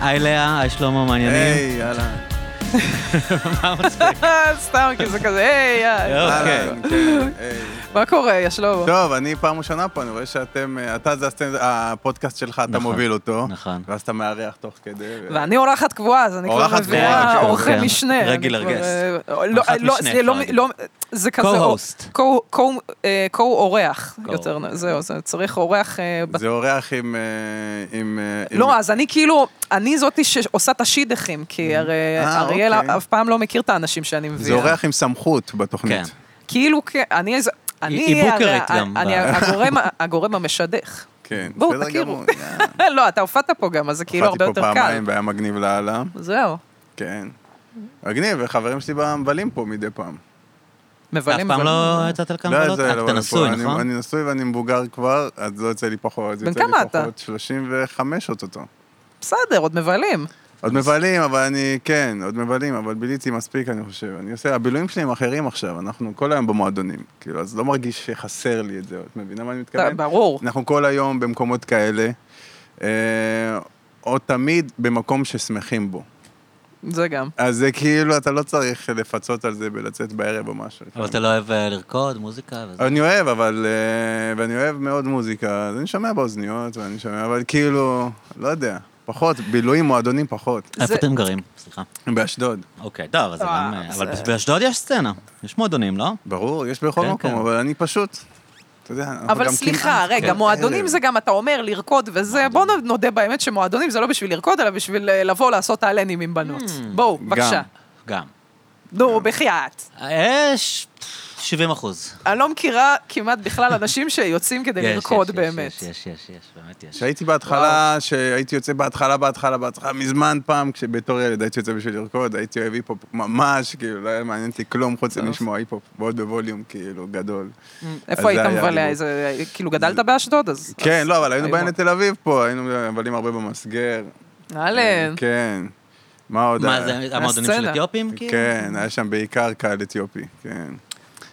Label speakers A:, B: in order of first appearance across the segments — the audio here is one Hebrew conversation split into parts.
A: היי לאה, היי שלמה, מעניינים?
B: היי, אהלן.
A: מה מצחיק?
C: אה, סתם, כי זה כזה, היי, היי.
A: אוקיי.
B: אהלן, כן, היי.
C: מה קורה, יא שלמה?
B: טוב, אני פעם ראשונה פה, אני רואה שאתם, אה, אתה זה הסטנד- הפודקאסט שלך, אתה
A: נכון,
B: מוביל אותו.
A: נכון.
B: ואז אתה מארח תוך כדי. ו-
C: ואני אורחת קבועה, אז אני כבר
B: אורחת
C: מביאה
B: קבועה, כן,
C: אורחי
A: כן.
C: משנה. אני
A: regular
C: כבר,
A: guest.
C: אה, לא,
A: אורחת
C: אה, לא,
A: משנה,
C: זה לא-
A: אפשר
C: לא- זה כזה...
A: Co-host.
C: קו- קו- אה, קו-אורח,
A: Co-
C: יותר, זהו, זה צריך אורח... אה, ב-
B: כן. זה אורח עם... אה, עם, אה, עם-
C: לא, אז אני כאילו, אני זאתי שעושה את השידכים, כי הרי
B: אה,
C: אריאל
B: אוקיי.
C: אף פעם לא מכיר את האנשים שאני
B: זה
C: מביאה.
B: אורח עם סמכות
A: כן.
B: בתוכנית.
C: כאילו, כן, אני איזה... אני...
A: היא בוקרית
C: הרי-
A: גם
C: אני
A: ב-
C: הגורם ה- הגורם המשדך.
B: כן.
C: בואו,
B: בסדר
C: תכירו.
B: גמור, יאללה.
C: לא, אתה הופעת פה גם, אז זה כאילו הרבה יותר
B: הופעתי פה
C: קל.
B: פעמיים והיה מגניב לאללה.
C: זהו.
B: כן. מגניב, וחברים שלי מבלים פה מדי פעם.
A: אף
C: מבלים.
A: פעם
C: אבל-
A: לא יצאת על
B: לא,
A: כמה בלות?
B: זה
C: אה,
B: לא
A: אתה
B: פה.
A: נשוי,
B: אני-
A: נכון?
B: אני נשוי ואני מבוגר כבר, אז לא יוצא לי פחות.
C: בן כמה אתה?
B: 35 אוטוטו.
C: בסדר, עוד מבלים.
B: עוד מבלים, אבל אני, כן, עוד מבלים, אבל ביליתי מספיק, אני חושב. אני עושה, הבילויים שלי הם אחרים עכשיו, אנחנו כל היום במועדונים. כאילו, אז לא מרגיש שחסר לי את זה, את מבינה מה אני
C: אתה-
B: מתכוון?
C: ברור.
B: אנחנו כל היום במקומות כאלה, אה, או תמיד במקום ששמחים בו.
C: זה גם.
B: אז זה כאילו, אתה לא צריך לפצות על זה בלצאת בערב או משהו.
A: אבל אתה לא אוהב אה, לרקוד, מוזיקה וזה.
B: אני אוהב, אבל... אה, ואני אוהב מאוד מוזיקה, אז אני שומע באוזניות, ואני שומע, אבל כאילו, לא יודע, פחות, בילויים, מועדונים פחות.
A: איפה
C: זה-
A: אתם גרים? סליחה.
B: באשדוד.
A: אוקיי, טוב, אז זה
C: וואו,
A: גם... אה, אבל
C: זה-
A: באשדוד יש סצנה. יש מועדונים, לא?
B: ברור, יש בכל
A: כן,
B: מקום,
A: כן.
B: אבל אני פשוט, אתה יודע, אנחנו
C: אבל
B: גם
C: סליחה,
B: כמעט
C: רגע,
B: כאלה.
C: מועדונים זה גם, אתה אומר, לרקוד וזה, בוא נודה באמת שמועדונים זה לא בשביל לרקוד, אלא בשביל אה, לבוא לעשות אלנים עם בנות.
A: Hmm.
C: בואו, בבקשה.
A: גם.
C: נו, בחייאת.
A: יש 70 אחוז.
C: אני לא מכירה כמעט בכלל אנשים שיוצאים כדי
A: יש,
C: לרקוד
A: יש, יש,
C: באמת.
A: יש, יש, יש, יש, באמת יש.
B: שהייתי בהתחלה, שהייתי יוצא בהתחלה, בהתחלה, בהתחלה, מזמן פעם, כשבתור ילד הייתי יוצא בשביל לרקוד, הייתי אוהב היפ-הופ ממש, כאילו, לא היה מעניין אותי כלום חוץ
C: טוב.
B: מלשמוע היפ-הופ, ועוד בווליום, כאילו, גדול.
C: Mm, איפה
B: אז
C: היית
B: זה היה
C: מבלה?
B: בדיוק.
C: איזה- כאילו גדלת באשדוד? אז...
B: כן,
C: אז-
B: לא, אבל היינו
C: היו-
B: בעיני תל אביב פה, היינו מבלים הרבה במסגר.
C: אהלן.
B: כן. מה עוד?
A: מה
B: היה?
A: זה, המועדונים של
C: הסצנה.
A: אתיופים? כאילו?
B: כן, היה שם בעיקר קהל אתיופי, כן.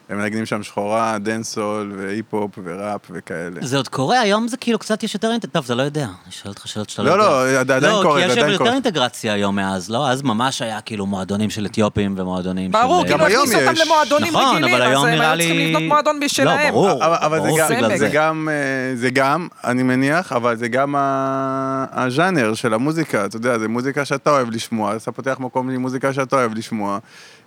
B: הם מנגנים שם שחורה, דנסול, והיפ-הופ, וראפ, וכאלה.
A: זה עוד קורה, היום זה כאילו קצת יש יותר אינטגרציה, טוב, זה לא יודע, אני שואל אותך שאלות שאתה לא
B: לא,
A: יודע.
B: לא, עדיין קורה,
A: לא, כי
B: זה
A: יש
B: עדיין
A: יותר
B: קורה.
A: אינטגרציה היום מאז, לא? אז ממש היה כאילו מועדונים של אתיופים ומועדונים של... אה,
C: ברור,
B: כן. גם
C: כאילו
B: היום
C: הכניסו אותם
B: יש.
C: למועדונים
A: נכון,
C: רגילים,
A: אבל
C: אז
A: היום
C: הם
A: נראה
C: היו
A: לי...
C: צריכים לבנות מועדון
A: לא,
C: משלהם.
A: ברור,
B: אבל אבל זה
A: ברור
B: גם-
A: בגלל
C: סמק.
B: זה גם, אה, זה גם, אני מניח, אבל זה גם ה- הז'אנר של המוזיקה, אתה יודע, זה מוזיקה שאתה אוהב לשמוע, אז אתה פותח מקום עם מוזיקה שאתה אוהב לשמוע,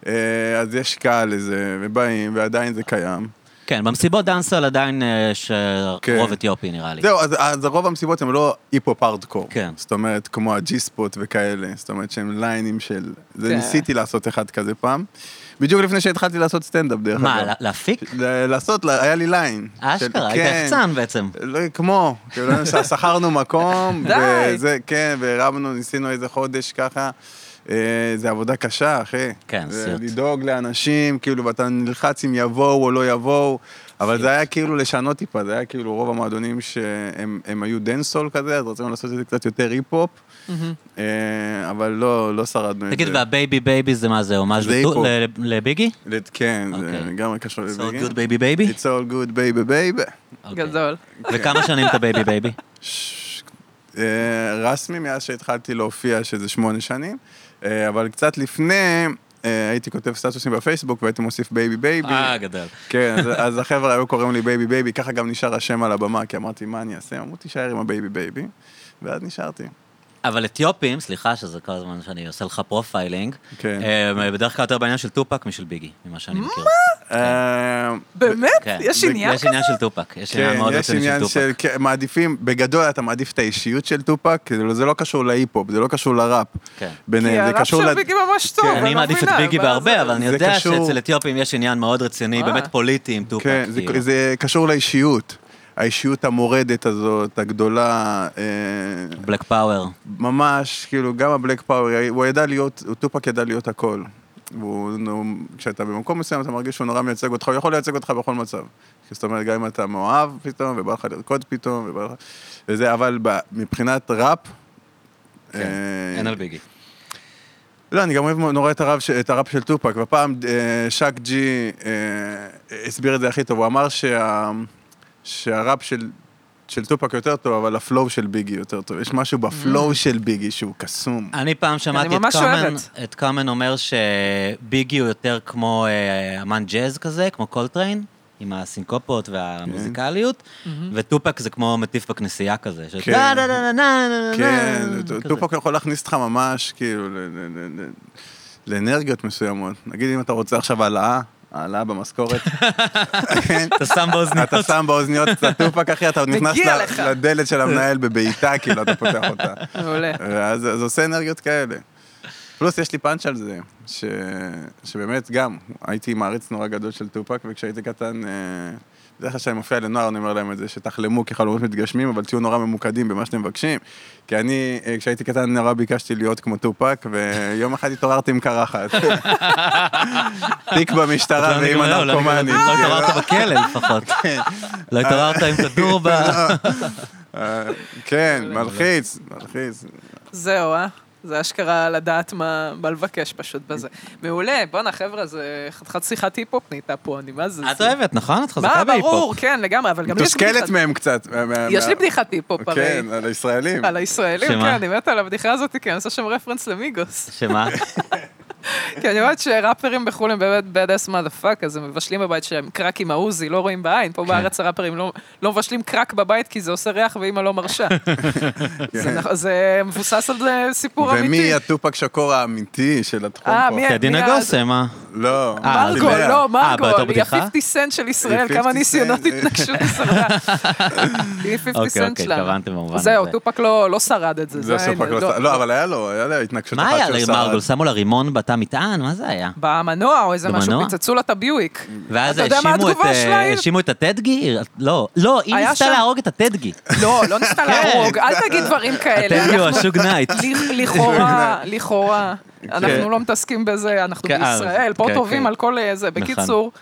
B: אה, אז יש קהל לזה, ובאים, ועדיין זה קיים.
A: כן, במסיבות דאנסל עדיין אה, יש אה,
B: כן.
A: רוב אתיופי נראה לי.
B: זהו, אז, אז רוב המסיבות הן לא היפ-הופ ארדקור.
A: אוקיי. כן.
B: זאת אומרת, כמו הג'י ספוט וכאלה, זאת אומרת שהם ליינים של... זה
C: כן.
B: ניסיתי לעשות אחד כזה פעם. בדיוק לפני שהתחלתי לעשות סטנדאפ, דרך
A: מה,
B: אגב.
A: לה- להפיק?
B: ל- לעשות, לה- היה לי ליין.
A: אשכרה,
B: של-
A: היית
B: כן.
A: יחצן בעצם.
B: לא, כמו, כאילו, שכרנו מקום,
C: די.
B: וזה, כן, והרמנו, ניסינו איזה חודש ככה. אה, זה עבודה קשה, אחי.
A: כן,
B: זה
A: סיוט.
B: לדאוג לאנשים, כאילו, ואתה נלחץ אם יבואו או לא יבואו, אבל זה היה כאילו לשנות טיפה, זה היה כאילו רוב המועדונים שהם הם היו דנסול כזה, אז רצינו לעשות את זה קצת יותר היפ-הופ, אה, אבל לא, לא שרדנו את
A: Mm-hmm. תגיד,
B: זה.
A: והבייבי בייבי זה מה זה, הומאז'
B: זה
A: לטו-
B: היפ-הופ.
A: ל- לביגי?
B: לת- כן, זה
A: אוקיי.
B: לגמרי קשור
A: It's
B: לזה.
A: all good baby baby?
B: It's all good, baby, baby.
A: אוקיי.
C: גדול.
A: וכמה שנים אתה בייבי בייבי?
B: ש- אה, רסמי מאז שהתחלתי להופיע, שזה שמונה שנים, אה, אבל קצת לפני אה, הייתי כותב סטטוסים בפייסבוק והייתי מוסיף בייבי בייבי.
A: אה, גדול.
B: כן, אז, אז החבר'ה היו קוראים לי בייבי בייבי, ככה גם נשאר השם על הבמה, כי אמרתי, מה אני אעשה? אמרו, תישאר עם הבייבי בייבי, ואז נשארתי.
A: אבל אתיופים, סליחה שזה כל הזמן שאני עושה לך פרופיילינג,
B: כן.
A: אה, בדרך כלל יותר בעניין של טופק משל ביגי, ממה שאני מכיר.
B: אה,
C: באמת?
A: כן.
C: יש עניין
A: יש
C: כזה?
A: עניין של טופק, יש
B: כן,
A: עניין מאוד
B: יש
A: רציני של
B: עניין של
A: טופק.
B: כן, מעדיפים, בגדול אתה מעדיף את האישיות של טופק, כאילו, זה לא קשור להיפ-הופ, זה לא קשור לראפ.
A: כן.
C: כי
B: ביניהם, זה
C: הרב
B: קשור...
C: של
B: לד-
C: ביגי ממש טוב,
B: כן,
C: אני
A: אני
C: לא
A: מעדיף את
C: מבינה,
A: ביגי
C: מה זה?
A: בהרבה, אבל אני
B: זה
A: יודע
B: קשור-
A: שאצל אתיופים יש עניין מאוד רציני,
C: אה.
A: באמת פוליטי עם טופק.
B: כן, זה,
A: כאילו.
B: זה קשור לאישיות. האישיות המורדת הזאת, הגדולה, אה,
A: בלק פאוור.
B: ממש, כאילו, גם הבלק פאוור, הוא ידע להיות, הוא טופק ידע להיות הכל. והוא, נו, כשאתה במקום מסוים, אתה מרגיש שהוא נורא מייצג אותך, הוא יכול לייצג אותך בכל מצב. זאת אומרת, גם אם אתה מאוהב פתאום, ובא לך לרקוד פתאום, ובא לך... וזה, אבל ב- מבחינת ראפ...
A: כן,
B: אה,
A: אין על ביגי.
B: לא, אני גם אוהב נורא את הראפ, ש- את הראפ של טופק, ופעם אה, שק ג'י אה, הסביר את זה הכי טוב, הוא אמר שה, שהראפ של, של טופק יותר טוב, אבל הפלואו של ביגי יותר טוב. יש משהו בפלואו של ביגי שהוא קסום.
A: אני פעם שמעתי את
C: ממש
A: קאמן,
C: אוהבת.
A: את קאמן אומר שביגי הוא יותר כמו אה, אמן ג'אז כזה, כמו קולטריין, עם הסינקופות והמוזיקליות, וטופק זה כמו מטיף בכנסייה כזה. ש-
B: כן.
A: נה, נה, נה, נה, נה, נה, נה,
B: כן,
A: אה, כזה.
B: טופק יכול להכניס אותך ממש, כאילו, ל- ל- ל- ל- לאנרגיות מסוימות. נגיד אם אתה רוצה עכשיו העלאה, העלאה במשכורת, כן,
A: אתה שם באוזניות.
B: אתה שם באוזניות את הטופק, אחי, אתה נכנס
C: מגיע
B: ל-
C: לך.
B: לדלת של המנהל בבעיטה, כאילו, אתה פותח אותה.
C: מעולה.
B: ואז זה עושה אנרגיות כאלה. פלוס יש לי פאנץ' על זה, ש... שבאמת גם, הייתי מעריץ נורא גדול של טופק, וכשהייתי קטן, אה, בדרך כלל כשאני מופיע לנוער, אני אומר להם את זה, שתחלמו כחלומות מתגשמים, אבל תהיו נורא ממוקדים במה שאתם מבקשים. כי אני, אה, כשהייתי קטן, נורא ביקשתי להיות כמו טופק, ויום אחד התעוררתי עם קרחת. תיק במשטרה ועם
A: לא, לא, לא,
B: הנרקומנים.
A: לא התעוררת בכלא לפחות. לא התעוררת עם כדור ב...
B: אה, כן, מלחיץ, מלחיץ.
C: זהו, אה? זה אשכרה לדעת מה, מה לבקש פשוט בזה. מעולה, בואנה חבר'ה, זה חתיכת שיחת היפ-הופ נהייתה פה, אני מה זה...
A: את
C: זה-
A: אוהבת, נכון? את חזקה
C: מה,
A: בהיפ-הופ.
C: ברור, כן, לגמרי, אבל גם לי יש
B: מתוסכלת
C: בדיחת...
B: מהם קצת. מה- מה-
C: יש לי
B: מה-
C: בדיחת היפ-הופ הרי.
B: כן, על הישראלים.
C: על הישראלים,
A: שמה?
C: כן, אני מתה על הבדיחה הזאת, כי אני עושה שם רפרנס למיגוס.
A: שמה?
C: כי אני אומרת שראפרים בחו"ל הם באמת bad ass motherfuck, אז הם מבשלים בבית שלהם קרק עם העוזי, לא רואים בעין.
A: כן.
C: פה בארץ הראפרים לא- לא מבשלים קרק בבית כי זה עושה ריח ואימא לא מרשה. זה
A: כן.
C: נכון, זה מבוסס על אה, סיפור אמיתי.
B: ומי הטופק שקור האמיתי של התחום
C: אה,
B: פה?
C: מי-
A: כי
C: מי
A: דינה
C: ה-
A: גוסה, מה?
B: לא.
A: אה, אז
C: מרגו,
A: מאה.
C: לא,
A: אה,
C: מרגו,
A: באותה
C: היא
A: בדיחה?
C: ה-50 סנט של ישראל,
B: 50
C: כמה ניסיונות
B: סנט.
C: התנגשות היא שרדה. היא 50
A: אוקיי,
C: סנט
A: אוקיי,
C: שלנו.
A: התכוונתם במובן
C: זהו,
A: הזה.
C: טופק לא לא שרד את זה.
B: זה
C: היה-
B: הסופק לא סתם. לא, אבל היה לו, היה לו התנגשות
A: מה
B: אחת
A: היה
B: של
A: לעיר
B: שרד.
A: מרגול? שמו לה רימון בתא מטען? מה זה היה?
C: במנוע או איזה משהו,
A: במנוע?
C: פיצצו לה את הביואיק.
A: ואז
C: אתה יודע מה
A: האשימו את,
C: התגובה שלה?
A: אה, האשימו את הטד גי? לא, לא, היא
C: היה
A: ניסתה
C: שם-
A: להרוג את הטד גי.
C: לא, לא ניסתה
A: כן.
C: להרוג, אל תגיד דברים כאלה.
A: הטד גי הוא
C: אנחנו-
A: השוג נייט.
C: לכ- לכאורה, לכאורה.
A: כן.
C: אנחנו לא מתעסקים בזה, אנחנו
A: כן, אז-
C: בישראל, פה
A: כן, כן.
C: טובים על כל אה, זה. בקיצור,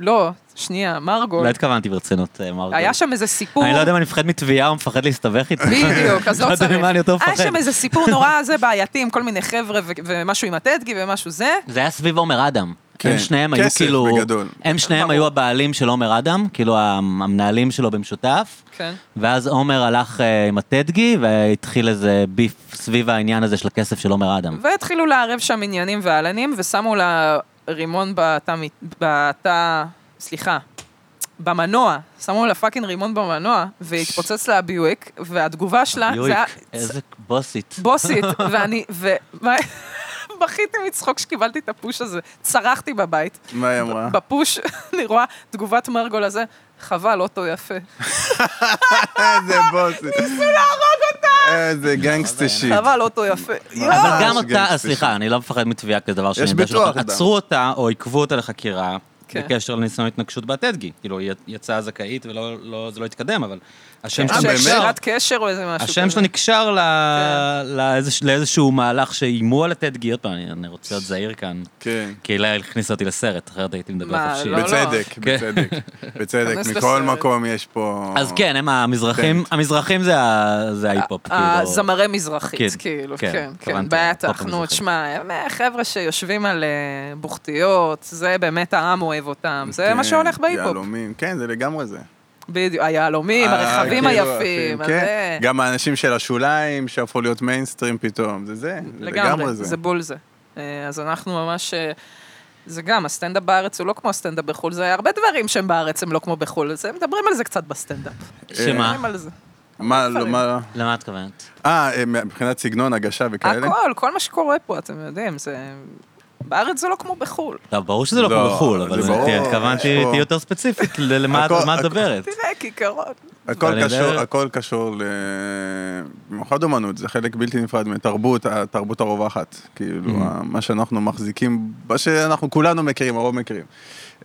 C: לא, שנייה, מרגו,
A: לא התכוונתי ברצינות, אה, מרגול.
C: היה שם איזה סיפור.
A: אני לא יודע אם אני מפחד מתביעה או מפחד להסתבך איתה.
C: בדיוק, אז
A: לא
C: לא
A: יודע
C: צריך.
A: ממה אני יותר
C: היה
A: מפחד.
C: שם איזה סיפור נורא זה בעייתי עם כל מיני חבר'ה ו- ומשהו עם הטדגי ומשהו זה.
A: זה היה סביב עומר אדם.
B: כן,
A: הם שניהם היו
B: כסף
A: כאילו...
B: בגדול.
A: הם שניהם
C: ברור.
A: היו הבעלים של עומר אדם, כאילו המ- המנהלים שלו במשותף.
C: כן.
A: ואז עומר הלך אה, עם הטדגי והתחיל איזה ביף סביב העניין הזה של הכסף של עומר אדם.
C: והתחילו לערב שם עניינים ועלנים ושמו לה רימון בתא, מ- בתא, סליחה, במנוע. שמו לה פאקינג רימון במנוע והתפוצץ לה הביואיק והתגובה שלה זה
A: יואיק,
C: היה
A: איזה בוסית.
C: בוסית ואני, ו... מה- בכיתי מצחוק כשקיבלתי את הפוש הזה, צרחתי בבית.
B: מה היא אמרה?
C: בפוש אני רואה תגובת מרגול הזה, חבל, אוטו יפה.
B: איזה בוסי. ניסו
C: להרוג לא.
B: אותה! איזה גangster shit.
C: חבל, אוטו יפה. יואו.
A: אבל
B: ממש
A: גם
B: גם
A: אותה,
B: אה, סליחה.
A: סליחה, אני לא מפחד מתביעה כזה דבר שאני יודע
B: ביטוח
A: שלא...
B: גם.
A: עצרו אותה או עיכבו אותה לחקירה
C: כן.
A: בקשר לניסיון התנגשות בהטדגי. כאילו, היא יצאה זכאית וזה לא התקדם, אבל השם
B: אה,
C: יש
A: שלה
B: באמת?
A: נקשר.
C: קשירת קשר או איזה משהו.
A: השם
C: כזה.
A: שלה נקשר ל-
C: כן.
A: לאיזוש- לאיזשהו מהלך שאיימו על הטדגי. עוד פעם, אני אני רוצה להיות זהיר כאן.
B: כן.
A: כי הילה הכניסה אותי לסרט, אחרת הייתי מדבר
C: מה,
A: חופשי.
C: לא, לא.
B: בצדק,
A: כן.
B: בצדק. בצדק,
C: תיכנס
B: מכל
C: לסרט.
B: מקום יש פה...
A: אז כן, הם המזרחים, המזרחים זה ה-
C: אה,
A: זה ההיפ-הופ, כאילו.
C: הזמרי
A: כן,
C: מזרחית, כאילו,
A: כן,
C: כן, כן,
A: התכוונתי,
C: בעיית
A: הפופ
C: האחנות.
A: המזרחי.
C: שמע, הם חבר'ה שיושבים על אה, בוכתיות, זה באמת העם אוהב אותם, זה מה
B: כן,
C: שהולך בהיפ-הופ.
B: יהלומים, כן, זה לגמרי זה.
C: בדיוק, היהלומים,
B: אה,
C: הרכבים
B: כאילו,
C: היפים, אה,
B: כן.
C: הזה.
B: גם האנשים של השוליים שהפכו להיות מיינסטרים פתאום, זה זה, זה
C: לגמרי, זה בול זה. אה, אז אנחנו ממש... אה, זה גם, הסטנדאפ בארץ הוא לא כמו הסטנדאפ בחו"ל, זה הרבה דברים שהם בארץ הם לא כמו בחו"ל, אז הם מדברים על זה קצת בסטנדאפ.
A: אה, שמה?
C: מדברים על זה.
B: מה, לא,
C: דברים.
B: מה...
A: למה את מתכוונת?
B: אה, מבחינת סגנון, הגשה וכאלה?
C: הכל, כל מה שקורה פה, אתם יודעים, זה... בארץ זה לא כמו בחו"ל.
A: טוב, ברור שזה לא
B: לא,
A: כמו בחו"ל, אבל
B: זה ברור,
A: תראה, התכוונתי,
B: יש פה-
A: תהיי יותר ספציפית ל- למה את
B: הכל-
A: למה את
B: הכל-
A: מדברת.
C: תראה, כיכרות.
B: הכל
A: אני
B: קשור,
A: יודע-
B: הכל קשור ל... במיוחד אומנות, זה חלק בלתי נפרד מתרבות, התרבות הרווחת. כאילו,
A: Mm.
B: ה- מה שאנחנו מחזיקים, מה שאנחנו כולנו מכירים, הרוב מכירים.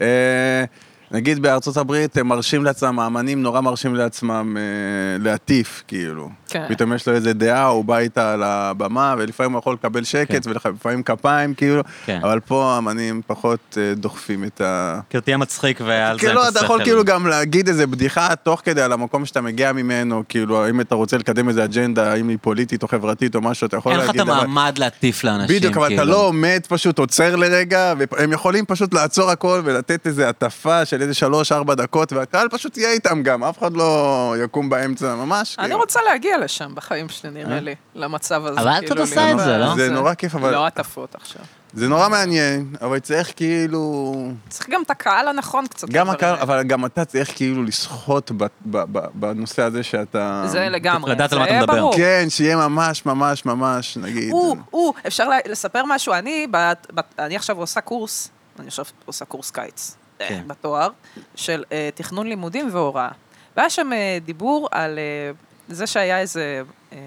B: אה, נגיד בארצות הברית, הם מרשים לעצמם, האמנים נורא מרשים לעצמם אה, להטיף, כאילו.
C: כן.
B: פתאום יש לו איזה דעה, הוא בא איתה על הבמה, ולפעמים הוא יכול לקבל שקט, ולפעמים כפיים, כאילו.
A: כן.
B: אבל פה האמנים פחות אה, דוחפים את ה...
A: כאילו, תהיה מצחיק ואל תזיין את
B: כאילו,
A: השכל.
B: אתה יכול כאילו גם להגיד איזה בדיחה תוך כדי על המקום שאתה מגיע ממנו, כאילו, האם אתה רוצה לקדם איזה אג'נדה, האם היא פוליטית או חברתית או משהו, אתה יכול
A: אין לך
B: להגיד...
A: את
B: אבל-
A: המעמד להטיף לאנשים, כאילו.
B: לא בדיוק, אבל אתה לא עומד, פשוט עוצר לרגע, והם יכולים פשוט לעצור הכל ולתת איזה הטפה של של איזה שלוש-ארבע דקות, והקהל פשוט יהיה איתם גם, אף אחד לא יקום באמצע ממש.
C: אני
B: כאילו.
C: רוצה להגיע לשם בחיים שלי, נראה לי, למצב הזה.
A: כן. אה? אבל את
C: כאילו,
A: עוד עושה
C: להיות
A: את זה, לא?
B: זה נורא כיף, אבל-
C: לא הטפות עכשיו.
B: זה נורא מעניין, אבל צריך כאילו...
C: צריך גם את הקהל הנכון קצת.
B: גם
C: לדברים
B: הקהל,
C: האלה.
B: אבל גם אתה צריך כאילו לסחוט ב- ב- ב- בנושא הזה שאתה...
C: זה לגמרי.
A: אה, לדעת על מה
C: זה
A: אתה מדבר.
C: ברור.
B: כן, שיהיה ממש ממש ממש, נגיד.
C: או, או, אפשר לה- לספר משהו. אני בת- בת- אני עכשיו עושה קורס, אני עכשיו עושה קורס קיץ אה,
A: כן.
C: בתואר, של אה, תכנון לימודים והוראה. והיה שם אה, דיבור על אה, זה שהיה איזה, אה,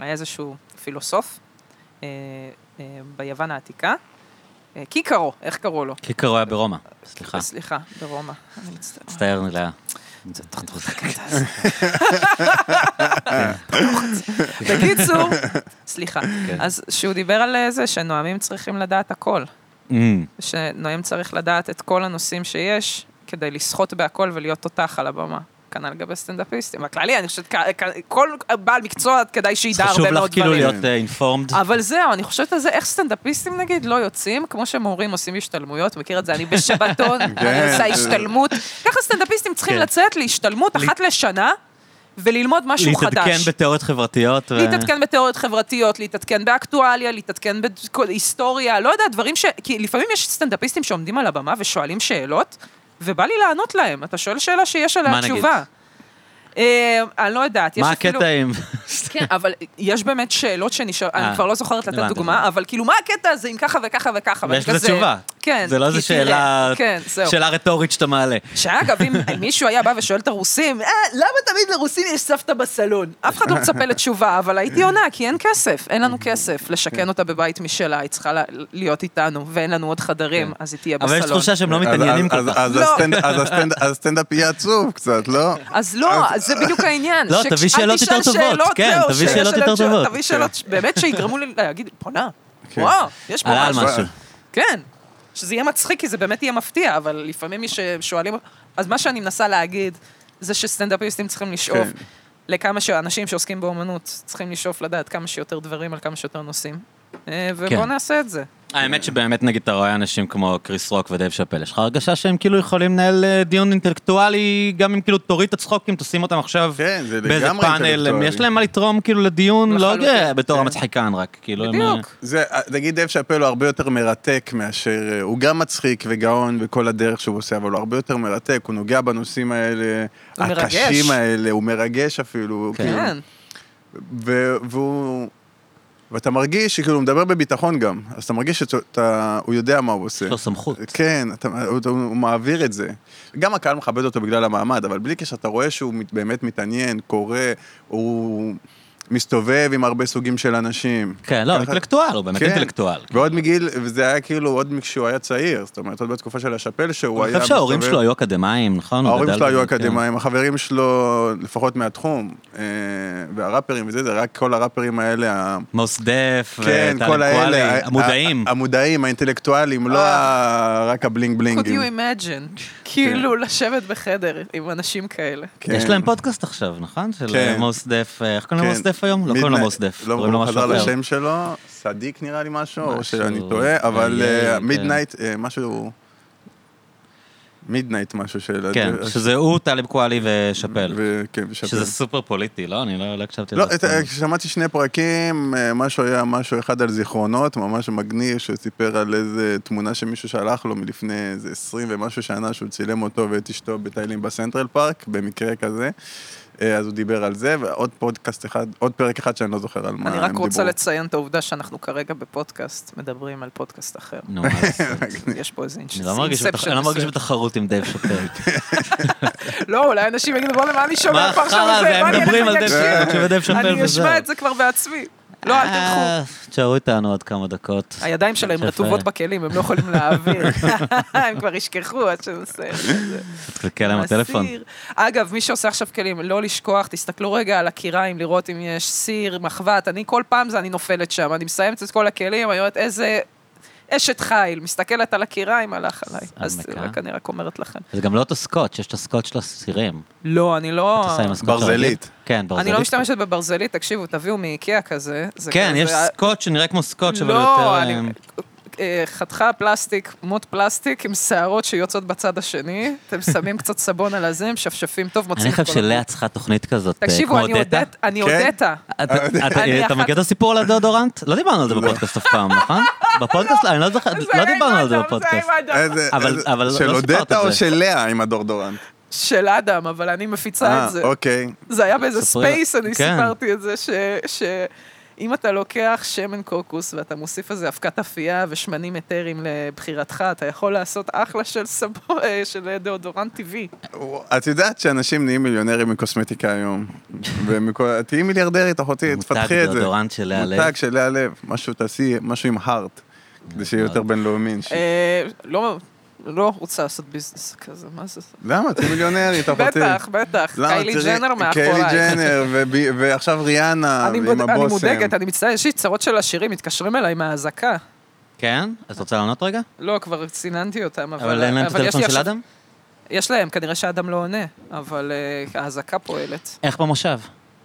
C: היה איזשהו פילוסוף אה, אה, ביוון העתיקה, אה, קיקרו, איך קראו לו?
A: קיקרו היה ברומא, סליחה,
C: סליחה, ברומא. אני מצטערת.
A: מצטער לי לה.
C: בקיצור, סליחה.
A: כן.
C: אז שהוא דיבר על אה, זה שנואמים צריכים לדעת הכל.
A: אמ,
C: שנואם צריך לדעת את כל הנושאים שיש, כדי לסחוט בהכל ולהיות תותח על הבמה. כנ"ל לגבי סטנדאפיסטים. בכללי, אני חושבת, כ- כ- כל בעל מקצוע כדאי שידע
A: חשוב
C: הרבה
A: לך
C: מאוד
A: כאילו
C: דברים.
A: להיות אינפורמד.
C: אבל זהו, אני חושבת על זה, איך סטנדאפיסטים נגיד לא יוצאים, כמו שמורים עושים השתלמויות, מכיר את זה, אני בשבתון, אני עושה השתלמות. ככה סטנדאפיסטים צריכים
A: כן.
C: לצאת להשתלמות אחת לשנה, וללמוד משהו חדש.
A: להתעדכן בתיאוריות חברתיות. ו-
C: להתעדכן בתיאוריות חברתיות, להתעדכן באקטואליה, להתעדכן בהיסטוריה, לא יודע, דברים ש... כי לפעמים יש סטנדאפיסטים שעומדים על הבמה ושואלים שאלות, ובא לי לענות להם. אתה שואל שאלה שיש
A: מה
C: עליה
A: נגיד?
C: תשובה. אה, אני לא יודעת, יש
A: מה
C: אפילו...
A: הקטע עם...
C: כן, אבל יש באמת שאלות שנשאר,
A: אה,
C: אני כבר לא זוכרת לתת
A: הבנתי,
C: דוגמה,
A: הבנתי.
C: אבל כאילו, מה הקטע הזה עם ככה וככה וככה?
A: ויש
C: ואני
A: לזה
C: כזה-
A: תשובה.
C: כן.
A: זה לא איזו
C: כי
A: שאלה...
C: תראה, כן, זהו.
A: שאלה רטורית שאתה מעלה.
C: שאגב, אם מישהו היה בא ושואל את הרוסים, אה, למה תמיד לרוסים יש סבתא בסלון? אף אחד לא מצפה לתשובה, אבל הייתי עונה, כי אין כסף. אין לנו כסף
A: כן.
C: לשכן אותה בבית משלה, היא צריכה לה- להיות איתנו, ואין לנו עוד חדרים, אז היא תהיה
A: כן. אבל יש
C: בסלון.
A: תחושה שהם לא
B: אז-
A: מתעניינים כל
B: אז-
A: כך.
B: אז
C: לא.
B: הסטנד- אז הסטנד- אז הסטנדאפ יהיה עצוב קצת, לא?
C: אז לא, אז זה בדיוק העניין.
A: לא,
C: שכש-
A: תביא
C: אל
A: שאלות
C: תשאל
A: יותר טובות,
C: שאלות,
A: כן,
C: זהו,
A: תביא
C: שאלה
A: שאלות
C: של
A: יותר
C: התשובה,
A: טובות. כן.
C: תביא שאלות באמת שיגרמו לי להגיד, בואנה,
B: כן.
C: וואו, יש פה
A: עלה על
C: משהו.
A: משהו.
C: כן. שזה יהיה מצחיק, כי זה באמת יהיה מפתיע, אבל לפעמים מי ששואלים... אז מה שאני מנסה להגיד, זה שסטנדאפיסטים צריכים לשאוף
B: כן.
C: לכמה שאנשים שעוסקים באומנות צריכים לשאוף לדעת כמה שיותר דברים על כמה שיותר נושאים. אה,
A: כן.
C: ובואו נעשה את זה.
A: האמת שבאמת, נגיד, אתה רואה אנשים כמו קריס רוק ודייב שאפל, יש לך הרגשה שהם כאילו יכולים לנהל אה, דיון אינטלקטואלי, גם אם כאילו תוריד את הצחוקים, תשים אותם עכשיו
B: כן, זה
A: באיזה
B: לגמרי
A: פאנל, הם-
B: אינטלקטואלי. כן.
A: יש להם מה לתרום כאילו לדיון, לא
C: לחלוטין.
A: אה, בתור המצחיקן רק, כאילו... הם, אה,
C: בדיוק.
B: זה, נגיד דייב שאפל הוא הרבה יותר מרתק מאשר, אה, הוא גם מצחיק וגאון בכל הדרך שהוא עושה, אבל הוא הרבה יותר מרתק, הוא נוגע בנושאים האלה,
C: הוא מרגש.
B: הקשים האלה, הוא מרגש אפילו,
A: כן.
B: כאילו,
C: כן.
B: ו- והוא... ואתה מרגיש שכאילו הוא מדבר בביטחון גם, אז אתה מרגיש שהוא יודע מה הוא עושה.
A: יש לו סמכות.
B: כן, אתה, הוא, הוא, הוא מעביר את זה. גם הקהל מכבד אותו בגלל המעמד, אבל בלי קשר, אתה רואה שהוא מת- באמת מתעניין, קורא, הוא מסתובב עם הרבה סוגים של אנשים.
A: כן, לא,
B: ככה-
A: אינטלקטואל, הוא באמת
B: כן.
A: אינטלקטואל.
B: ועוד מגיל, וזה היה כאילו עוד כשהוא היה צעיר, זאת אומרת, עוד בתקופה של השאפל שהוא
A: אני
B: היה...
A: חושב שההורים
B: מסתובב-
A: שלו היו אקדמאים, נכון? הוא
B: ההורים
A: גדל
B: שלו היו
A: בזה, כן.
B: אקדמאים, החברים שלו, לפחות מהתחום, אה, והראפרים וזה, זה רק כל הראפרים האלה, ה-
A: מוס דף, אה,
B: כן, כל האלה, אה, ה-
A: המודעים. אה.
B: ה- המודעים, האינטלקטואלים, לא ה- רק הבלינג
C: could
B: בלינגים.
C: you
A: כן.
C: imagine, כאילו לשבת בחדר עם אנשים כאלה.
B: כן.
A: יש להם פודקאסט עכשיו, נכון? של
B: כן.
A: מוס דף, איך קוראים
B: כן.
A: למוס דף היום? לא קוראים
B: מידנייט-
A: למוס דף,
B: לא,
A: קוראים לו
B: הוא
A: משהו
B: חזר
A: אחר.
B: לשם שלו, סדיק נראה לי משהו, או
A: משהו-
B: שאני טועה, אבל
A: אה, כן.
B: מידנייט, משהו... מידנייט משהו של...
A: כן, שזה הוא, טלב קואלי ושאפל.
B: ו- כן, ושאפל.
A: שזה סופר פוליטי, לא? אני לא לא הקשבתי
B: לא,
A: לזה. אף
B: את-
A: פעם.
B: שמעתי שני פרקים, אה, משהו היה משהו אחד על זיכרונות, ממש מגניב, שהוא סיפר על איזה תמונה שמישהו שלח לו מלפני איזה 20 ומשהו שנה, שהוא צילם אותו ואת אשתו בטיילים בסנטרל פארק, במקרה כזה. אה, אז הוא דיבר על זה, ועוד פודקאסט אחד, עוד פרק אחד שאני לא זוכר על מה הם
C: אני
B: דיברו.
C: רק רוצה לציין את העובדה שאנחנו כרגע בפודקאסט מדברים על פודקאסט אחר.
A: נו, מה לעשות?
C: יש פה איזה
A: אני לא מרגיש בת-
C: אינספשן
A: אני לא מרגיש
C: מסוים.
A: בתחרות עם דייב שאפל.
C: לא, אולי אנשים יגידו, בוא, למה אני שומע
A: מה
C: פה עכשיו
A: החרא
C: על
A: הזה?
C: זה?
A: הם
C: מה אני
A: מדברים על
C: אלך
A: דייב שאפל,
C: להקשיב?
A: מקשיב לדייב שאפל
C: אני
A: וזהו.
C: אשמע את זה כבר בעצמי. לא, אל תלכו. אה,
A: אה, תשארו איתנו עוד כמה דקות.
C: הידיים שלהם
A: שאפל.
C: רטובות בכלים, הם לא יכולים להעביר. הם כבר ישכחו עד שנסיים.
A: תקלקל להם הטלפון.
C: אגב, מי שעושה עכשיו כלים, לא לשכוח, תסתכלו רגע על הקיריים, לראות אם יש סיר, מחבת. אני כל פעם זה, אני נופלת שם. אני מסיימת את כל הכלים, אני אומרת, איזה... אשת חיל, מסתכלת על הקיריים, הלך עליי. אז
A: עמקה.
C: רק אני רק אומרת לכם.
A: זה גם לא אותו סקוץ', יש את הסקוץ' של הסירים.
C: לא, אני לא...
A: אתה עושה עם הסקוץ' הרגיל?
B: ברזלית.
A: כן, ברזלית.
C: אני לא משתמשת בברזלית, תקשיבו, תביאו מאיקאה כזה. זה
A: כן,
C: כזה-
A: יש סקוץ' שנראה כמו סקוץ', אבל
C: לא,
A: יותר...
C: אני-
A: אמ,
C: אה, חתיכה פלסטיק, מוט פלסטיק עם שערות שיוצאות בצד השני, אתם שמים קצת סבון על הזה, משפשפים טוב, מוצאים
A: אני
C: את כל...
A: חושב שלאה צריכה תוכנית כזאת, אה,
C: תקשיבו,
A: כמו
C: אני
A: דטה.
C: הודית, אני
B: כן?
C: הודית.
A: אתה- אתה-
C: אני
A: אתה
C: אחת-
A: מכיר את הסיפור על הדאודורנט? לא דיברנו על זה בפודקאסט אף פעם, נכון? בפודקאסט? אני לא זוכר,
C: זה
A: לא
C: עם
A: דיברנו על זה
C: אדם, עם
A: בפודקאסט.
C: אדם.
B: איזה-
A: אבל-
B: איזה-
A: אבל לא
B: של
A: סיפרת את
B: אודטה או
A: זה.
B: של לאה עם הדורדורנט?
C: של אדם, אבל אני מפיצה
B: אה,
C: את זה.
B: אוקיי.
C: זה היה באיזה
A: ספרי לה-
C: ספייס, אני
A: כן.
C: סיפרתי את זה, ש- ש... אם אתה לוקח שמן קוקוס ואתה מוסיף לזה אבקת אפייה ושמנים אתרים לבחירתך, אתה יכול לעשות אחלה של סבו, אה, של דאודורנט טבעי.
B: את יודעת שאנשים נהיים מיליונרים מקוסמטיקה היום. ומכל... תהיי מיליארדרית, אחותי,
A: מותג
B: תפתחי את זה.
A: דאודורנט של לאה לב.
B: מותג של לאה לב. משהו, תעשי משהו עם הארט. כדי שיהיה יותר בינלאומי. ש-
C: אה, לא, לא רוצה לעשות ביזנס כזה, מה זה?
B: למה? תהיי מיליונרית, אחותי.
C: בטח, בטח,
B: למה?
C: קיילי
B: תראי,
C: ג'נר מאחוריי.
B: קיילי ג'נר, ובי- ועכשיו ריאנה
C: אני
B: עם
C: מוד- אני
B: הבושם.
C: מודאגת, אני מצטערת, יש לי צרות של השירים, מתקשרים אליי מהאזעקה.
A: כן? אז את רוצה לענות רגע?
C: לא, כבר ציננתי אותם, אבל...
A: אבל אין להם את
C: אבל יש לי
A: הטלפון של
C: עכשיו-
A: אדם?
C: יש להם, כנראה שאדם לא עונה, אבל אה, האזעקה פועלת.
A: איך במושב?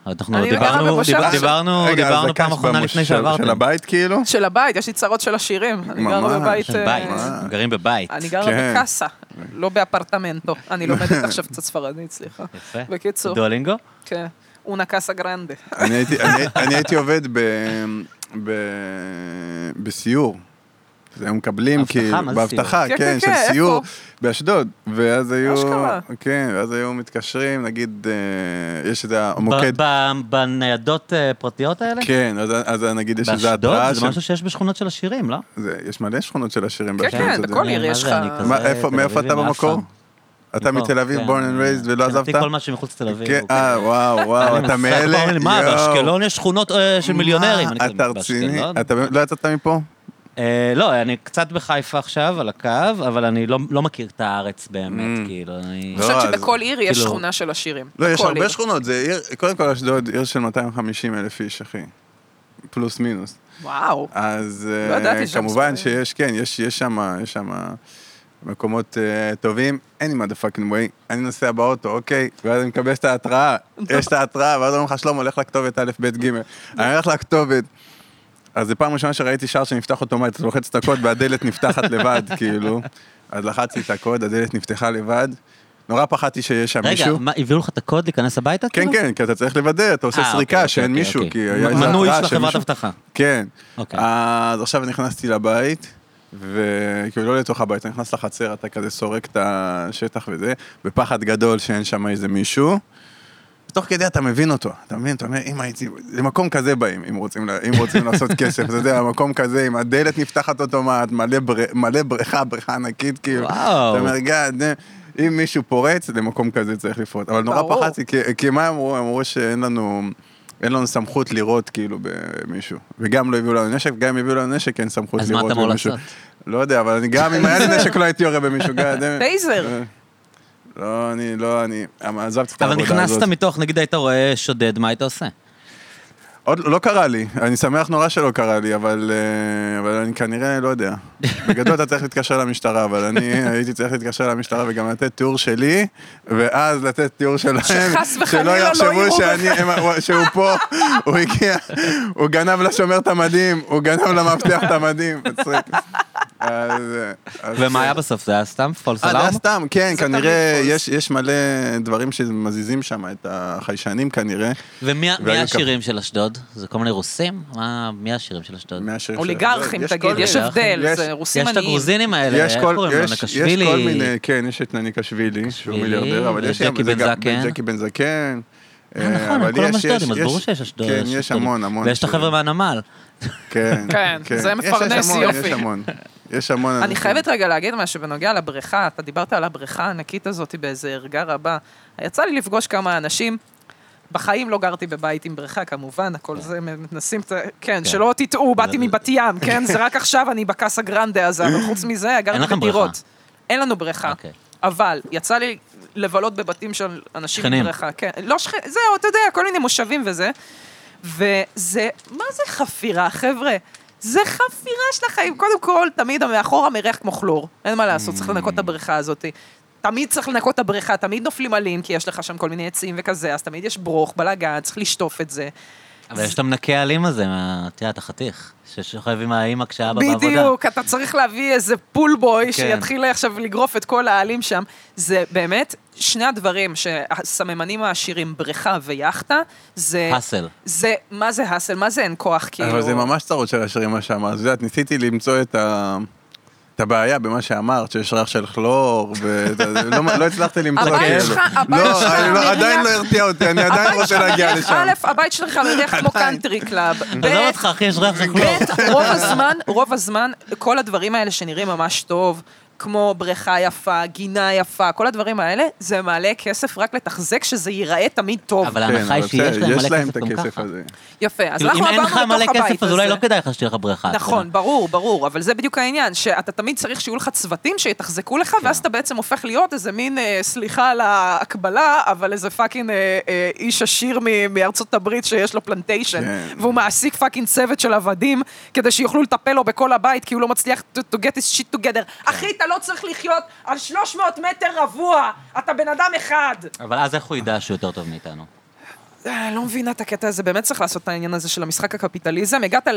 A: אנחנו
C: אני
A: דיברנו-
C: גרה במושב.
A: דיבר-
C: אה,
A: דיברנו
B: רגע, אז
A: דיברנו פעם
B: הקש
A: אחרונה
B: במושב
A: לפני שעברתם.
B: של הבית כאילו?
C: של הבית, יש לי צרות של השירים. אני גרה
B: ממש,
C: בבית...
A: של
C: אה,
A: בית,
B: אה.
A: גרים בבית.
C: אני גרה
B: כן.
C: בקאסה, לא באפרטמנטו. אני לומדת עכשיו קצת ספרדית, סליחה.
A: יפה.
C: בקיצור,
A: דואלינגו?
C: כן. אונה קאסה גרנדה.
B: אני הייתי, אני, אני הייתי עובד ב, ב, בסיור. אז היו מקבלים,
A: אבטחה,
B: כאילו,
A: מה זה
B: באבטחה, כן,
C: סיור? כן, כן,
B: של
C: כן, איפה?
B: סיור, באשדוד. ואז היו,
C: אשכרה.
B: כן, ואז היו מתקשרים, נגיד, אה, יש את המוקד,
A: ב- ב- בניידות אה, פרטיות האלה?
B: כן, אז, אז נגיד יש איזה
A: באשדוד?
B: התראה,
A: זה
B: של-
A: משהו שיש בשכונות של השירים, לא?
B: זה- יש מלא שכונות של עשירים
C: כן,
B: באשדוד,
C: כן,
B: אתה יודע.
C: בכל עיר
A: מה
C: יש
A: זה,
C: לך-
A: אני כזה
B: מה,
A: תל
B: איפה- מאיפה
A: אביבי,
B: אתה
A: מאף
B: במקור?
A: פעם.
B: אתה
A: מפה,
B: מתל אביב,
A: כן,
B: born and raised, ולא
A: מבחינתי
B: עזבת?
A: כל מה שמחוץ לתל אביב.
B: כן,
A: הוא-
B: אה, וואו, וואו,
A: אני
B: אתה
A: מנסה, כל פעם
B: מאלה?
A: אומרים, מה,
B: יואו.
A: באשקלון יש שכונות אה, של
B: מה,
A: מיליונרים. אני כן, כזה,
B: אתה רציני?
A: באשקלון?
B: אתה באמת לא יצאת מפה?
A: אה, לא, אני קצת בחיפה עכשיו, על הקו, אבל אני לא לא מכיר את הארץ
B: Mm.
A: באמת, כאילו, אני...
C: אני חושבת
B: לא, אז-
C: שבכל עיר יש
A: כאילו-
C: שכונה של השירים.
B: לא, יש
C: בכל
B: הרבה
C: עיר.
B: שכונות, זה עיר, קודם כל אשדוד, עיר של 250 אלף איש, אחי. פלוס מינוס.
C: וואו.
B: אז
C: לא
B: אה,
C: ידעתי שם
B: כמובן
C: מספרים.
B: שיש, כן, יש יש שם, יש שם מקומות אה, טובים, אין לי מה דה פאקינג ווי, אני נוסע באוטו, אוקיי, ואז אני מקבל את ההתראה, יש את ההתראה, ואז אומרים לך, שלום, הולך לכתובת א', ב', ג',
C: לא.
B: אני הולך לכתובת. אז זו פעם ראשונה שראיתי שער שנפתח אוטומטית, אתה לוחץ את הקוד והדלת נפתחת לבד, כאילו. אז לחצתי את הקוד, הדלת נפתחה לבד. נורא פחדתי שיש שם
A: רגע,
B: מישהו.
A: מה, הביאו לך את הקוד להיכנס הביתה?
B: כן,
A: כאילו?
B: כן, כי אתה צריך לוודא, אתה עושה
A: אה,
B: סריקה
A: אוקיי,
B: שאין
A: אוקיי,
B: מישהו,
A: אוקיי.
B: כי היה איזה
A: מנוי
B: התראה
A: של
B: של
A: החברת
B: מישהו.
A: אבטחה.
B: כן.
A: אוקיי.
B: אז עכשיו נכנסתי לבית, וכאילו לא לתוך הבית, אתה נכנס לחצר, אתה כזה סורק את השטח וזה, בפחד גדול שאין שם איזה מישהו. תוך כדי אתה מבין אותו, אתה מבין, אתה אומר, אם הייתי, למקום כזה באים, אם רוצים, ל- אם רוצים לעשות כסף, אתה יודע, מקום כזה, עם הדלת נפתחת אוטומט, מלא, בר, מלא בריכה, בריכה ענקית, כאילו,
A: וואו.
B: אתה אומר, גאד, אה, אם מישהו פורץ, למקום כזה צריך לפרוץ. אבל נורא
C: ברור.
B: פחדתי, כי, כי מה אמרו? אמרו שאין לנו, אין לנו סמכות לירות, כאילו, במישהו. וגם לא הביאו לנו נשק, וגם אם הביאו לנו נשק, אין סמכות
A: אז מה
B: לירות
A: אתה אמור
B: במישהו.
A: לעשות?
B: לא יודע, אבל אני גם אם היה לי נשק לא הייתי יורה במישהו, גאד. אה.
C: טייזר.
B: לא, אני, לא, אני, עזבתי את
A: אבל
B: העבודה הזאת. אה,
A: נכנסת מתוך, נגיד היית רואה שודד, מה היית עושה?
B: עוד לא קרה לי, אני שמח נורא שלא קרה לי, אבל, אה, אבל אני כנראה לא יודע. בגדול אתה צריך להתקשר למשטרה, אבל אני הייתי צריך להתקשר למשטרה וגם לתת תיאור שלי, ואז לתת תיאור שלהם,
C: שחס וחלילה
B: שלא
C: לא יראו
B: יחשבו שאני, הם- שהוא פה, הוא הגיע, הוא גנב לשומר את המדים, הוא גנב למאבטח את המדים, מצחיק. אז, אה, אז-
A: ומה היה בסוף? זה היה סתם פולס
B: אה, זה היה
A: אלארם?
B: סתם, כן,
C: זה
B: כנראה,
C: תמיד false.
B: יש, יש מלא דברים שמזיזים שם את החיישנים כנראה.
A: ומי מי
B: והיו
A: השירים של אשדוד? זה כל מיני רוסים? מה, מי השירים של אשדוד?
B: מהשיר של-
C: אוליגרכים,
B: כל
C: תגיד,
B: מיני.
C: יש הבדל,
B: יש-
C: זה רוסים
A: יש את
C: עניים.
A: הגרוזינים האלה,
B: יש
A: איך
B: כל,
A: קוראים לו?
B: יש, יש כל
A: נקשווילי?
B: מיני, כן, יש את נניקשווילי, שהוא
A: נקשווילי,
B: מיליארדר, אבל יש גם,
A: וג'קי
B: זה
A: בן
B: גם-
A: זקן.
B: וג'קי בן זקן.
A: אה,
B: אה,
A: נכון,
B: אבל
A: הם כולם
B: יש-
A: אשדודים, אז
B: יש-
A: ברור שיש אשדוד.
B: כן, יש
A: אשדודים.
B: המון, המון.
A: ויש את החבר'ה
B: אשדודים.
A: מהנמל.
B: כן,
C: כן, זה
B: יש- יש
C: מפרנס
B: המון,
C: יופי.
B: יש המון, יש המון.
C: אני
B: אנשים.
C: חייבת רגע להגיד משהו בנוגע לבריכה, אתה דיברת על הבריכה הענקית הזאת באיזה ערגה רבה. יצא לי לפגוש כמה אנשים, בחיים לא גרתי בבית עם בריכה, כמובן, הכל זה, מנסים, כן, כן, שלא תטעו,
A: זה-
C: באתי מבת ים, כן? זה רק עכשיו אני בקאסה גרנדה הזה, אבל חוץ מזה,
A: אין
C: גרתי
A: לכם
C: בדירות.
A: בריכה.
C: אין לנו בריכה.
A: אוקיי.
C: אבל יצא לי לבלות בבתים של אנשים עם
A: שכנים.
C: בריכה. כן, לא שכנים, זהו, אתה יודע, כל מיני מושבים וזה. וזה, מה זה חפירה, חבר'ה? זה חפירה של החיים. קודם כל, תמיד המאחורה מריח כמו כלור. אין מה לעשות, צריך לנקות את הבריכה הזאת. תמיד צריך לנקות את הבריכה, תמיד נופלים עלים, כי יש לך שם כל מיני עצים וכזה, אז תמיד יש ברוך, בלאגן, צריך לשטוף את זה.
A: אבל יש את המנקה האלים הזה, מה- את יודעת, החתיך, ששוכב עם האימא כשאבא בעבודה. כן.
C: בדיוק, אתה צריך להביא איזה פול בוי שיתחיל עכשיו לגרוף את כל העלים שם. זה באמת, שני הדברים שהסממנים העשירים, בריכה ויאכטה, זה...
A: האסל.
C: זה, מה זה האסל? מה זה אין כוח, כאילו?
B: אבל זה ממש צרות של השירים, מה שאמרת. את יודעת, ניסיתי למצוא את ה... את הבעיה במה שאמרת, שיש ריח של כלור, ולא לא- הצלחתי למצוא
C: הבית
B: כאלה.
C: שלך- הבית
B: לא,
C: שלך
B: אני לא-
C: מריח-
B: עדיין לא הרתיע אותי, אני עדיין לא
C: הבית
B: רוצה
C: שלך
B: להגיע
C: מריח-
B: לשם.
C: א', הבית שלך מריח כמו
B: עדיין.
C: קאנטרי קלאב.
A: עזוב
C: ב',
A: אותך, לא. אחי, יש ריח של כלום.
C: ב', רוב הזמן, רוב הזמן, כל הדברים האלה שנראים ממש טוב, כמו בריכה יפה, גינה יפה, כל הדברים האלה, זה מעלה כסף רק לתחזק שזה ייראה תמיד טוב.
A: אבל
B: כן,
A: ההנחה היא
B: אבל בסדר,
A: שיש להם
B: יש להם
A: מלא כסף
B: את
A: גם
B: הכסף
A: ככה.
B: הזה.
C: יפה, אז
A: כאילו,
C: אנחנו
A: אם אין
C: עברנו
A: לך
C: לתוך הבית הזה.
A: מלא כסף, אז אולי לא כדאי כאילו. לך שתהיה לך בריכה. אתה יודע.
C: נכון, ברור, ברור, אבל זה בדיוק העניין, שאתה תמיד צריך שיהיו לך צוותים שיתחזקו
A: כן.
C: לך, ואז אתה בעצם הופך להיות איזה מין, אה, סליחה על ההקבלה, אבל איזה פאקינג אה, אה, איש עשיר מ- מארצות הברית שיש לו פלנטיישן,
B: כן.
C: והוא מעסיק פאקינג צוות של עבדים, כדי שיוכלו לטפל לו בכל הבית, כי הוא לא מצליח to to get his shit together. אחי, אתה לא צריך לחיות על 300 מטר רבוע, אתה בן אדם אחד.
A: אבל אז איך הוא ידע שהוא יותר טוב מאיתנו?
C: אה, לא מבינה את הקטע הזה, באמת צריך לעשות את העניין הזה של המשחק הקפיטליזם. הגעת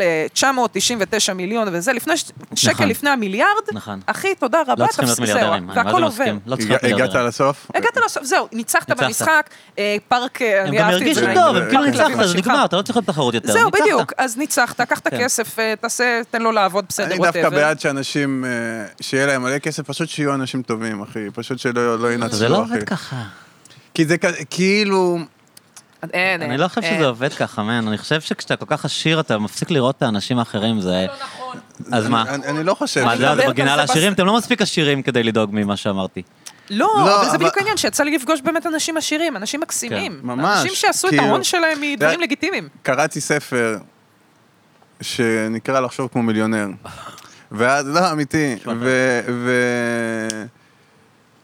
C: ל-999 מיליון וזה, לפני ש... שקל
A: נכון.
C: לפני המיליארד,
A: נכון.
C: אחי, תודה רבה,
A: לא צריכים להיות
C: תפס-
A: מיליארדרים.
C: זהו,
A: אני מה זה
C: והכל עובר.
A: מסכים? לא צריכים להיות
B: הגעת
A: מיליארדרים.
B: לסוף?
C: הגעת לסוף, זהו, ניצחת
A: ניצחת.
C: במשחק, אה, פארק, אה,
A: הם
C: אני
A: גם
C: אהבתי את
A: הרגישו
C: זה.
A: טוב,
C: פארק
A: הם כאילו
C: הכלבים
A: ניצחת, זה
C: שלך.
A: נגמר, אתה לא צריך להיות תחרות יותר.
C: אה, זהו,
A: ניצחת.
C: בדיוק, אז ניצחת, קחת
A: כן.
C: כסף, אה, תעשה, תן לו לעבוד, בסדר,
B: אני
C: whatever.
B: דווקא בעד שאנשים, אה, שיהיה להם מלא כסף, פשוט שיהיו אנשים טובים, אחי. פשוט שלא לא ינצלו, אחי.
A: זה לא עובד ככה.
B: כי זה כ- כאילו...
C: אין, אין. אה,
A: אני לא חושב
C: אין.
A: שזה עובד ככה, מן. אני חושב שכשאתה כל כך עשיר, אתה מפסיק לראות את האנשים האחרים, זה...
C: לא נכון.
A: אז מה?
B: אני- אני לא חושב.
A: מה
B: ש-
A: זה
C: מדברת על
A: בגינה
C: זה בס-
A: לעשירים? אתם לא מספיק עשירים כדי לדאוג ממה שאמרתי.
C: לא,
B: לא,
C: אבל
B: אבל-
C: זה
B: כן,
C: בדיוק העניין, שיצא לי לפגוש באמת אנשים עשירים, אנשים מקסימים.
B: ממש,
C: אנשים שעשו את
B: כאילו-
C: ההון שלהם מדברים
B: זה-
C: לגיטימיים.
B: קראתי ספר שנקרא לחשוב כמו מיליונר. ואז, לא, אמיתי. ו... ו-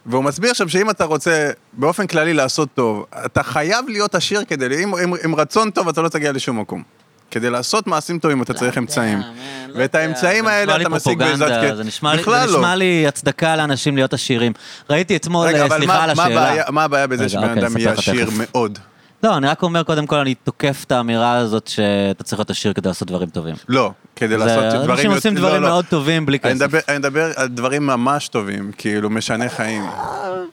B: והוא מסביר שם שאם אתה רוצה באופן כללי לעשות טוב, אתה חייב להיות עשיר כדי, עם, עם, עם רצון טוב אתה לא תגיע לשום מקום. כדי לעשות מעשים טובים
A: לא
B: אתה צריך אמצעים. ואת האמצעים האלה אתה משיג בעזרת לא.
A: כסף.
B: כסף.
A: זה נשמע לי- זה נשמע לי הצדקה לאנשים להיות עשירים. ראיתי אתמול,
B: רגע,
A: אה,
B: אבל
A: סליחה
B: מה-
A: על
B: מה
A: השאלה.
B: הבעיה- מה הבעיה בזה
A: רגע,
B: שבן
A: אוקיי,
B: אדם
A: אספר
B: יהיה
A: לך
B: עשיר
A: תכף.
B: מאוד?
A: לא, אני רק אומר, קודם כל, אני תוקף את האמירה הזאת שאתה צריך להיות עשיר כדי לעשות דברים טובים.
B: לא, כדי
A: זה-
B: לעשות דברים...
A: אנשים
B: יותר-
A: עושים
B: לא,
A: דברים
B: לא.
A: מאוד טובים בלי
B: אני
A: כסף.
B: מדבר, אני מדבר על דברים ממש טובים, כאילו, משנה חיים.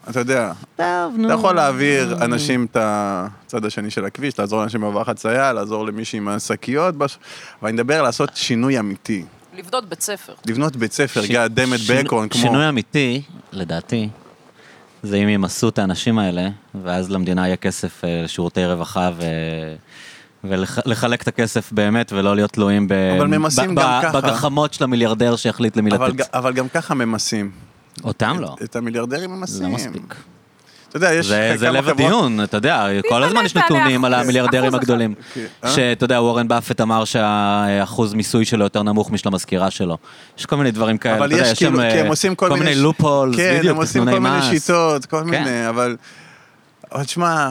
B: אתה יודע,
A: אה, טוב, נו.
B: אתה יכול להעביר אנשים את הצד השני של הכביש, לעזור לאנשים במעבר חצייה, לעזור למישהי עם השקיות, בש... אבל אני מדבר על לעשות שינוי אמיתי.
C: לבנות בית ספר.
B: לבנות בית ספר,
A: ש-
B: גאד דמת
A: שינו-
B: בקון, כמו...
A: שינוי אמיתי, לדעתי, זה אם ימסו את האנשים האלה, ואז למדינה יהיה כסף אה, לשירותי רווחה ו... ולחלק את הכסף באמת, ולא להיות תלויים ב...
B: אבל ממסים
A: ב- ב-
B: גם ככה.
A: בגחמות של המיליארדר שיחליט למי
B: אבל,
A: לתת.
B: ג- אבל גם ככה ממסים.
A: אותם לא.
B: את המיליארדרים ממסים.
A: זה לא מספיק.
B: אתה יודע, יש
A: זה, זה
B: כמה
A: לב
B: חברות-
A: הדיון, אתה יודע, כל
C: באמת
A: הזמן יש
C: תעלה
A: נתונים על
C: אחוז,
A: המיליארדרים
C: אחוז
A: הגדולים.
B: אה?
A: שאתה יודע, וורן באפט אמר שהאחוז מיסוי שלו יותר נמוך משל המזכירה שלו. יש כל מיני דברים כאלה,
B: אבל
A: אתה יודע,
B: יש כאילו,
A: שם,
B: כי הם
A: אה,
B: עושים כל מיני...
A: מיני
B: ש-
A: לופ הולס,
B: כן,
A: בדיוק,
B: הם עושים כל
A: תכנוני
B: מיני
A: מס.
B: שיטות, כל
A: כן.
B: מיני, אבל... אבל תשמע,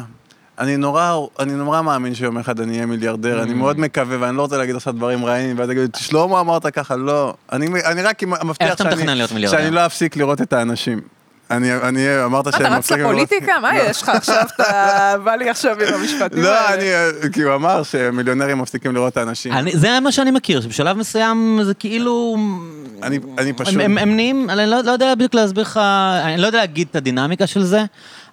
B: אני נורא, אני נורא מאמין שיום אחד אני אהיה מיליארדר,
A: Mm.
B: אני מאוד מקווה, ואני לא רוצה להגיד עכשיו דברים רעים, ואז יגידו, שלמה אמרת ככה, לא. אני אני רק
A: איך
B: מבטיח
A: אתה מתכנן להיות
B: שאני-
A: מיליארדר?
B: שאני לא אפסיק לראות את האנשים. אני אני אהיה, אמרת
C: מה,
B: שאני
C: אתה רץ
B: מפסיק לראות...
C: לפוליטיקה? מה יש לך עכשיו? אתה בא לי עכשיו עם המשפטים
B: לא,
C: האלה.
B: אני, כי הוא אמר שמיליונרים מפסיקים לראות את האנשים.
A: אני, זה מה שאני מכיר, שבשלב מסוים זה כאילו...
B: אני- אני פשוט-
A: הם, הם, הם נהיים, אני לא, לא יודע בדיוק להסביר לך, אני לא יודע להגיד את הדינמיקה של זה,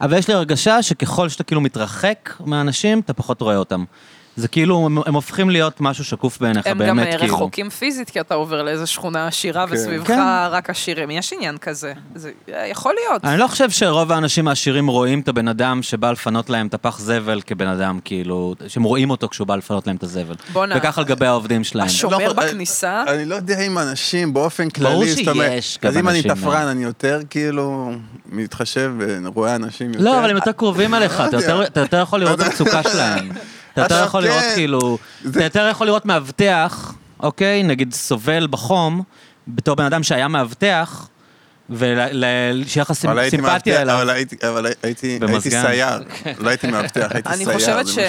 A: אבל יש לי הרגשה שככל שאתה כאילו מתרחק מהאנשים, אתה פחות רואה אותם. זה כאילו, הם, הם הופכים להיות משהו שקוף בעיניך,
C: הם
A: באמת,
C: גם אה,
A: כאילו.
C: רחוקים פיזית, כי אתה עובר לאיזו שכונה עשירה וסביבך
A: כן.
C: רק עשירים. יש עניין כזה. זה אה, יכול להיות.
A: אני לא חושב שרוב האנשים העשירים רואים את הבן אדם שבא לפנות להם את הפח זבל כבן אדם, כאילו, שהם רואים אותו כשהוא בא לפנות להם את הזבל.
C: בואנה.
A: וכך על גבי העובדים שלהם.
C: השוק. שומר
B: לא יכול-
C: בכניסה?
B: אני- אני לא יודע אם אנשים באופן כללי,
A: אה? ברור
B: זאת אומרת,
A: שיש גם
B: אז אם אני
A: אנשים,
B: תפרן,
A: אה.
B: אני יותר כאילו מתחשב ורואה אנשים יותר.
A: לא, אבל הם יותר קרובים אליך, אתה
B: יודע.
A: יותר- אתה יותר יכול לראות את המצוקה שלהם. אתה יותר
B: עכשיו,
A: יכול לראות
B: כן.
A: כאילו, אתה יותר יכול לראות מאבטח, אוקיי, נגיד סובל בחום, בתור בן אדם שהיה מאבטח, ושיהיה לך
B: אבל הייתי מאבטח,
A: סימפתיה אליו.
B: אבל הייתי- אבל הייתי
A: במזגן.
B: הייתי סייר, לא הייתי מאבטח, הייתי
C: אני
B: סייר.
C: חושבת
B: זה משהו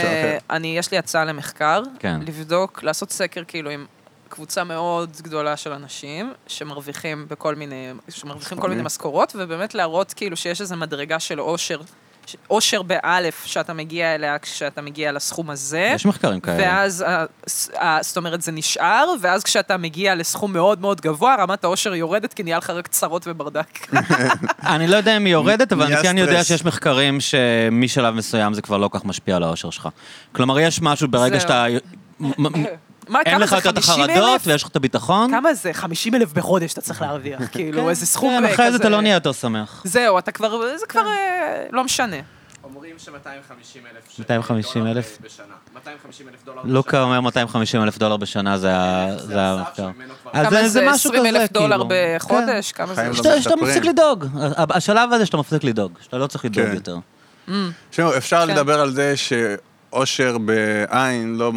B: אחר.
C: שיש לי הצעה למחקר,
A: כן.
C: לבדוק, לעשות סקר כאילו עם קבוצה מאוד גדולה של אנשים שמרוויחים בכל מיני, שמרוויחים כל מיני משכורות, ובאמת להראות כאילו שיש איזו מדרגה של עושר ש- אושר באלף שאתה מגיע אליה כשאתה מגיע לסכום הזה.
A: יש מחקרים כאלה.
C: אה? ואז, ה- ס- ה- זאת אומרת, זה נשאר, ואז כשאתה מגיע לסכום מאוד מאוד גבוה, רמת האושר יורדת, כי נהיה לך רק צרות וברדק.
A: אני לא יודע אם היא יורדת, אבל אני
B: נהיה
A: כן יודע
B: סטרס.
A: שיש מחקרים שמשלב מסוים זה כבר לא כל כך משפיע על האושר שלך. כלומר, יש משהו ברגע
C: זהו.
A: שאתה... מ- מ-
C: מה,
A: אין
C: כמה
A: לך
C: זה
A: יותר את
C: 50
A: החרדות
C: אלף?
A: ויש לך את הביטחון.
C: כמה זה? 50 אלף בחודש אתה צריך להרוויח, כאילו, איזה סכום
A: אוקיי. כן,
C: כזה.
A: אחרי זה אתה לא נהיה כן. יותר שמח.
C: זהו, אתה כבר, זה כבר אה, לא משנה.
D: אומרים ש-250 אלף ש-
A: 250
D: דולר
A: אלף.
D: בשנה. 250 אלף דולר
A: לוקה
D: בשנה.
A: אומר 250 אלף דולר בשנה זה ה-
D: זה
A: לא זה
D: הסף
A: המחקר.
D: שממנו כבר-
A: אז
C: כמה זה
A: משהו
C: 20 אלף
A: כזה,
C: דולר
A: כאילו.
C: בחודש? כמה זה?
B: חיים
A: שאתה שאתה
B: משתפרים.
A: מפסיק לדאוג. ה- השלב הזה שאתה מפסיק לדאוג, שאתה לא צריך לדאוג
B: כן.
A: יותר.
B: תשמעו, אפשר
C: כן.
B: לדבר על זה שאושר בעין לא-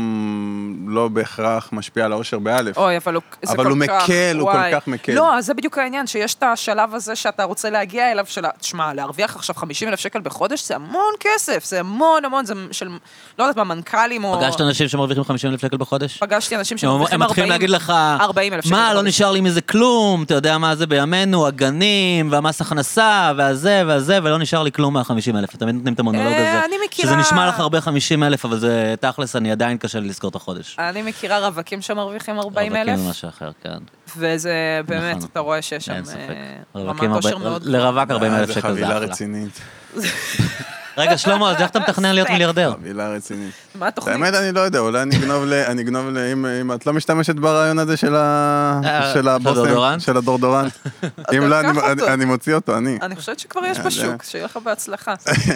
B: לא בהכרח משפיע על האושר באלף.
C: אוי, אבל הוא, זה
B: אבל
C: כל
B: הוא
C: כך,
B: מקל, הוא כל
C: וואי.
B: כך מקל.
C: לא, זה בדיוק העניין, שיש את השלב הזה שאתה רוצה להגיע אליו של... ה- תשמע, להרוויח עכשיו 50 אלף שקל בחודש זה המון כסף, זה המון המון, זה של... לא יודעת מה, מנכ"לים או...
A: פגשת אנשים שמרוויחים 50 אלף שקל בחודש?
C: פגשתי אנשים
A: הם
C: שמרוויחים 40...
A: מתחילים להגיד לך,
C: 40 אלף שקל.
A: מה, לא
C: בחודש."
A: נשאר לי מזה כלום, אתה יודע מה זה בימינו, הגנים, והמס הכנסה, והזה והזה, ולא נשאר לי כלום מה-50 אלף. תמיד נותנים את המונולוג
C: אה,
A: הזה.
C: אני מכירה-
A: שזה נשמע לך הרבה 50 אלף, אבל זה תכלס, אני עדיין קשה לי לזכור את החודש.
C: אני מכירה רווקים שמרוויחים 40 אלף,
A: רווקים לא, זה משהו אחר, כן.
C: וזה באמת,
A: נכון.
C: אתה רואה שיש שם
A: אין
C: אה,
A: ספק.
C: רמת
A: רווקים
C: עושר
A: הרבה-
C: מאוד...
A: לרווק 40
B: אה,
A: אלף
B: זה
A: שקל זה
B: חבילה
A: אחלה.
B: רצינית.
A: רגע, שלמה, אז איך אתה מתכנן להיות
C: ספק.
A: מיליארדר?
B: חבילה רצינית.
C: מה התוכנית?
B: האמת, אני לא יודע, אולי אני אגנוב ל... אני אגנוב ל... אם- אם את לא משתמשת ברעיון הזה של ה...
A: אה, של
B: של הבושם,
A: הדורדורנט?
B: של הדורדורנט. אם לא, אני-
C: קח אותו.
B: אני- אני מוציא אותו, אני.
C: אני חושבת שכבר יש
B: אה,
C: בשוק, שיהיה לך בהצלחה.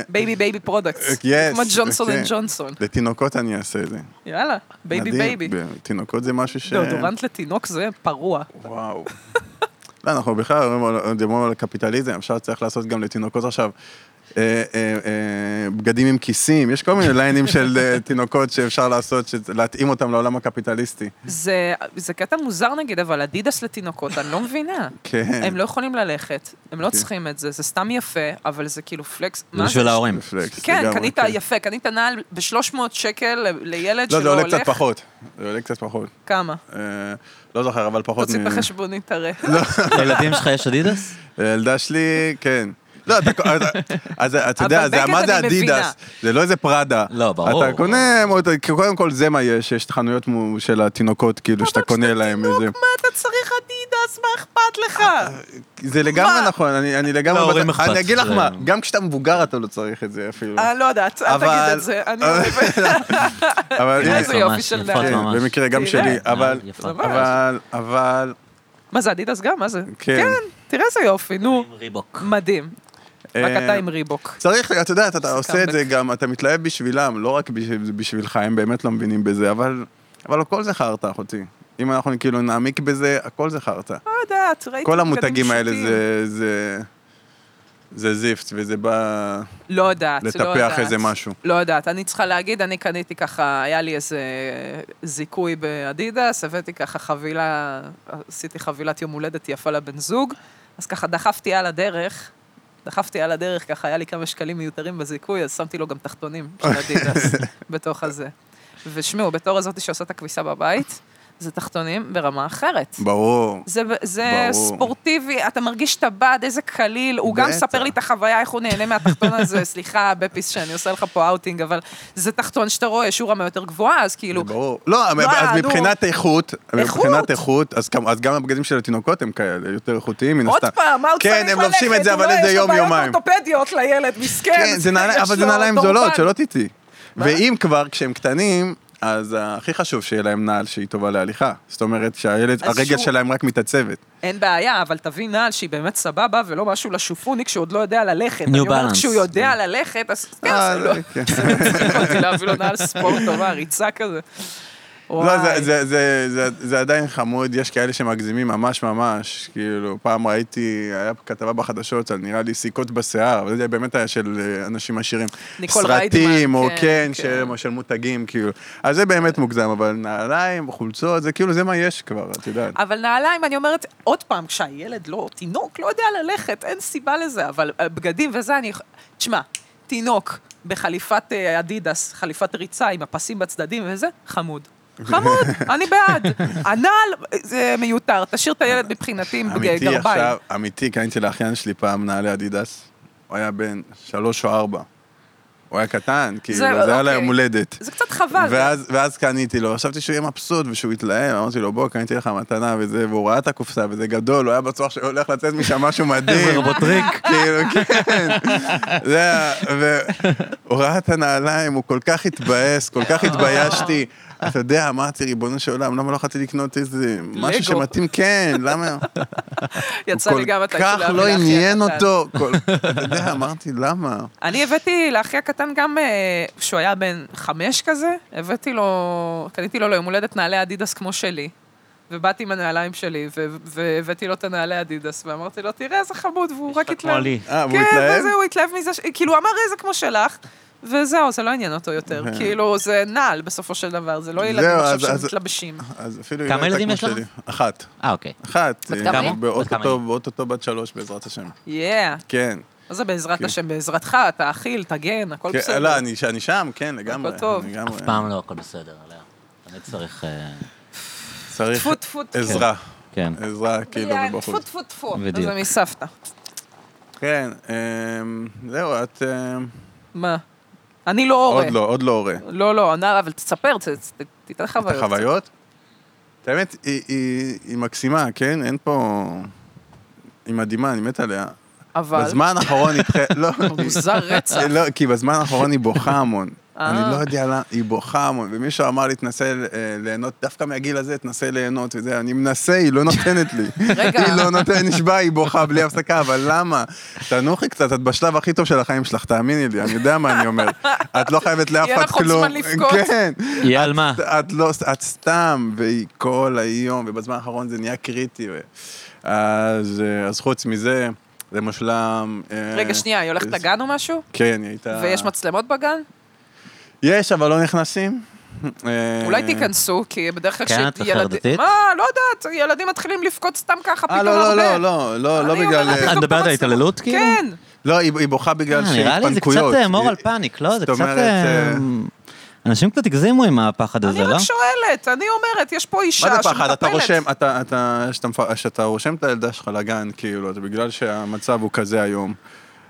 C: בייבי בייבי פרודקטס.
B: Yes,
C: כמו ג'ונסון
B: כן.
C: אנד ג'ונסון.
B: לתינוקות אני אעשה את זה.
C: יאללה, בייבי
B: מדהים.
C: בייבי.
B: ב- תינוקות זה משהו ש...
C: דאודורנט לתינוק זה פרוע.
B: וואו. לא, אנחנו בכלל אומרים על- מדברים על קפיטליזם, אפשר צריך לעשות גם לתינוקות עכשיו. אה, אה, אה, בגדים עם כיסים, יש כל מיני ליינים של אה, תינוקות שאפשר לעשות, ש- להתאים אותם לעולם הקפיטליסטי.
C: זה, זה קטע מוזר נגיד, אבל אדידס לתינוקות, אני לא מבינה.
B: כן.
C: הם לא יכולים ללכת, הם לא
B: כן.
C: צריכים את זה, זה סתם יפה, אבל זה כאילו פלקס.
A: זה
C: מה
A: בשביל ההורים.
B: רפלקס,
C: כן,
B: לגמרי,
C: קנית יפה, קנית נעל ב-300 שקל ל- לילד
B: לא,
C: שלא
B: זה עולה
C: הולך.
B: קצת פחות. זה עולה קצת פחות.
C: כמה?
B: אה, לא זוכר, אבל פחות
C: תוציא
B: מ...
C: בחשבונית הרי.
A: לילדים שלך יש אדידס?
B: לילדה שלי, כן. לא, אתה אתה- אז אתה יודע,
C: אבל
B: זה-
C: בגד
B: מה זה
C: אני מבינה.
B: אדידס? זה לא איזה פראדה.
A: לא, ברור.
B: אתה קונה, מות- קודם כל זה מה יש, יש חנויות מו- של התינוקות, כאילו, שאתה קונה להם
C: תינוק,
B: איזה...
C: מה אתה צריך אדידס? מה אכפת לך?
B: זה לגמרי
C: מה?
B: נכון, אני אני לגמרי...
A: להורים אכפת, כן.
B: אני אגיד לך
A: זה-
B: מה, גם כשאתה מבוגר אתה לא צריך את זה אפילו.
C: אני לא יודעת, אל תגיד
B: אבל-
C: את זה. אני לא
B: אבל...
C: תראה איזה
A: ממש,
C: יופי של
A: יפות
B: כן,
C: נעל.
A: ממש.
B: במקרה גם
C: תראה.
B: שלי, אבל...
A: אה, יפה.
B: אבל... אבל...
C: מה זה אדידס גם? מה זה?
B: כן.
C: כן, תראה איזה יופי, נו.
A: ריבוק.
C: מדהים. רק
B: אה,
C: אתה עם ריבוק.
B: צריך, אתה יודע, אתה עושה את זה
C: קאמבק.
B: גם, אתה מתלהב בשבילם, לא רק בשביל- בשבילך, הם באמת לא מבינים בזה, אבל אבל הכל זה חרטא, אחותי. אם אנחנו כאילו נעמיק בזה, הכל זה חרטא.
C: לא יודעת, ראיתי...
B: כל
C: בגדים
B: המותגים האלה
C: פשוטים.
B: זה... זה- זה זיפט, וזה בא...
C: לא יודעת, לא יודעת.
B: לטפח איזה משהו.
C: לא יודעת, אני צריכה להגיד, אני קניתי ככה, היה לי איזה זיכוי באדידס, הבאתי ככה חבילה, עשיתי חבילת יום הולדת יפה לבן זוג, אז ככה דחפתי על הדרך, דחפתי על הדרך, ככה היה לי כמה שקלים מיותרים בזיכוי, אז שמתי לו גם תחתונים של אדידס בתוך הזה. ושמעו, בתור הזאת שעושה את הכביסה בבית, זה תחתונים ברמה אחרת.
B: ברור.
C: זה, זה
B: ברור.
C: ספורטיבי, אתה מרגיש את הבד, איזה קליל, הוא גם
B: בטח.
C: מספר לי את החוויה, איך הוא נהנה מהתחתון הזה, סליחה, בפיס שאני עושה לך פה אאוטינג, אבל זה תחתון שאתה רואה, שהוא רמה יותר גבוהה, אז כאילו,
B: ברור. לא,
C: מה,
B: אז
C: נו.
B: מבחינת איכות,
C: איכות.
B: מבחינת איכות, אז גם- אז גם הבגדים של התינוקות הם כאלה, יותר איכותיים מן
C: עוד
B: הסתם.
C: פעם, מה הוא צריך
B: כן,
C: ללכת?
B: הם לובשים את זה, אבל
C: הוא לא,
B: איזה
C: יש לו
B: יום,
C: בעיות
B: יומיים.
C: אורתופדיות לילד, מסכן.
B: כן, זה נעליים,
C: יש
B: אבל זה
C: לו
B: נעליים
C: דורבן.
B: זולות, שלא תטעי. ואם כבר, כשהם קטנים, אז הכי חשוב שיהיה להם נעל שהיא טובה להליכה. זאת אומרת שהילד,
C: אז
B: הרגל
C: שהוא-
B: שלהם רק מתעצבת.
C: אין בעיה, אבל תביא נעל שהיא באמת סבבה, ולא משהו לשופוני כשהוא עוד לא יודע ללכת.
A: New
C: אני אומרת,
A: Balance.
C: כשהוא יודע ללכת, אז כן,
B: אה,
C: זה לא...
B: כן.
C: זה מצחיק אותי להביא לו נעל ספורט טובה, ריצה כזה.
B: לא, זה-
C: וואי.
B: זה- זה- זה- זה עדיין חמוד, יש כאלה שמגזימים ממש ממש. כאילו, פעם ראיתי, היה כתבה בחדשות על נראה לי סיכות בשיער, אבל זה באמת היה של אה, אנשים עשירים.
C: ניקול
B: סרטים,
C: ריידמן,
B: או
C: כן,
B: כן,
C: כן.
B: של- של מותגים, כאילו. אז זה באמת מוגזם, אבל נעליים, חולצות, זה כאילו, זה מה יש כבר, את יודעת.
C: אבל נעליים, אני אומרת, עוד פעם, כשהילד לא, תינוק, לא יודע ללכת, אין סיבה לזה, אבל אה, בגדים וזה, אני... תשמע, תינוק בחליפת אה, אדידס, חליפת ריצה עם הפסים בצדדים וזה, חמוד. חמוד, אני בעד. הנעל אה, זה מיותר, תשאיר את הילד מבחינתי עם בג-
B: אמיתי
C: גרביים.
B: עכשיו, אמיתי, קניתי לאחיין שלי פעם נעלי אדידס. הוא היה בן שלוש או ארבע. הוא היה קטן, כאילו,
C: זהו,
B: זה היה
C: אוקיי.
B: ליום הולדת.
C: זה קצת חבל.
B: ואז, ואז קניתי לו, חשבתי שהוא יהיה מבסוט ושהוא יתלהב, אמרתי לו, בוא, קניתי לך מתנה וזה, והוא ראה את הקופסה וזה גדול, הוא היה בטוח שהולך לצאת משם משהו מדהים.
A: רובוטריק.
B: כאילו, כן. זה היה, והוא ראה את הנעליים, הוא כל כך התבאס, כל כך התביישתי. אתה יודע, אמרתי, ריבונו של עולם, למה לא יכולתי לקנות איזה משהו
C: לגו.
B: שמתאים? כן, למה?
C: יצא לי גם
B: כל
C: אתה.
B: כך לא עניין אותו. כל- אתה יודע, אמרתי, למה?
C: אני הבאתי לאחי הקטן גם, אה, כשהוא היה בן חמש כזה, הבאתי לו, קניתי לו ליום הולדת נעלי אדידס כמו שלי. ובאתי עם הנעליים שלי, ו- והבאתי לו את הנעלי אדידס, ואמרתי לו, תראה איזה חמוד, והוא רק
A: כמו
C: התלהב.
A: לי.
B: אה, והוא
C: כן,
B: התלהב?
C: וזה, הוא התלהב מזה, ש- כאילו, הוא אמר, "אה, זה כמו שלך. וזהו, זה לא עניין אותו יותר. כאילו, זה נעל בסופו של דבר, זה לא ילדים
B: זהו,
C: עכשיו
B: אז- אז-
C: שמתלבשים.
B: אז אפילו היא
A: כמה
B: לא הייתה
A: ילדים
B: כמו
A: יש לך?
B: שלי. אחת.
A: אה, אוקיי.
B: אחת.
C: בת
B: אה,
C: כמה
A: היא? בת כמה
B: באו-טו-טו,
A: היא?
B: באו-טו-טו בת שלוש, בעזרת השם.
C: יאה.
B: כן.
C: מה זה בעזרת
B: כן.
C: השם? בעזרתך, תאכיל, תגן, הכל
B: כן,
C: בסדר.
B: לא, אני שאני שם, כן, לגמרי.
C: טוב.
B: לגמרי.
A: אף פעם לא הכל בסדר, לאה. תמיד צריך... אה,
B: צריך
C: טפו, טפו, טפו.
B: עזרה.
A: כן.
B: עזרה, כאילו,
C: יאה,
B: מבחוץ.
C: טפו, טפו, טפו.
A: בדיוק.
C: זה מסבתא.
B: כן, אמ, זהו, את אמ,
C: מה? אני לא הורה.
B: עוד לא, עוד לא הורה.
C: לא, לא, נער, אבל תספר, ת- ת- תיתן חוויות.
B: חוויות? את האמת, היא- היא היא מקסימה, כן? אין פה... היא מדהימה, אני מת עליה.
C: אבל...
B: בזמן האחרון היא... התח- לא,
C: מוזר רצח.
B: לא, כי בזמן האחרון היא בוכה המון.
C: אה.
B: אני לא יודע למה, היא בוכה המון. ומישהו אמר לי, תנסה אה, ליהנות, דווקא מהגיל הזה, תנסה ליהנות וזה. אני מנסה, היא לא נותנת לי.
C: רגע.
B: היא לא נותנת, נשבע, היא בוכה בלי הפסקה, אבל למה? תנוחי קצת, את בשלב הכי טוב של החיים שלך, תאמיני לי, אני יודע מה אני אומר. את לא חייבת לאף
C: יהיה
B: אחד
C: לך עוד
B: כלום.
C: זמן לבכות.
B: כן.
A: יהיה על מה?
B: את לא, את סתם, והיא כל היום, ובזמן האחרון זה נהיה קריטי. ו- אז אה, אז חוץ מזה, זה מושלם. אה,
C: רגע, שנייה, היא הולכת
B: אז-
C: לגן או משהו?
B: כן, היא הייתה...
C: ויש מצלמות בגן?
B: אה. יש, אבל לא נכנסים. אה,
C: אולי תיכנסו, כי בדרך כלל
A: כן,
C: שילד-
A: את חרדתית?
C: מה, לא יודעת, ילדים מתחילים לבכות סתם ככה פתאום
B: אה,
C: הרבה.
B: לא, לא, לא, לא, לא, לא
C: אני
B: בגלל...
C: אומרת,
B: אה,
A: את מדברת על
C: מצלמות.
A: התעללות, כאילו?
C: כן.
B: לא, היא היא בוכה בגלל
A: אה,
B: שהתפנקויות.
A: נראה לי זה קצת אה, מור
B: היא-
A: על פאניק, לא? זה
B: זאת
A: קצת...
B: אומרת,
A: אה,
B: אה,
A: אנשים קצת הגזימו עם הפחד הזה,
C: אני
A: לא?
C: רק שואלת, אני אומרת, יש פה אישה
B: מה זה
C: שמטפלת.
B: פחד? אתה רושם, אתה, אתה, שאתה, מפ- שאתה רושם את הילדה שלך לגן, כאילו, זה בגלל שהמצב הוא כזה היום.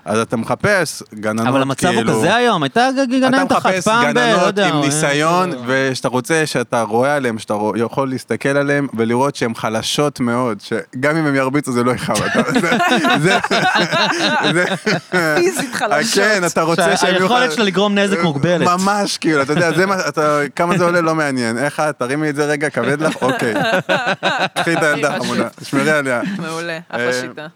B: אז אתה מחפש גננות, כאילו...
A: אבל המצב הוא כזה היום, הייתה
B: אתה
A: גננת אחת
B: מחפש
A: פעם ב... לא
B: גננות
A: יודע,
B: עם
A: אה,
B: ניסיון,
A: אה,
B: ושאתה רוצה, שאתה רואה עליהן, שאתה רוא- יכול להסתכל עליהן ולראות שהן חלשות מאוד, שגם אם הן ירביצו זה לא יכאב. אתה- זה- זה- זה- אה,
C: פיזית חלשות.
B: כן, אתה רוצה שהן יהיו
A: שהיכולת
B: חל-
A: שלה לגרום נזק מוגבלת.
B: ממש, כאילו, אתה יודע, זה מה, אתה, כמה זה עולה לא מעניין. איך את, תרימי את זה רגע, כבד לך? אוקיי. קחי את הילדה חמודה, תשמרי עליה.
C: מעולה, אחלה
B: אה,
C: שיטה.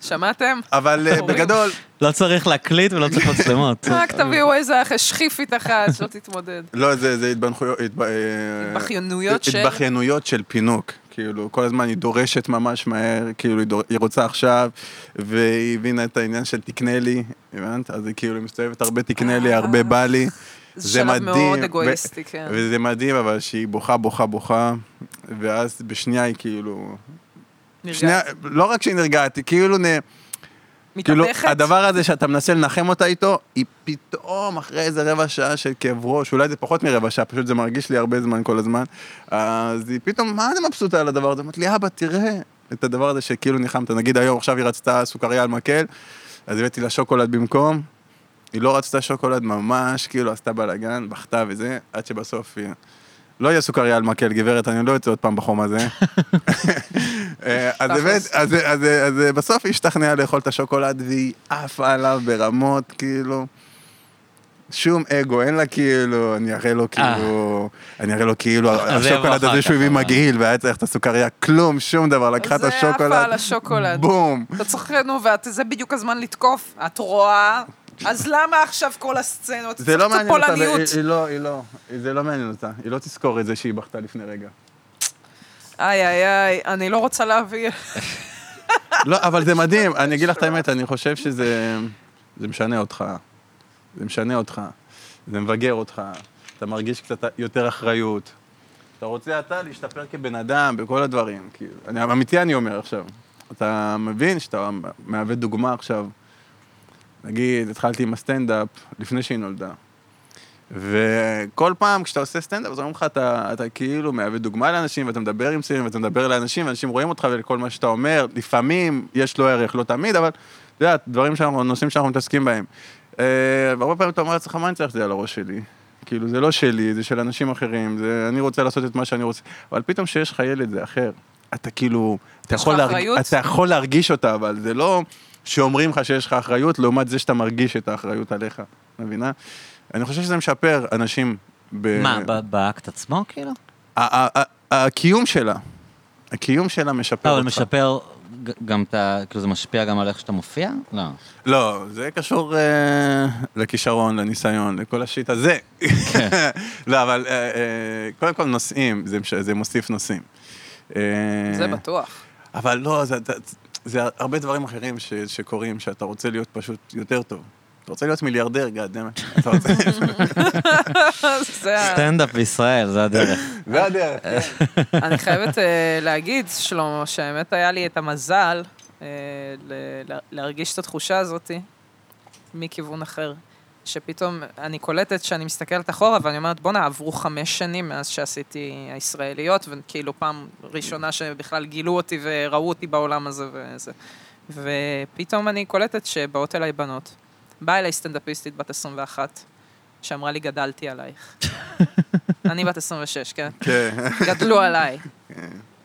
C: שמעתם?
B: אבל אה,
C: הורים.
B: בגדול,
A: לא צריך להקליט ולא צריך מצלמות.
C: רק תביאו איזה אח- שכיפית אחת שלא תתמודד.
B: לא, זה זה התבנחויות, התב- אה,
C: התבכיינויות של-
B: התבכיינויות של פינוק. כאילו, כל הזמן היא דורשת ממש מהר, כאילו, היא דור- היא רוצה עכשיו, והיא הבינה את העניין של תקנה לי, הבנת? אז היא כאילו מסתובבת הרבה תקנה לי,
C: אה.
B: הרבה בא לי.
C: זה
B: זה
C: שלב
B: מדהים.
C: מאוד
B: ו-
C: אגואיסטי, כן.
B: וזה מדהים, אבל שהיא בוכה, בוכה, בוכה, ואז בשנייה היא כאילו... שנייה,
C: נרגעת.
B: לא רק שהיא נרגעת, היא כאילו נ... כאילו,
C: מתהפכת?
B: הדבר הזה שאתה מנסה לנחם אותה איתו, היא פתאום, אחרי איזה רבע שעה של כאב ראש, אולי זה פחות מרבע שעה, פשוט זה מרגיש לי הרבה זמן כל הזמן, אז היא פתאום, מה אני מבסוטה על הדבר הזה? אמרת לי, אבא, תראה את הדבר הזה שכאילו ניחמת. נגיד היום, עכשיו היא רצתה סוכריה על מקל, אז הבאתי לה שוקולד במקום, היא לא רצתה שוקולד ממש, כאילו עשתה בלאגן, בכתה וזה, עד שבסוף היא... לא יהיה סוכריה על מקל, גברת, אני לא יוצא עוד פעם בחום הזה. אה, אז
C: תכלס.
B: הבאת- אז- אז- אז אה, בסוף היא השתכנעה לאכול את השוקולד והיא עפה עליו ברמות, כאילו... שום אגו, אין לה כאילו, אני אראה
C: אה.
B: לו כאילו, אני אראה לו כאילו,
A: זה יבוא
B: השוקולד
A: אחר
B: הזה שהוא
A: כך,
B: הביא
A: אבל.
B: מגעיל והיה צריך את הסוכריה, כלום, שום דבר, לקחה את
C: אה. זה עפה
B: השוקולד,
C: על השוקולד.
B: בום.
C: אתה צריך, נו, וזה בדיוק הזמן לתקוף. את רואה? אז למה עכשיו כל הסצנות?
B: זה לא מעניין אותה, והיא-
C: פולניות.
B: היא לא, היא לא, זה לא מעניין אותה, היא לא תזכור את זה שהיא בכתה לפני רגע. אה,
C: איי, איי, איי, אני לא רוצה להביא...
B: לא, אבל זה מדהים, אני אגיד לך את האמת, אני חושב שזה... זה משנה אותך. זה משנה אותך. זה מבגר אותך. אתה מרגיש קצת יותר אחריות. אתה רוצה אתה להשתפר כבן אדם בכל הדברים, כאילו. אני, אמיתי אני אומר עכשיו. אתה מבין שאתה מהווה דוגמה עכשיו. נגיד, התחלתי עם הסטנדאפ לפני שהיא נולדה. וכל פעם כשאתה עושה סטנדאפ, אז אומרים לך, אתה, אתה כאילו מהווה דוגמה לאנשים, ואתה מדבר עם צעירים, ואתה מדבר לאנשים, ואנשים רואים אותך ולכל מה שאתה לא אומר, לפעמים יש לו ערך, לא תמיד, אבל, אתה יודע, דברים שאנחנו, נושאים שאנחנו מתעסקים בהם. אה, והרבה פעמים אתה אומר לעצמך, מה אני צריך את זה על הראש שלי? כאילו, זה לא שלי, זה של אנשים אחרים, זה, אני רוצה לעשות את מה שאני רוצה. אבל פתאום כשיש לך ילד זה אחר. אתה כאילו, אתה
C: יש
B: יכול,
C: לך
B: להרג...
C: אחריות?
B: אתה יכול להרגיש אותה, אבל זה לא שאומרים לך שיש לך אחריות, לעומת זה שאתה מרגיש את האחריות עליך, מבינה? אני חושב שזה משפר אנשים ב...
A: מה, ב- באקט עצמו
B: לא,
A: כאילו?
B: ה- ה- ה- הקיום שלה. הקיום שלה משפר
A: לא,
B: אותך.
A: אבל משפר ג- גם את ה... כאילו זה משפיע גם על איך שאתה מופיע? לא.
B: לא, זה קשור אה, לכישרון, לניסיון, לכל השיט הזה.
A: כן.
B: לא, אבל אה, אה, קודם כל נושאים, זה, מש- זה מוסיף נושאים. אה,
C: זה בטוח.
B: אבל לא, זה, זה, זה הרבה דברים אחרים ש, שקורים, שאתה רוצה להיות פשוט יותר טוב. אתה רוצה להיות מיליארדר, גאדמת. אתה רוצה...
C: זה
B: אה.
C: ה-
A: סטנדאפ בישראל, זה הדרך.
B: זה הדרך. כן.
C: אני חייבת אה, להגיד, שלמה, שהאמת היה לי את המזל אה, ל- לה- להרגיש את התחושה הזאת מכיוון אחר. שפתאום אני קולטת שאני מסתכלת אחורה ואני אומרת, בואנה, עברו חמש שנים מאז שעשיתי הישראליות, וכאילו פעם ראשונה שבכלל גילו אותי וראו אותי בעולם הזה וזה. ופתאום אני קולטת שבאות אליי בנות. באה אליי סטנדאפיסטית בת 21, שאמרה לי, גדלתי עלייך. אני בת 26, כן?
B: כן.
C: גדלו עליי.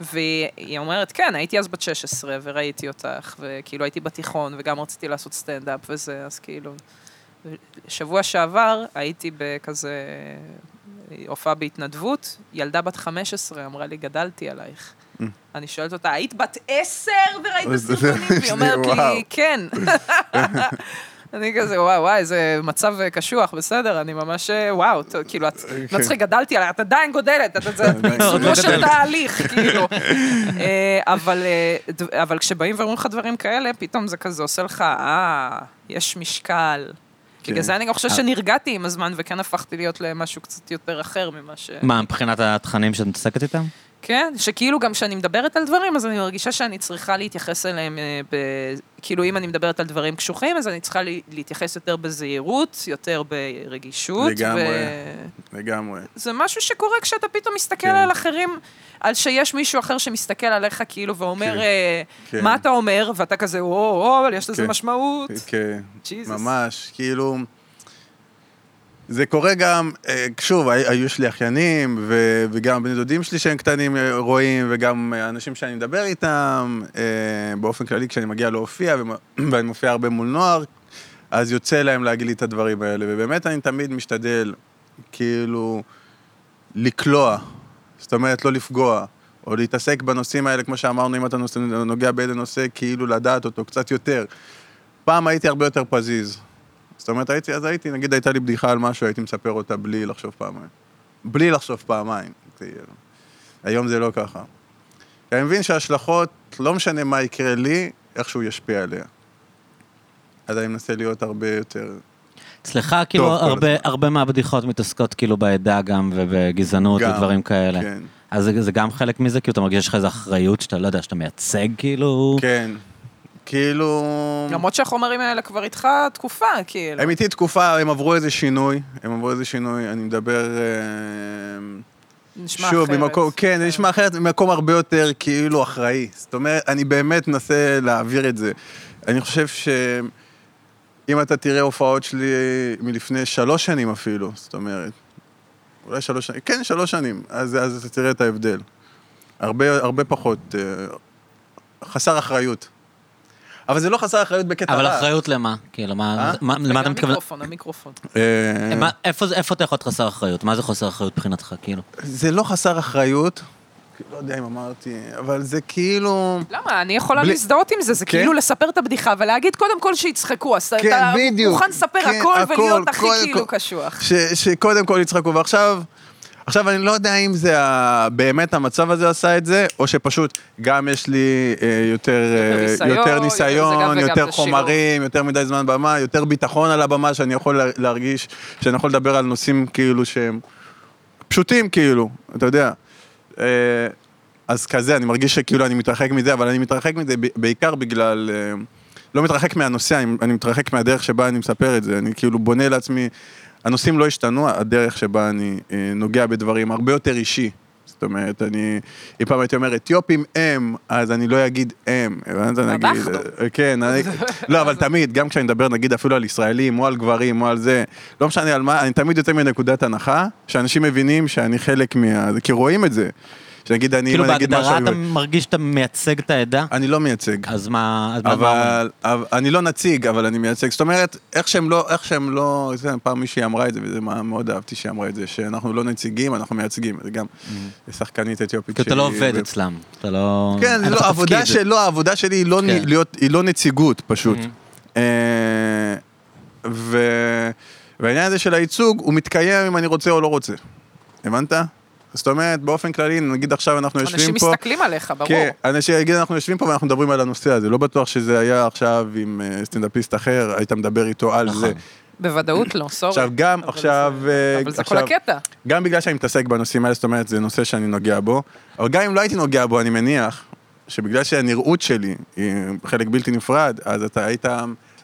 C: והיא אומרת, כן, הייתי אז בת 16 וראיתי אותך, וכאילו הייתי בתיכון וגם רציתי לעשות סטנדאפ וזה, אז כאילו... שבוע שעבר הייתי בכזה הופעה בהתנדבות, ילדה בת 15 אמרה לי, גדלתי עלייך. אני שואלת אותה, היית בת 10 וראית
B: אה. אז-
C: סרטונים? והיא אומרת
B: וואו.
C: לי, כן. אני כזה, וואו, וואי, זה מצב אה, קשוח, בסדר, אני ממש, אה, וואו, ת- כאילו, את
B: אה, כן.
C: לא צריכה, גדלתי עלייך, את עדיין גודלת, את- את- זה
B: עדיין
C: עוד לא
B: גודלת.
C: של תהליך, כאילו. אה, אבל, אה, ד- אבל כשבאים ואומרים לך דברים כאלה, פתאום זה כזה עושה לך, אה, יש משקל.
B: כן.
C: בגלל זה אני גם חושבת שנרגעתי עם הזמן, וכן הפכתי להיות למשהו קצת יותר אחר ממה ש...
A: מה, מבחינת התכנים שאת מתעסקת איתם?
C: כן, שכאילו גם כשאני מדברת על דברים, אז אני מרגישה שאני צריכה להתייחס אליהם, אה, ב... כאילו אם אני מדברת על דברים קשוחים, אז אני צריכה לי- להתייחס יותר בזהירות, יותר ברגישות.
B: לגמרי.
C: ו...
B: לגמרי.
C: זה משהו שקורה כשאתה פתאום מסתכל
B: כן.
C: על אחרים, על שיש מישהו אחר שמסתכל עליך כאילו ואומר,
B: כן,
C: אה,
B: כן.
C: מה אתה אומר? ואתה כזה, "וואו, וואו, אבל יש לזה
B: כן.
C: משמעות.
B: כן.
C: Jesus.
B: ממש, כאילו... זה קורה גם, אה, שוב, הי- היו יש לי אחיינים, ו- וגם בני דודים שלי שהם קטנים אה, רואים, וגם אה, אנשים שאני מדבר איתם, אה, באופן כללי כשאני מגיע להופיע, ומ- ואני מופיע הרבה מול נוער, אז יוצא להם להגיד לי את הדברים האלה, ובאמת אני תמיד משתדל, כאילו, לקלוע, זאת אומרת, לא לפגוע, או להתעסק בנושאים האלה, כמו שאמרנו, אם אתה נושא, נוגע באיזה נושא, כאילו לדעת אותו קצת יותר. פעם הייתי הרבה יותר פזיז. זאת אומרת, הייתי, אז הייתי, נגיד הייתה לי בדיחה על משהו, הייתי מספר אותה בלי לחשוב פעמיים. בלי לחשוב פעמיים, כאילו. היום זה לא ככה. כי אני מבין שההשלכות, לא משנה מה יקרה לי, איכשהו ישפיע עליה. אז אני מנסה להיות הרבה יותר...
A: אצלך כאילו
B: כל
A: הרבה,
B: הזמן.
A: הרבה מהבדיחות מתעסקות כאילו בעדה גם ובגזענות
B: גם,
A: ודברים כאלה.
B: כן.
A: אז זה, זה גם חלק מזה, כאילו אתה מרגיש שיש לך איזו אחריות שאתה לא יודע, שאתה מייצג כאילו...
B: כן. כאילו...
C: למרות שהחומרים האלה כבר איתך תקופה, כאילו.
B: הם איתי תקופה, הם עברו איזה שינוי, הם עברו איזה שינוי, אני מדבר... אה,
C: נשמע
B: שוב,
C: אחרת.
B: ממקום, כן, זה נשמע אחרת, ממקום הרבה יותר כאילו אחראי. זאת אומרת, אני באמת מנסה להעביר את זה. אני חושב שאם אתה תראה הופעות שלי מלפני שלוש שנים אפילו, זאת אומרת, אולי שלוש שנים, כן, שלוש שנים, אז, אז אתה תראה את ההבדל. הרבה, הרבה פחות, אה, חסר אחריות. אבל זה לא חסר אחריות בקטע
A: אבל
B: רע.
A: אחריות למה? כאילו, מה,
B: אה?
A: מה, למה אתה מתכוון?
C: המיקרופון, המיקרופון.
B: אה,
A: מה, איפה, זה- איפה אתה יכול להיות חסר אחריות? מה זה חוסר אחריות מבחינתך, כאילו?
B: זה לא חסר אחריות, לא יודע אם אמרתי, אבל זה כאילו...
C: למה? אני יכולה
B: בלי-
C: להזדהות עם זה, זה
B: כן.
C: כאילו לספר את הבדיחה ולהגיד קודם כל שיצחקו, אז
B: כן,
C: אתה
B: בדיוק.
C: מוכן לספר
B: כן,
C: הכל
B: הכל,
C: ולהיות הכי
B: קודם
C: כאילו
B: כל.
C: קשוח.
B: ש, שקודם כל יצחקו, ועכשיו, עכשיו אני לא יודע אם זה ה, באמת המצב הזה עשה את זה, או שפשוט גם יש לי אה, יותר, אה,
C: ניסיון,
B: יותר
C: זה גם
B: ניסיון,
C: וגם,
B: יותר
C: זה שילוב.
B: חומרים, יותר מדי זמן במה, יותר ביטחון על הבמה, שאני יכול לה- להרגיש, שאני יכול לדבר על נושאים כאילו שהם פשוטים כאילו, אתה יודע. אה, אז כזה, אני מרגיש שכאילו אני מתרחק מזה, אבל אני מתרחק מזה ב- בעיקר בגלל... אה, לא מתרחק מהנושא, אני, אני מתרחק מהדרך שבה אני מספר את זה, אני כאילו בונה לעצמי... הנושאים לא השתנו, הדרך שבה אני אה, נוגע בדברים הרבה יותר אישי. זאת אומרת, אני... אם פעם הייתי אומר אתיופים הם, אז אני לא אגיד הם, הבנת? אני אגיד...
C: אנחנו.
B: אה, כן, אני... לא, אבל תמיד, גם כשאני מדבר נגיד אפילו על ישראלים, או על גברים, או על זה, לא משנה על מה, אני תמיד יוצא מנקודת הנחה, שאנשים מבינים שאני חלק מה... כי רואים את זה. שנגיד אני... אם
A: כאילו
B: אני אגיד
A: בהגדרה
B: משהו-
A: אתה מרגיש שאתה מייצג את העדה,
B: אני לא מייצג.
A: אז מה... אז אה, מה- מה-
B: אבל, אבל אני לא נציג, אבל אני מייצג. זאת אומרת, איך שהם לא, איך שהם לא, זה, פעם מישהי אמרה את זה, וזה מה- מאוד אהבתי שהיא אמרה את זה, שאנחנו לא נציגים, אנחנו מייצגים. זה גם שחקנית אתיופית
A: Mm-hmm. כי אתה לא
B: שהיא-
A: עובד
B: ו-
A: אצלם, אתה לא...
B: כן,
A: אין
B: לא,
A: לך
B: העבודה
A: תפקיד.
B: שלו, העבודה שלי היא לא, נ,
A: כן. Mm-hmm.
B: להיות, היא לא נציגות פשוט. אה, ו... והעניין הזה של הייצוג, הוא מתקיים אם אני רוצה או לא רוצה. הבנת? זאת אומרת, באופן כללי, נגיד עכשיו אנחנו יושבים פה...
C: אנשים מסתכלים עליך, ברור.
B: כן, אנשים יגידו, אנחנו יושבים פה ואנחנו מדברים על הנושא הזה, לא בטוח שזה היה עכשיו עם אה, סטנדאפיסט אחר, היית מדבר איתו על
A: נכון.
B: זה.
C: בוודאות לא, סורי.
B: עכשיו גם,
C: אבל
B: עכשיו...
C: זה-
B: אה,
C: אבל זה כל
B: עכשיו-
C: הקטע.
B: גם בגלל שאני מתעסק בנושאים האלה, זאת אומרת, זה נושא שאני נוגע בו, אבל גם אם לא הייתי נוגע בו, אני מניח שבגלל שהנראות שלי היא חלק בלתי נפרד, אז אתה היית...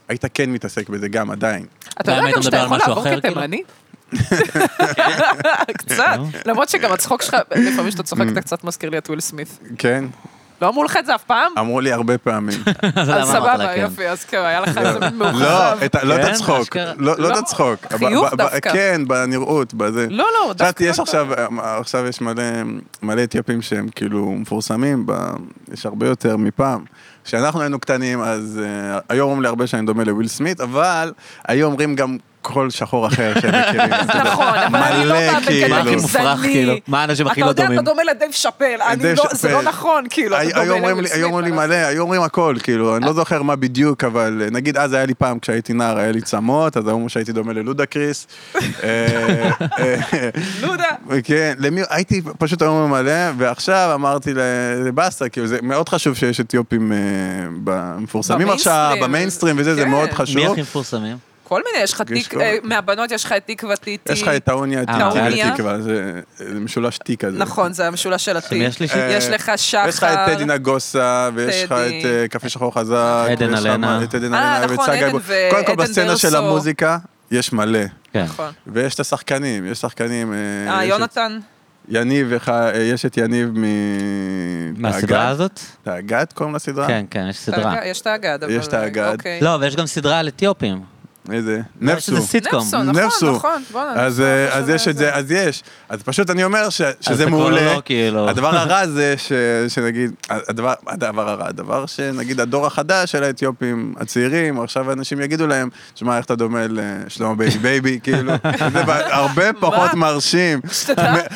B: היית כן מתעסק בזה גם עדיין.
C: אתה
A: מה, אם
C: יודע גם
A: היית
C: שאתה
A: מדבר על
C: יכול
A: משהו
C: לעבור
A: אחר, כאילו?
C: כתימני? קצת, למרות שגם הצחוק שלך, לפעמים שאתה צוחק אתה קצת מזכיר לי את וויל סמית.
B: כן?
C: לא אמרו לך את זה אף פעם?
B: אמרו לי הרבה פעמים.
A: אז למה
C: אז
A: אמרת לה
C: סבבה,
A: כן?
C: יופי, אז כן, היה לך איזה מין מאוכזב.
B: לא, את ה- לא את
A: כן,
B: הצחוק.
A: אשכרה.
B: לא לא את
C: לא,
B: הצחוק. ב-
C: חיוך
B: ב- ב-
C: דווקא.
B: כן, בנראות, בזה.
C: לא, לא,
B: חשבתי,
C: דווקא...
B: יש עכשיו, עכשיו יש מלא, מלא אתיופים שהם כאילו מפורסמים, ב, יש הרבה יותר מפעם. כשאנחנו היינו קטנים, אז uh, היום אומרים לי הרבה שאני דומה לוויל סמית, אבל היו אומרים גם כל שחור אחר שהם מכירים. אתה יודע.
C: נכון, אבל אני לא
B: מלא,
C: באה
B: כאילו.
A: מה הכי
C: בקטע
A: מופרך, כאילו?
C: גזעני.
A: מה האנשים
C: אתה
A: הכי לא
C: יודע,
A: דומים?
C: אתה דומה לדייב שאפל, אני
B: דייב
C: לא, זה לא
B: שאפל.
C: נכון, כאילו, אתה
B: היו
C: דומה
B: אומרים לי-
C: לוויל
B: היו
C: סמית,
B: אומרים לי
C: אבל-
B: מלא, היו אומרים הכל, כאילו, אני לא זוכר מה בדיוק, אבל אה, נגיד אז היה לי פעם, כשהייתי נער, היה לי צמות, אז אמרו שהייתי דומה ללודה קריס. אה,
C: לודה.
B: כן, למי, הייתי פשוט היום מלא, ועכשיו אמרתי ל- לבאסה, כאילו זה מאוד חשוב שיש אתיופים אה, ב- מפורסמים עכשיו,
C: במיינסטרים.
B: במיינסטרים וזה, זה
C: כן.
B: מאוד
A: מי
B: חשוב.
A: הכי מפורסמים?
C: כל מיני, יש לך
B: יש
C: תיק,
B: כל-
C: אה, מהבנות יש לך את תקווה טיטי.
B: יש לך את
A: אה,
B: טעוניה,
A: טעוניה.
B: תקווה, זה זה משולש T כזה.
C: נכון, זה המשולש של הטיק.
A: יש לי ש-
C: יש
B: אה,
C: לך שחר.
B: יש לך את טדי נגוסה, ויש לך
C: טדי.
B: את אה, קפה שחור חזק,
A: עדן
B: ויש לך
A: אלנה.
B: את עדן
C: אה,
B: אלנה, ואת
C: נכון,
B: סגי
C: עדן
B: בו-
C: ו-
B: קודם כל
C: עדן
B: בסצנה של
C: ברסו.
B: המוזיקה, יש מלא.
A: כן.
C: נכון.
B: ויש את השחקנים, יש שחקנים. אה,
C: אה,
B: יש את
C: יונתן?
B: יניב, איך ה- אה, יש את יניב מ...
A: מהסדרה
B: האגד?
A: הזאת?
B: האגד קוראים לסדרה?
A: כן, כן, יש סדרה.
C: יש את האגד, אבל...
B: יש את האגד.
C: אוקיי.
A: לא, אבל יש גם סדרה על אתיופים.
B: איזה?
A: יש
B: נפסו.
A: איזה סיטקום.
C: נפסו, נכון,
B: נפסו.
C: נכון, בוא'נה.
B: אז,
C: נפסו,
B: אה,
C: נפסו,
B: אז יש את זה,
C: נפסו.
B: אז יש. אז פשוט אני אומר ש- שזה
A: אתה כבר
B: מעולה.
A: לא, כאילו.
B: הדבר הרע זה ש- שנגיד, הדבר הדבר הרע, הדבר שנגיד הדור החדש של האתיופים הצעירים, עכשיו אנשים יגידו להם, שמע, איך אתה דומה לשלמה בייבי בייבי, כאילו, זה ב- הרבה פחות מרשים,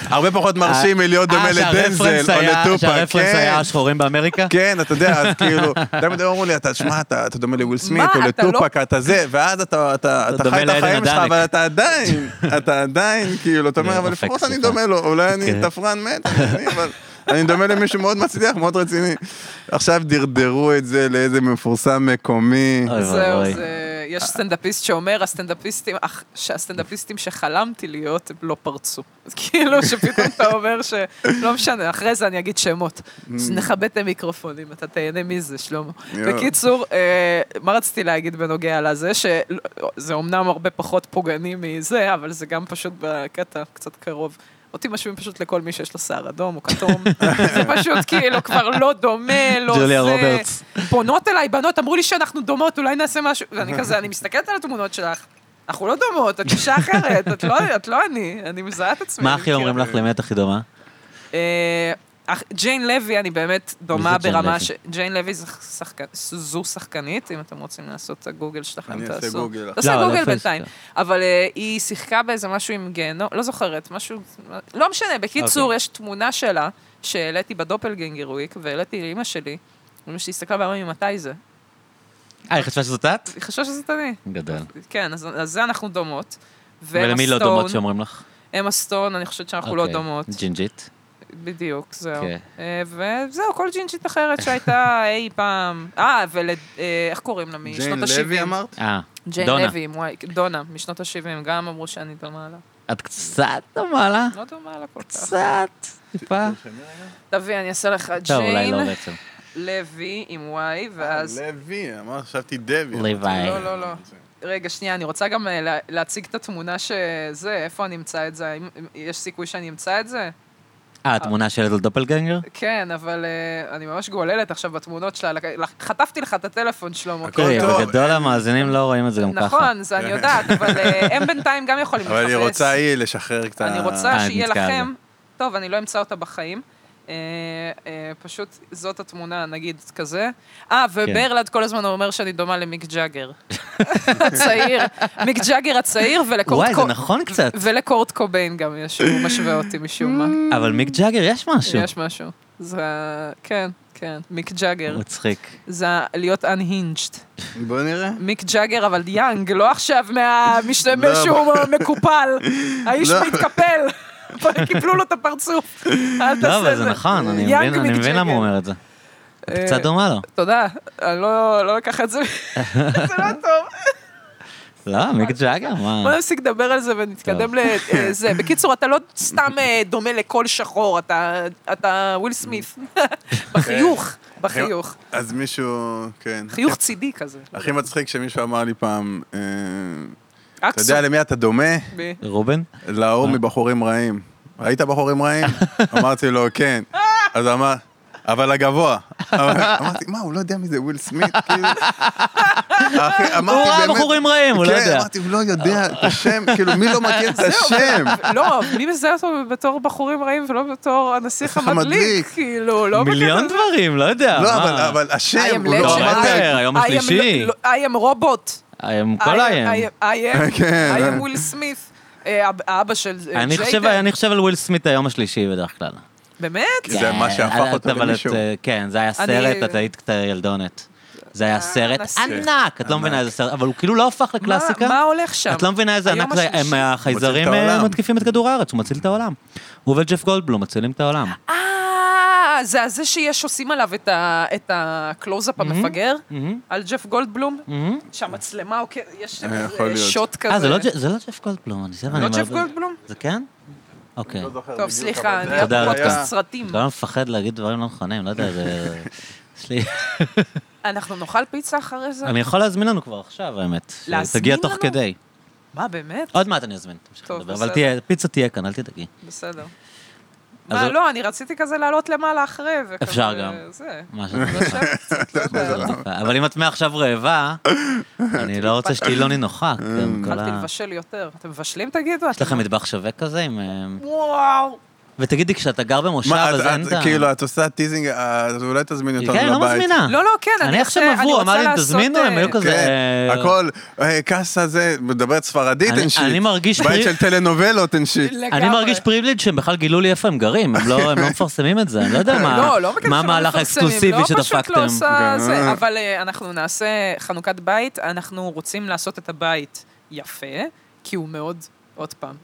B: הרבה פחות מרשים מלהיות דומה
A: אה, שהרפרנס
B: לדנזל או
A: היה-
B: לטופק,
A: שהרפרנס היה
B: כן.
A: השחורים באמריקה?
B: כן, אתה יודע, אז כאילו, תמיד הם אמרו לי, אתה, שמע, אתה אתה דומה לוויל סמית או
C: מה, אתה לא-
B: לטופק, אתה זה, ואז אתה- אתה אתה
A: דומה
B: חי את
A: לעדן
B: החיים שלך,
A: עדני.
B: אבל אתה עדיין, אתה עדיין, כאילו, אתה אומר,
A: לא,
B: אבל
A: אופק,
B: לפחות אני
A: סליחה.
B: דומה לו, אולי אני
A: כן.
B: תפרן מת, אני- אבל אני דומה למישהו מאוד מצליח, מאוד רציני. עכשיו דרדרו את זה לאיזה מפורסם מקומי.
A: אוי
C: זהו,
A: ואבוי.
C: זה... יש סטנדאפיסט שאומר, הסטנדאפיסטים, אך- שהסטנדאפיסטים שחלמתי להיות, הם לא פרצו. אז כאילו, שפתאום אתה אומר ש... לא משנה, אחרי זה אני אגיד שמות. אז נכבד את המיקרופונים, אתה תהנה מזה, שלמה.
B: יואו.
C: בקיצור, אה, מה רציתי להגיד בנוגע לזה? שזה אומנם הרבה פחות פוגעני מזה, אבל זה גם פשוט בקטע קצת קרוב. אותי משווים פשוט לכל מי שיש לו שיער אדום או כתום. זה פשוט כאילו כבר לא דומה, לא זה.
A: ג'וליה רוברטס.
C: פונות אליי בנות, אמרו לי שאנחנו דומות, אולי נעשה משהו. ואני כזה, אני מסתכלת על התמונות שלך. אנחנו לא דומות, את אישה אחרת, את לא, את לא אני, אני מזהה את עצמי.
A: מה
C: אני
A: הכי אומרים
C: מכירה.
A: לך למי את הכי דומה?
C: אה, אך- ג'יין לוי, אני באמת דומה
A: מי זה ג'יין
C: ברמה
A: לוי?
C: ש... ג'יין לוי זה שחקנ- זו שחקנית, אם אתם רוצים לעשות את הגוגל שלכם,
B: אני
C: תעשו.
B: אעשה גוגל.
A: לא,
C: תעשה
A: אבל
C: גוגל
A: איפה
C: בינתיים. אבל אה, היא שיחקה באיזה משהו עם גיהנום, לא זוכרת, משהו... לא משנה, בקיצור,
A: אוקיי.
C: יש תמונה שלה שהעליתי בדופלגנגר וויק, והעליתי לאימא שלי. אמא שלי הסתכלה ואמרה לי, מתי זה?
A: אה, היא חשבה שזאת את?
C: היא חשבה שזאת אני.
A: גדל.
C: כן, אז אז זה אנחנו דומות. ואמה
A: ולמי לא
C: סטון-
A: דומות שאומרים לך?
C: אמה סטון, אני חושבת שאנחנו לא
A: אוקיי.
C: דומות.
A: ג'ינג'ית.
C: בדיוק, זהו.
A: כן.
C: אה, וזהו, כל ג'ינג'ית אחרת שהייתה אי פעם. אה, ול... אה, איך קוראים לה? משנות
B: ג'יין
C: ה-70.
B: לוי אמרת?
A: אה,
C: ג'יין
A: דונה.
C: לוי, וואי, דונה, משנות ה-70, גם אמרו שאני דומה לה.
A: את קצת דומה לה?
C: לא דומה לה כל כך.
A: קצת. טיפה.
C: תביא, אני אעשה לך
A: טוב, אולי
C: ג'יין
A: לא בעצם.
C: לוי עם וואי, ואז...
B: לוי, אמרת, חשבתי דבי.
A: לוואי.
C: לא, לא, לא. רגע, שנייה, אני רוצה גם אה, לה- להציג את התמונה שזה, איפה אני אמצא את זה? האם- יש סיכוי שאני אמצא את זה?
A: אה, התמונה של איזה דופלגנגר?
C: כן, אבל אה, אני ממש גוללת עכשיו בתמונות שלה. לק- חטפתי לך את הטלפון, שלמה. כן?
B: הכל
A: תראי,
B: טוב.
A: בגדול המאזינים לא רואים את זה גם ככה.
C: נכון, זה אני יודעת, אבל אה, הם בינתיים גם יכולים לחפש.
B: אבל היא רוצה היא לשחרר את ה...
C: אני
A: אה,
C: רוצה
A: אני
C: שיהיה
A: נתקע
C: לכם... טוב, אני לא אמצא אותה בחיים. אה, אה, פשוט זאת התמונה, נגיד, כזה. אה,
A: כן.
C: וברלד כל הזמן אומר שאני דומה למיק ג'אגר. הצעיר. מיק ג'אגר הצעיר ולקורט
A: וואי, זה
C: קו-
A: נכון קצת.
C: ולקורט קוביין גם יש, הוא משווה אותי משום מה.
A: אבל מיק ג'אגר יש משהו.
C: יש משהו. זה... ה- כן, כן. מיק ג'אגר.
A: אוקיי. מצחיק.
C: זה ה- להיות unhinged.
B: בוא נראה.
C: מיק ג'אגר, אבל יאנג, לא עכשיו מהמשתמש
B: לא,
C: שהוא מקופל. האיש
B: לא.
C: מתקפל. קיפלו לו את הפרצוף. אל
A: לא,
C: תעשה
A: אבל
C: את
A: זה נכון, אני
C: יאנג
A: מבין- אני
C: מיק
A: מבין למה הוא
C: ג'אגר.
A: אומר את זה. את
C: אה,
A: קצת דומה לו.
C: תודה, אני לא לא אקח את זה. זה לא טוב. אה,
A: לא, מיק ג'אגר,
C: בוא
A: מה?
C: נפסיק לדבר על זה ונתקדם לזה. בקיצור, אתה לא סתם אה, דומה לקול שחור, אתה- אתה וויל סמית. בחיוך,
B: אה,
C: בחיוך.
B: אז מישהו, כן.
C: חיוך צידי כזה.
B: הכי
A: כן.
B: מצחיק שמישהו אמר לי פעם, אה, אתה
C: אקסו.
B: יודע למי אתה דומה?
C: ב-
A: רובן?
B: להוא מבחורים רעים. ראית בחורים רעים? אמרתי לו, כן. אז הוא אמר, אבל הגבוה. אבל- אמרתי, מה, הוא לא יודע מי זה וויל סמית? כאילו... אחי, אמרתי,
A: הוא ראה
B: באמת-
A: בחורים רעים, הוא לא
B: כן,
A: יודע.
B: אמרתי, הוא לא יודע את השם, כאילו, מי לא מכיר את השם?
C: לא, מי מזהה אותו בתור בחורים רעים ולא בתור הנסיך
B: הנסיך המדליק?
C: המדליק? כאילו, לא
A: מיליון
C: בקטע-
A: דברים, לא יודע.
B: לא,
A: מה?
B: אבל- אבל השם,
C: I am
B: הוא לא
C: legend.
B: אמר לי,
A: אה, היום
C: I am-
A: השלישי.
C: לא- I am רובוט.
A: הם כל
C: אה,
A: האיים.
B: כן,
C: I am
B: אה.
C: וויל סמית. אה, אב- האבא של אה,
A: אני חושב-
C: ג'יידן.
A: אני חושב על וויל סמית היום השלישי בדרך כלל.
C: באמת?
B: זה מה שהפך
A: אבל
B: אותו
A: את- אבל את,
B: למישהו.
A: אה, כן, זה היה סרט, את היית קצת ילדונת. זה
C: אה,
A: היה סרט
C: נסיר.
A: ענק, את לא מבינה איזה סרט, אבל הוא כאילו לא הפך
C: מה-
A: לקלאסיקה.
C: מה הולך שם?
A: את לא מבינה איזה
C: היום
A: ענק זה, הם
C: השלישי.
A: החייזרים
B: מציל את
A: אה,
B: העולם.
A: מתקיפים את כדור הארץ, הוא מציל את העולם. הוא וג'ף גולדבלום מצילים את העולם.
C: אה, זה הזה שיש עושים עליו את ה- את
A: Mm-hmm.
C: הקלוזאפ המפגר? על ג'ף גולדבלום? שהמצלמה, עוקר- יש
B: אה,
C: איזה
B: יכול להיות.
C: שוט כזה.
A: אה, זה לא ג'- זה לא ג'ף גולדבלום, אני זה
C: לא
A: אני
C: ג'ף
A: אומר-
C: גולדבלום?
A: זה כן? אוקיי.
C: טוב, סליחה, אני
A: תודה,
C: אוהב
A: רבקה.
C: פודקאסט סרטים.
A: לא מפחד להגיד דברים לא נכונים, לא יודע, זה... יש לי...
C: אנחנו נאכל פיצה אחרי זה?
A: אני יכול להזמין לנו כבר עכשיו, האמת.
C: להזמין
A: תגיע תוך
C: לנו?
A: כדי.
C: מה, באמת?
A: עוד מעט אני אזמין, תמשיך
C: טוב,
A: לדבר.
C: בסדר.
A: אבל תהיה, פיצה תהיה כאן, אל תדאגי.
C: בסדר.
A: אז
C: מה,
A: זה-
C: לא, אני רציתי כזה לעלות למעלה אחרי, וכזה...
A: אפשר גם.
C: זה.
A: מה שאת רוצה.
C: עכשיו קצת, לא יודעת.
A: אבל אם את מעכשיו רעבה, אני לא רוצה שתהיי לא נינוחה. כן, כל
C: התחלתי
A: ה-
C: לבשל יותר. אתם מבשלים, תגידו?
A: יש לכם מטבח שווה כזה עם... אה,
C: וואו!
A: ותגידי, כשאתה גר במושב,
B: מה, את-
A: אז לא, אין
B: את-
A: את ה...
B: כאילו, את עושה טיזינג, אה, אז אולי תזמיני אותנו
A: כן,
B: לבית.
A: היא לא מזמינה.
C: לא, לא, כן, אני
A: אני עכשיו
C: רוצה- אני
A: עבור,
C: רוצה
A: אמרתי,
C: לעשות,
A: תזמינו,
C: אה,
A: הם היו כזה...
B: כן,
A: אה,
B: הכל, אה, קאסה זה, מדברת ספרדית
A: אני-
B: אין שיט.
A: אני מרגיש כאילו- פרי-
B: בית של טלנובלות אין שיט.
A: אני מרגיש פריבליג' שהם בכלל גילו לי איפה הם גרים, הם לא הם לא מפרסמים את זה, אני לא יודע מה
C: לא, לא בקטע
A: מה
C: שלא
A: המהלך
C: מפרסמים,
A: האקסקלוסיבי
C: לא, פשוט לא
A: שדפקתם.
C: עושה
B: כן.
C: זה, אבל אה, אנחנו נעשה חנוכת בית, אנחנו רוצים לעשות את הבית יפה, כי הוא מאוד, עוד פעם,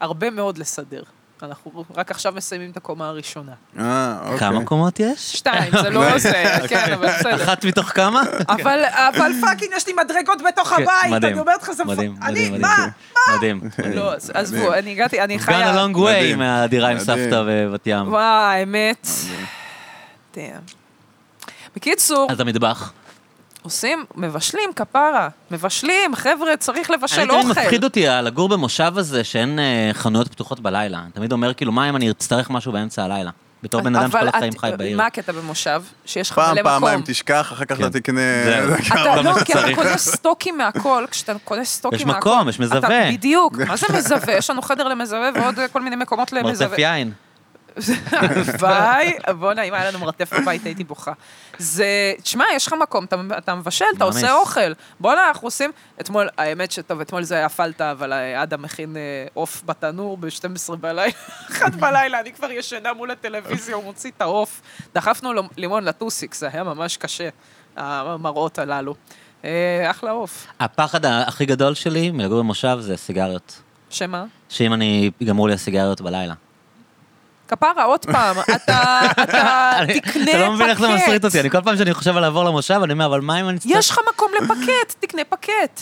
C: הרבה מאוד לסדר. אנחנו רק עכשיו מסיימים את הקומה הראשונה.
B: אה, אוקיי.
A: כמה קומות יש?
C: שתיים, זה לא זה, כן, אבל בסדר.
A: אחת מתוך כמה?
C: אבל, אבל פאקינג, יש לי מדרגות בתוך
A: כן,
C: הבית,
A: מדהים,
C: אני אומרת לך, זה מפ-
A: מדהים,
C: אני,
A: מדהים, כאילו,
C: מה?
A: מדהים. מדהים.
C: לא, אז עזבו, אני הגעתי, אני
A: We've gone a
C: חיה...
A: long way
B: מדהים.
A: מהדירה עם
B: מדהים.
A: סבתא בבת ים.
C: וואי, האמת. דאם. בקיצור,
A: אז המטבח.
C: עושים, מבשלים, כפרה. מבשלים, חבר'ה, צריך
A: אני
C: לבשל
A: תמיד
C: אוכל.
A: מפחיד אותי לגור במושב הזה שאין אה, חנויות פתוחות בלילה. אני תמיד אומר, כאילו, מה אם אני אצטרך משהו באמצע הלילה? בתור בן אדם שכל
C: אבל
A: החיים
C: את-
A: חי בעיר.
C: מה הקטע במושב? שיש לך
B: פעם,
C: מלא מקום.
B: פעמיים תשכח, אחר כך
A: כן.
B: אתה תקנה...
A: זהו.
C: אתה
A: כמה
C: לא, כי אתה
A: שצריך.
C: קונה סטוקים מהכל, כשאתה קונה סטוקים
A: יש
C: מהכל.
A: מקום, יש
C: אתה-
A: מזווה.
C: בדיוק, מה זה מזווה? יש לנו חדר למזווה ועוד אה, כל מיני מקומות
A: מרתף
C: למזווה.
A: יין.
C: הלוואי, בואנה, אם היה לנו מרתף בבית הייתי בוכה. זה, תשמע, יש לך מקום, אתה, אתה מבשל, אתה
A: ממש.
C: עושה אוכל. בואנה, אנחנו עושים, אתמול, האמת שטוב, אתמול זה היה פלטה, אבל אה, אדם הכין אה, עוף בתנור ב-12 בלילה, אחת בלילה, אני כבר ישנה מול הטלוויזיה, הוא מוציא את העוף. דחפנו לו לימון לטוסיק, זה היה ממש קשה, המראות הללו. אה, אחלה עוף.
A: הפחד ה- הכי גדול שלי מלגור במושב זה סיגריות.
C: שמה?
A: שאם אני, ייגמרו לי הסיגריות בלילה.
C: כפרה, עוד פעם, אתה, אתה
A: אני-
C: תקנה פקט.
A: אתה לא מבין איך זה מסריט אותי, אני כל פעם שאני חושב על לעבור למושב, אני אומר, אבל מה אם אני אצטרך...
C: יש לך מקום לפקט, תקנה פקט.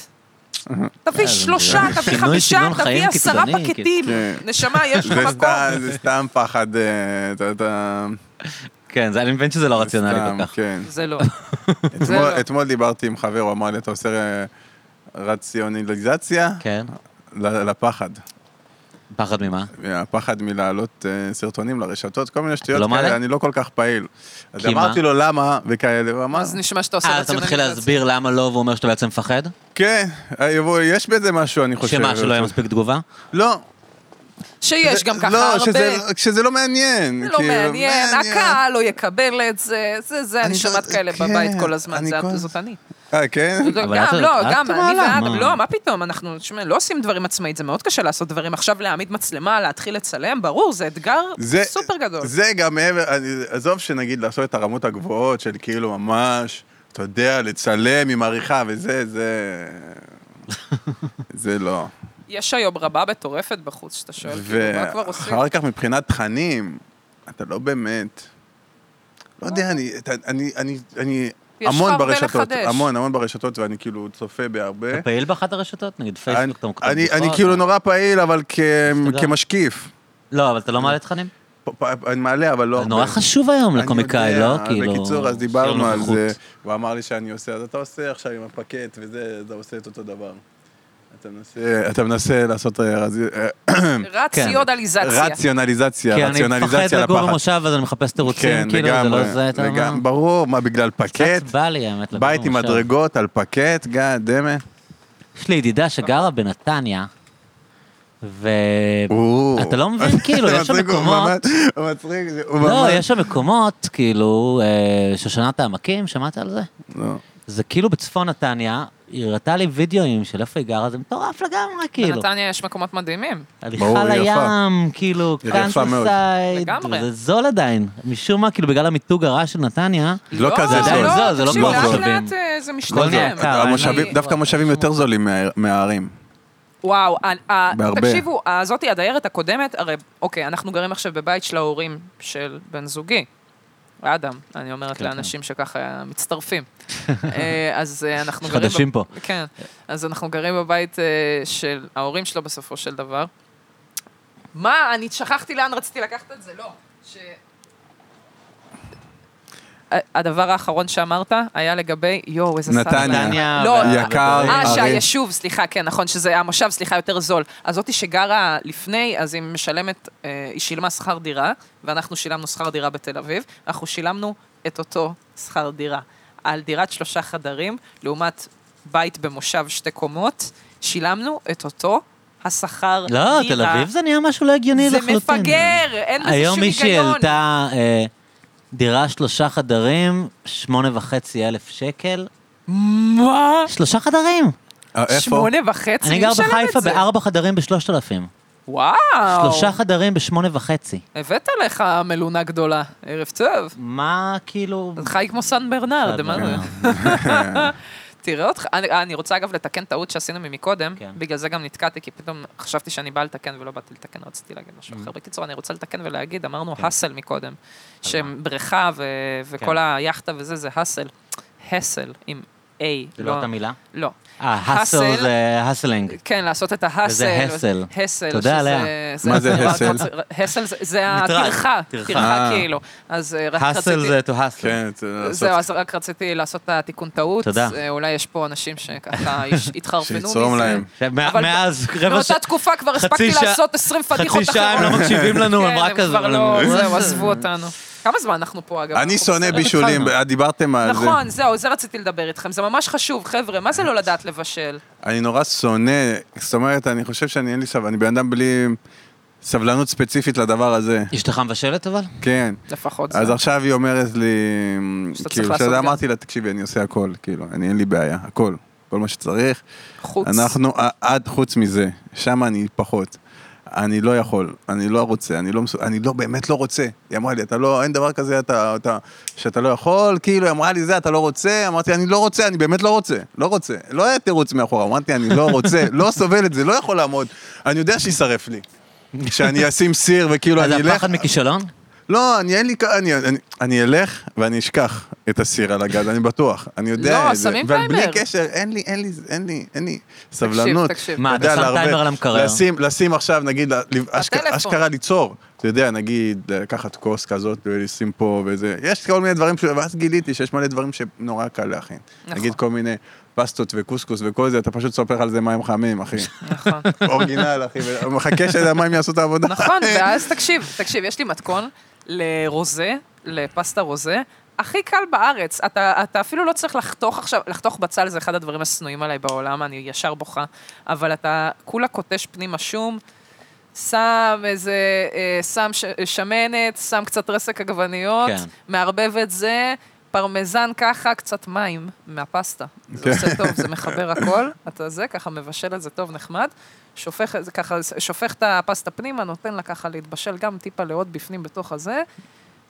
B: אה,
C: תביא
A: זה
C: שלושה,
A: נראה לי
C: תביא
A: שינוי סגנון
C: חמישה, תביא
A: חיים
C: עשרה
A: קיצוני,
C: פקטים.
B: כן.
C: נשמה, יש לך
B: זה
C: מקום.
B: סתם- זה סתם פחד, אה, אתה יודע,
A: כן, זה- אני מבין שזה לא רציונלי
B: סתם,
A: כל כך.
B: כן.
C: זה לא.
B: אתמול-
C: לא.
B: אתמול דיברתי עם חבר, הוא אמר לי, אתה עושה אה, רציונליזציה
A: כן.
B: ל- לפחד.
A: פחד ממה?
B: לא, הפחד מלהעלות אה, סרטונים לרשתות, כל מיני
A: לא
B: שטויות
A: מעלה?
B: כאלה, אני לא כל כך פעיל. אז
A: כי מה?
B: אמרתי לו למה, וכאלה, והוא אמר,
C: אז נשמע שאתה עושה
A: אה, אתה מתחיל
C: רציונליזציה.
A: להסביר למה לא, והוא אומר שאתה בעצם מפחד?
B: כן, אה, יבוא, יש בזה משהו, אני חושב.
A: שמה, שלא יהיה מספיק תגובה?
B: לא.
C: שיש
B: זה-
C: גם ככה
B: לא,
C: הרבה.
B: שזה- שזה לא מעניין.
C: לא
B: כאילו,
C: מעניין, הקהל לא יקבל את זה, זה זה, אני
B: אני
C: שומעת
B: כל-
C: כאלה
B: כן,
C: בבית כל הזמן,
B: אני
C: זה-
B: כל-
C: זאת אני.
B: אה, כן?
A: אבל
C: גם,
A: את-
C: לא,
A: את
C: גם אני
A: מעלה,
C: ואדם,
A: מה?
C: לא, מה פתאום, אנחנו תשמע, לא עושים דברים עצמאית, זה מאוד קשה לעשות דברים. עכשיו להעמיד מצלמה, להתחיל לצלם, ברור, זה אתגר
B: זה-
C: סופר גדול.
B: זה גם מעבר, אני- עזוב שנגיד לעשות את הרמות הגבוהות של כאילו ממש, אתה יודע, לצלם עם עריכה וזה, זה... זה לא.
C: יש היום רבה מטורפת בחוץ, שאתה שואל, כאילו, מה כבר עושים?
B: ואחר כך מבחינת תכנים, אתה לא באמת... לא יודע, אני, אתה- אני, אני, אני
C: יש לך
B: המון
C: הרבה
B: ברשתות,
C: לחדש.
B: המון, המון ברשתות, ואני כאילו צופה בהרבה.
A: אתה פעיל באחת הרשתות? נגיד פייסבוק, אתה מקבל
B: אני,
A: תגובות?
B: אני כאילו נורא פעיל, אבל כ,
A: תודה.
B: כמשקיף.
A: לא, אבל אתה לא מעלה תכנים?
B: פ- פ- אני מעלה, אבל לא...
A: זה
B: הרבה.
A: נורא חשוב היום
B: אני
A: לקומיקאי,
B: יודע,
A: לא?
B: אז
A: כאילו...
B: בקיצור, אז
A: שיהיה
B: דיברנו על
A: נוכחות.
B: זה. הוא אמר לי שאני עושה, אז אתה עושה עכשיו עם הפקט וזה, אתה עושה את אותו דבר. אתה מנסה- אתה מנסה לעשות אה, רז- אה,
A: כן.
C: רציונליזציה.
B: רציונליזציה,
A: כי אני מפחד
B: רציונליזציה
A: לגור
B: לפחד.
A: במושב, אז אני מחפש
B: כן,
A: תירוצים, כאילו, זה
B: לגמרי,
A: לא זה, אתה יודע
B: לגמרי.
A: מה?
B: ברור, מה, בגלל פקט?
A: קצת בא לי, האמת, לגור
B: בית עם
A: במושב.
B: מדרגות על פקט, גאד דמה.
A: יש לי ידידה שגרה בנתניה, ו...
B: או.
A: אתה לא מבין, כאילו, יש שם
B: מצחיק, הוא
A: מקומות...
B: ממש- הוא מצחיק, הוא
A: לא,
B: ממש-
A: יש שם מקומות, כאילו, אה, שושנת העמקים, שמעת על זה?
B: לא.
A: זה כאילו בצפון נתניה, היא הראתה לי וידאוים של איפה היא גרה, זה מטורף לגמרי, כאילו.
C: בנתניה יש מקומות מדהימים.
A: הליכה
B: ברור, היא יפה.
A: לים, כאילו,
B: היא יפה מאוד.
A: קאנטרסייד,
C: לגמרי.
A: זה זול עדיין. משום מה, כאילו, בגלל המיתוג הרע של נתניה,
B: לא כזה
A: זה עדיין
B: זול. כן,
A: זול, זה לא
C: תקשיב,
A: כמו
C: לאט
A: מושבים.
C: לאט אה, זה
A: כל זה
C: משתלם.
A: יקר,
B: לא, המושבים-
A: אני-
B: דווקא המושבים יותר זולים מה- מהערים.
C: וואו, ה- ה-
B: בהרבה.
C: תקשיבו, הזאתי, הדיירת הקודמת, הרי, אוקיי, אנחנו גרים עכשיו בבית של ההורים של בן זוגי. אדם, אני אומרת
A: כן,
C: לאנשים שככה מצטרפים. אה, אז אה, אנחנו
A: יש
C: גרים...
A: חדשים
C: בב-
A: פה.
C: כן. אז אנחנו גרים בבית אה, של ההורים שלו בסופו של דבר. מה, אני שכחתי לאן רציתי לקחת את זה, לא. ש... ה- הדבר האחרון שאמרת היה לגבי, יואו, איזה סתם.
B: נתניה.
A: נתניה...
C: לא,
A: וה-
B: יקר,
A: וה-
C: אה,
B: הרי-
C: שהיישוב, סליחה, כן, נכון, שזה המושב, סליחה, יותר זול. אז זאתי שגרה לפני, אז היא משלמת, אה, היא שילמה שכר דירה, ואנחנו שילמנו שכר דירה בתל אביב, אנחנו שילמנו את אותו שכר דירה. על דירת שלושה חדרים, לעומת בית במושב שתי קומות, שילמנו את אותו השכר דירה.
A: לא, תל אביב זה נהיה משהו לא הגיוני
C: אה, זה
A: לחלוטין.
C: מפגר, אין בזה שום היגיון.
A: היום מישהי העלתה אה, דירה שלושה חדרים, שמונה וחצי אלף שקל.
C: מה?
A: שלושה חדרים!
B: אה, איפה?
C: שמונה וחצי,
A: אני
C: מי
A: גר
C: משלם את
A: בחיפה
C: זה?
A: בארבע חדרים בשלושת אלפים.
C: וואו.
A: שלושה חדרים בשמונה וחצי.
C: הבאת לך מלונה גדולה, ערב טוב.
A: מה כאילו... לא.
C: אתה חי כמו סן ברנרד, מה זה? תראה אותך, אני, אה, אני רוצה אגב לתקן טעות שעשינו ממקודם,
A: כן.
C: בגלל זה גם נתקעתי, כי פתאום חשבתי שאני באה לתקן ולא באתי לתקן, רציתי להגיד משהו
A: Mm-hmm.
C: אחר. בקיצור, אני רוצה לתקן ולהגיד, אמרנו האסל מקודם, שבריכה ו- וכל
A: כן.
C: היאכטה וזה, זה האסל. הסל, עם A.
A: זה לא אותה מילה?
C: לא.
A: אה, האסל
C: האסל.
A: זה האסלינג.
C: כן, לעשות את ההאסל.
A: וזה הסל.
C: הסל.
A: תודה
C: שזה-
A: עליה.
B: מה זה
C: אני רק
B: הסל?
C: רוצה- הסל זה- זה
A: מטרד.
C: הטרחה,
A: טרחה.
C: טרחה
B: אה.
C: כאילו. אז אה, רק
A: האסל
C: רציתי...
A: זה to hustle.
B: כן, זה לעשות-
C: זהו, אז רק רציתי לעשות את התיקון טעות.
A: תודה.
C: אה, אולי יש פה אנשים שככה יש- התחרפנו מזה.
B: שיצרום להם.
A: עכשיו, מא-
C: אבל
A: מאז רבע
C: באותה
A: שעה...
C: תקופה כבר
A: חצי
C: הספקתי
A: שעה-
C: לעשות 20 פדיחות
A: חצי
C: אחרות.
A: שעה הם לא מקשיבים לנו, הם רק
C: כן, הם
A: כזה...
C: כבר לא, זהו, עזבו אותנו. כמה זמן אנחנו פה, אגב?
B: אני
C: אנחנו
B: שונא
C: בסדר?
B: בישולים,
A: התחלנו.
B: דיברתם על זה.
C: נכון, זהו, זה רציתי לדבר איתכם. זה ממש חשוב, חבר'ה, מה זה לא לדעת לבשל?
B: אני נורא שונא, זאת אומרת, אני חושב שאני אין לי סבלנות, אני בן אדם בלי סבלנות ספציפית לדבר הזה.
A: אשתך מבשלת אבל?
B: כן.
C: לפחות זה.
B: אז עכשיו היא אומרת לי,
C: שאתה צריך
B: כאילו,
C: לעשות
B: שזה
C: גם.
B: אמרתי לה, תקשיבי, אני עושה הכל, כאילו, אני אין לי בעיה, הכל, כל מה שצריך.
C: חוץ.
B: אנחנו, ע- עד חוץ מזה, שם אני פחות. אני לא יכול, אני לא רוצה, אני לא, מסו- אני לא באמת לא רוצה. היא אמרה לי, אתה לא, אין דבר כזה, אתה, אתה, שאתה לא יכול, כאילו, היא אמרה לי זה, אתה לא רוצה, אמרתי, אני לא רוצה, אני באמת לא רוצה, לא רוצה. לא היה תירוץ מאחורה, אמרתי, אני לא רוצה, לא סובל את זה, לא יכול לעמוד. אני יודע שישרף לי. שאני אשים סיר וכאילו
A: אז
B: אני אלך...
A: הפחד מכישלון?
B: לא, אני אין לי... כ- אני, אני, אני אלך ואני אשכח. את הסיר על הגז, אני בטוח. אני יודע
C: לא,
B: את זה.
C: שמים
B: אבל בלי
C: טיימר.
B: קשר, אין לי, אין לי, אין לי, אין לי סבלנות.
C: תקשיב.
A: מה, אתה
B: יודע,
A: שם
B: לערבב.
A: טיימר על המקרר.
B: לשים, לשים עכשיו, נגיד, ל- ל- אשכ-
C: בטלפון.
B: אשכרה ליצור. אתה יודע, נגיד, לקחת כוס כזאת ולשים פה וזה. יש כל מיני דברים, ש... ואז גיליתי שיש מלא דברים שנורא קל להכין.
C: נכון.
B: נגיד כל מיני פסטות וקוסקוס וכל זה, אתה פשוט סופר על זה מים חמים, אחי.
C: נכון.
B: אורגינל, אחי, ומחכה שהמים יעשו את העבודה.
C: נכון, ואז תקשיב, תקשיב, יש לי מתכון לרוזה, לפסטה רוזה. הכי קל בארץ, אתה, אתה אפילו לא צריך לחתוך עכשיו, לחתוך בצל זה אחד הדברים השנואים עליי בעולם, אני ישר בוכה, אבל אתה כולה קוטש פנימה שום, שם איזה, אה, שם ש, שמנת, שם קצת רסק עגבניות,
A: כן.
C: כן. מערבב את זה, פרמזן ככה, קצת מים מהפסטה.
B: כן.
C: זה עושה טוב, זה מחבר הכל, אתה זה, ככה מבשל את זה טוב, נחמד. שופך, את זה ככה, שופך את הפסטה פנימה, נותן לה ככה להתבשל גם טיפה לעוד בפנים בתוך הזה.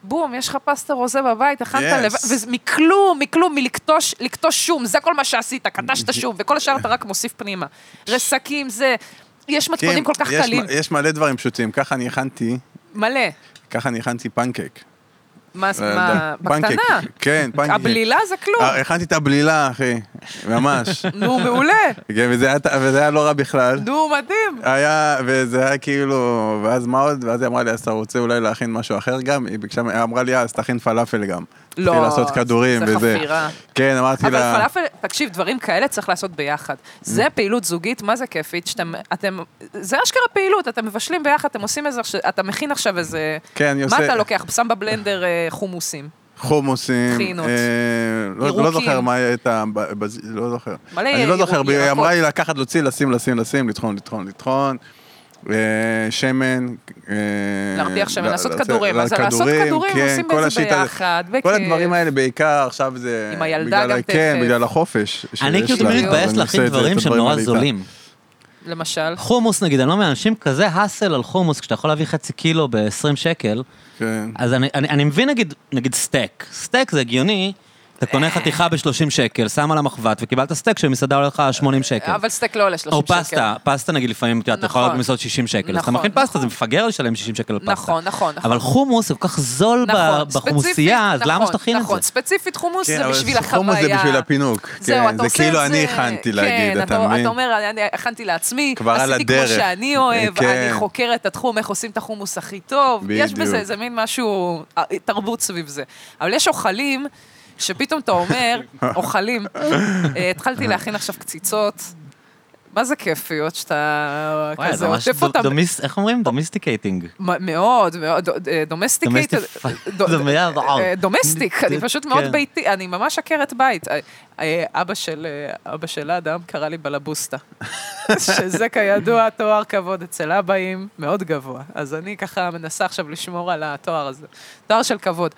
C: בום, יש לך פסטה רוזה בבית, הכנת
B: Yes.
C: לבד, וזה מכלום, מכלום, מלקטוש לקטוש שום, זה כל מה שעשית, קטשת שום, וכל השאר אתה רק מוסיף פנימה. רסקים, זה, יש מתכונים כל כך
B: כן, יש
C: קלים,
B: מ- יש מלא דברים פשוטים, ככה אני הכנתי,
C: מלא.
B: ככה אני הכנתי פנקייק.
C: מה,
B: אה,
C: מה,
B: פנקייק.
C: בקטנה.
B: כן, פנקייק.
C: הבלילה זה כלום.
B: אה, הכנתי את הבלילה, אחי, ממש.
C: נו, מעולה.
B: כן, וזה היה- וזה היה לא רע בכלל.
C: נו, מדהים.
B: היה, וזה היה כאילו, ואז מה עוד? ואז היא אמרה לי, אז אתה רוצה אולי להכין משהו אחר גם? היא ביקשה, היא אמרה לי, "אה, אז תכין פלאפל גם.
C: לא,
B: תתחיל לעשות כדורים
C: זה
B: וזה.
C: חפירה.
B: כן, אמרתי
C: אבל
B: לה...
C: פלאפל, תקשיב, דברים כאלה צריך לעשות ביחד. זה
B: Mm.
C: פעילות זוגית, מה זה כיפית, שאתם, אתם, זה אשכרה פעילות, אתם מבשלים ביחד, אתם עושים איזה, עכשיו- אתה מכין עכשיו איזה,
B: כן, אני
C: מה
B: עושה-
C: אתה לוקח? שם בבלנדר אה, חומוסים.
B: חומוסים,
C: טחינות.
B: אה, לא, לא
C: ירוקים.
B: זוכר מה הייתה, לא זוכר.
C: מלא
B: אני לא
C: ירוק-
B: זוכר, היא
C: ירקות.
B: אמרה לי לקחת, להוציא, לשים, לשים, לשים, לטחון, לטחון, לטחון. אה, שמן, אה,
C: להרתיח שמן,
B: לא,
C: לעשות
B: לעשות-
C: כדורים, אז
B: לעשות
C: לעשות כדורים,
B: כן,
C: עושים
B: כל
C: בזה
B: השיטה הזאת.
C: ביחד,
B: כל
C: בכיף.
B: הדברים האלה בעיקר עכשיו זה...
C: עם הילדה
B: בגלל
C: גם
B: ה- כן,
C: תכף.
B: בגלל החופש.
A: אני
B: שיש
A: כאילו
B: לה,
A: תמיד
B: אז
A: מתבאס
B: אני עושה
A: להכין
B: את זה, את
A: דברים שהם
B: הדברים
A: נורא
B: האלה איתה.
A: זולים.
C: למשל.
A: חומוס נגיד, אני לא מאנשים כזה האסל על חומוס, כשאתה יכול להביא חצי קילו ב-20 שקל,
B: כן.
A: אז אני, אני, אני מבין נגיד, נגיד סטייק. סטייק זה הגיוני, אתה
C: אה.
A: קונה חתיכה ב-30 שקל, שם על המחבת וקיבלת סטייק שמסעדה עולה לך 80
B: כן.
A: שקל.
C: אבל סטייק לא עולה 30 שקל.
A: או פסטה, פסטה נגיד לפעמים, אתה יודע, אתה יכול
C: נכון.
A: לעלות במסעוד 60 שקל. אז אתה
C: נכון,
A: מכין פסטה,
C: נכון.
A: זה מפגר לשלם 60 שקל על פסטה.
C: נכון, נכון, נכון.
A: אבל חומוס זה כל כך זול ב-
C: נכון,
A: בחומוסייה, אז
C: ספציפית,
A: למה
C: נכון,
A: שתכין את זה?
C: נכון, ספציפית חומוס
B: כן,
C: זה
B: אבל
C: בשביל החוויה.
B: חומוס זה בשביל הפינוק.
C: זהו,
B: כן,
C: אתה
B: זה
C: עושה
B: כאילו
C: את
B: אני הכנתי להגיד,
C: כן,
B: אתה מבין?
C: אתה אומר, "אני- אני הכנתי לעצמי,
B: כבר על
C: עשיתי כמו
B: הדרך.
C: שאני אוהב,
B: כן.
C: אני חוקר את התחום, איך עושים את החומוס הכי טוב. יש
B: בדיוק.
C: בזה איזה מין משהו, אה, תרבות סביב זה. אבל יש אוכלים, שפתאום אתה אומר, אוכלים, אה, התחלתי להכין עכשיו קציצות. מה זה כיפיות שאתה
A: וואי,
C: כזה
A: זה ממש
C: עוטף
A: דו-
C: אותם
A: דומיס- איך אומרים? דומיסטיקייטינג.
C: מ- מאוד, מאוד, אה, דומסטיקייט.
A: Domestic- זה מילה רעה.
C: דומסטיק, אה, אני פשוט מאוד
A: כן.
C: ביתי, אני ממש עקרת בית. אה, אה, אבא של, אה, אבא של אדם קרא לי בלבוסטה. שזה כידוע תואר כבוד אצל אבאים, מאוד גבוה. אז אני ככה מנסה עכשיו לשמור על התואר הזה. תואר של כבוד.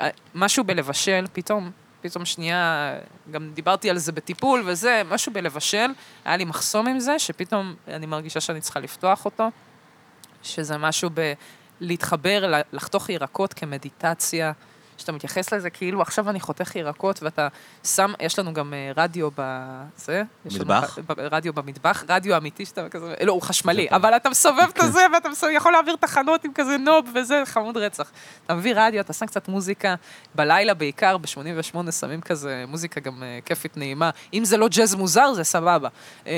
C: אה, משהו בלבשל, פתאום, פתאום שנייה, גם דיברתי על זה בטיפול וזה, משהו בלבשל, היה לי מחסום עם זה, שפתאום אני מרגישה שאני צריכה לפתוח אותו. שזה משהו ב... להתחבר, ל- לחתוך ירקות כמדיטציה, שאתה מתייחס לזה כאילו עכשיו אני חותך ירקות ואתה שם, יש לנו גם אה, רדיו בזה. יש לנו
A: מטבח?
C: ב- ב- רדיו במטבח, רדיו אמיתי שאתה כזה, לא, הוא חשמלי, אבל אתה מסובב את זה ואתה מסובב, יכול להעביר תחנות עם כזה נוב וזה, חמוד רצח. אתה מביא רדיו, אתה שם קצת מוזיקה, בלילה בעיקר, ב-88 שמים כזה מוזיקה גם אה, כיפית נעימה. אם זה לא ג'אז מוזר, זה סבבה. אה,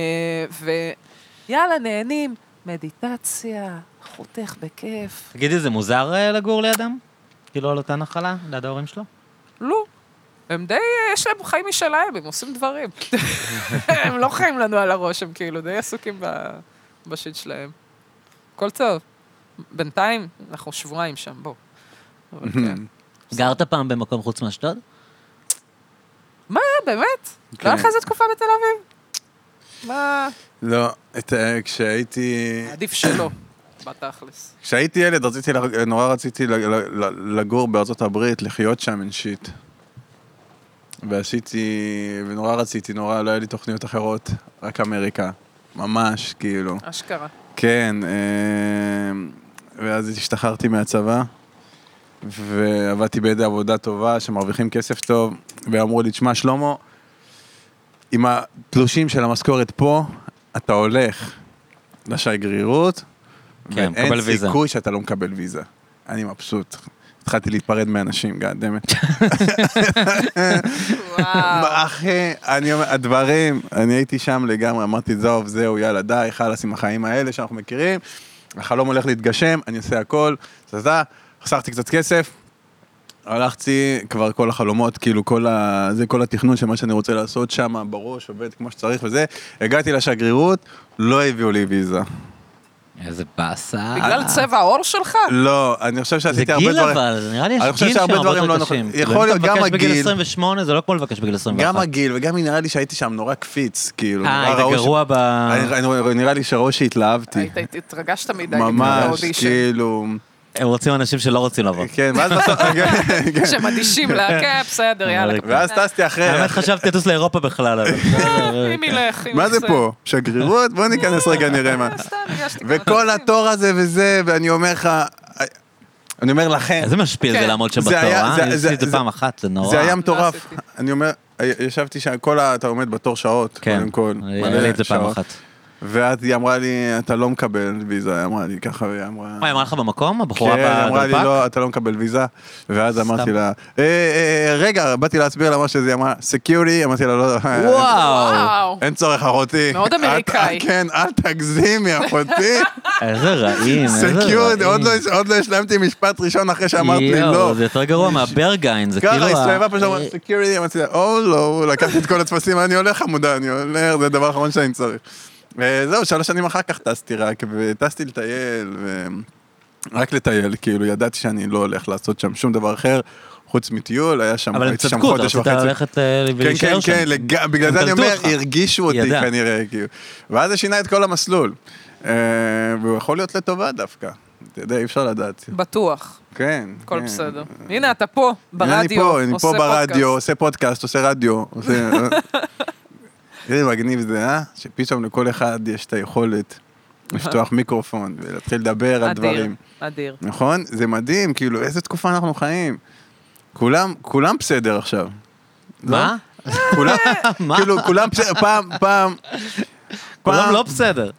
C: ויאללה, נהנים, מדיטציה, חותך בכיף.
A: תגידי, זה מוזר אה, לגור לידם? כאילו על אותה נחלה, ליד ההורים שלו?
C: לא. הם די, אה, יש להם חיים משלהם, הם עושים דברים. הם לא חיים לנו על הראש, הם כאילו די עסוקים ב- בשיט שלהם. הכל טוב. בינתיים, אנחנו שבועיים שם, בוא. אבל כן.
A: גרת פעם במקום חוץ מאשדוד?
C: מה, באמת?
B: כן.
C: לא היה לך איזה תקופה בתל אביב? מה?
B: לא, את, אה, כשהייתי...
C: עדיף שלא, בתכלס.
B: כשהייתי ילד, רציתי, לג- נורא רציתי לג- ל- לגור בארצות הברית, לחיות שם אין שיט. ועשיתי, ונורא רציתי, נורא, לא היה לי תוכניות אחרות, רק אמריקה. ממש, כאילו.
C: אשכרה.
B: כן, אה, ואז השתחררתי מהצבא, ועבדתי באיזה עבודה טובה, שמרוויחים כסף טוב, ואמרו לי, תשמע, שלמה, עם התלושים של המשכורת פה, אתה הולך לשגרירות,
A: כן,
B: ואין
A: מקבל כן, ויזה.
B: סיכוי שאתה לא מקבל ויזה. אני מבסוט. התחלתי להתפרד מאנשים, גאדמת.
C: וואו.
B: אחי, אני אומר, הדברים, אני הייתי שם לגמרי, אמרתי, זהו, זהו, יאללה, די, חלאס עם החיים האלה שאנחנו מכירים, החלום הולך להתגשם, אני עושה הכל, זזה, חסכתי קצת כסף, הלכתי, כבר כל החלומות, כאילו כל ה... זה כל התכנון של מה שאני רוצה לעשות שם, בראש, עובד כמו שצריך וזה. הגעתי לשגרירות, לא הביאו לי ויזה.
A: איזה באסה.
C: בגלל צבע העור שלך?
B: לא, אני חושב
A: זה
B: שעשיתי הרבה
A: גיל
B: דברים...
A: אבל, זה נראה לי
B: אני
A: יש
B: חושב
A: גיל שהם
B: שהרבה
A: הרבה
B: דברים לא
A: יותר
B: נכון.
A: קשים.
B: יכול להיות, גם
A: אם אתה מבקש בגיל
B: הגיל.
A: 28, זה לא כמו לבקש בגיל 21.
B: גם הגיל, וגם נראה לי שהייתי שם נורא קפיץ, כאילו. נורא
A: אה, היית
B: ראו ש-
A: גרוע אה. ב...
B: אני- אני- נראה לי שראו שהתלהבתי.
C: היית התרגשת מדי. לקראת
B: ממש,
C: האודישן.
B: כאילו...
A: הם רוצים אנשים שלא רוצים לבוא.
B: כן, ואז בסוף... כן, כן.
C: שמדישים לה, כן, בסדר, יאללה.
B: ואז טסתי אחרי...
A: האמת חשבתי לטוס לאירופה בכלל. אבל- לא,
C: אם לא- ילך, אם
B: מה זה
C: יעשה.
B: פה? שגרירות? בוא ניכנס רגע נראה מה.
C: אה, סתם הגשתי כמה
B: וכל
C: דפים.
B: התור הזה וזה, ואני אומר לך... אני אומר לכם,
A: איזה משפיל זה
C: כן.
A: לעמוד שם
B: זה
A: בתור,
B: היה-
A: אה?
B: זה-
A: אני
B: זה-
A: עשיתי את זה
B: זה-
A: פעם אחת, זה נורא.
B: זה היה מטורף.
C: עשיתי.
B: אני אומר, ישבתי שם, כל ה... אתה עומד בתור שעות,
A: כן,
B: קודם כל.
A: היה
B: מלא
A: לי את זה פעם
B: שעות.
A: אחת.
B: ואז היא אמרה לי, אתה לא מקבל ויזה, היא אמרה לי ככה, והיא אמרה...
A: מה, היא אמרה לך במקום? הבחורה
B: כן, היא אמרה לי,
A: בדלפק?
B: לא, אתה לא מקבל ויזה. ואז
A: סתם.
B: אמרתי לה, "אה, אה, אה, רגע, באתי להסביר לה מה שזה, היא אמרה, סקיורי, אמרתי לה, לא,
A: וואו!
C: וואו.
B: אין צורך אחותי.
C: מאוד
B: את-
C: אמריקאי.
B: כן, אל תגזימי אחותי.
A: איזה רעים, איזה רעים.
B: סקיורי, עוד לא- עוד לא השלמתי משפט ראשון אחרי שאמרת לי
A: אה, יואו,
B: לא.
A: זה יותר גרוע מהברגיין, זה כאילו...
B: ככה
A: ה-
B: הסתובבה פה שאמרה, סקיורי, אמרתי "כן, לה, או לא, לקחתי את כל הטפסים, אני הולך חמודה, אני הולך, זה הדבר האחרון שאני צריך. וזהו, שלוש שנים אחר כך טסתי רק, וטסתי לטייל, ו... רק לטייל, כאילו, ידעתי שאני לא הולך לעשות שם שום דבר אחר, חוץ מטיול, היה שם,
A: אבל הם
B: הייתי שם
A: צדקו, אתה
B: חודש
A: רצית
B: וחצי.
A: ללכת אה,
B: כן, כן,
A: ולהישאר שם.
B: כן, לג... בגלל
A: הם
B: זה אני
A: קלטו
B: אומר,
A: אותך.
B: הרגישו אותי
A: ידע.
B: כנראה, כאילו. ואז זה שינה את כל המסלול. אה, והוא יכול להיות לטובה דווקא. אתה יודע, אי אפשר לדעת.
C: בטוח,
B: כן.
C: הכל
B: כן.
C: בסדר. הנה, אתה פה, ברדיו,
B: הנה אני פה, אני
C: עושה
B: פה ברדיו,
C: פודקאסט.
B: עושה פודקאסט, עושה רדיו. עושה- אה. איזה מגניב זה, אה? שפתאום לכל אחד יש את היכולת לפתוח מיקרופון ולהתחיל לדבר על דברים.
C: אדיר, אדיר.
B: נכון? זה מדהים, כאילו, איזה תקופה אנחנו חיים. כולם, כולם בסדר עכשיו. לא?
A: מה?
B: כולם,
A: מה?
B: כאילו, כולם בסדר, פעם, פעם,
A: כולם
B: פעם-
A: לא בסדר.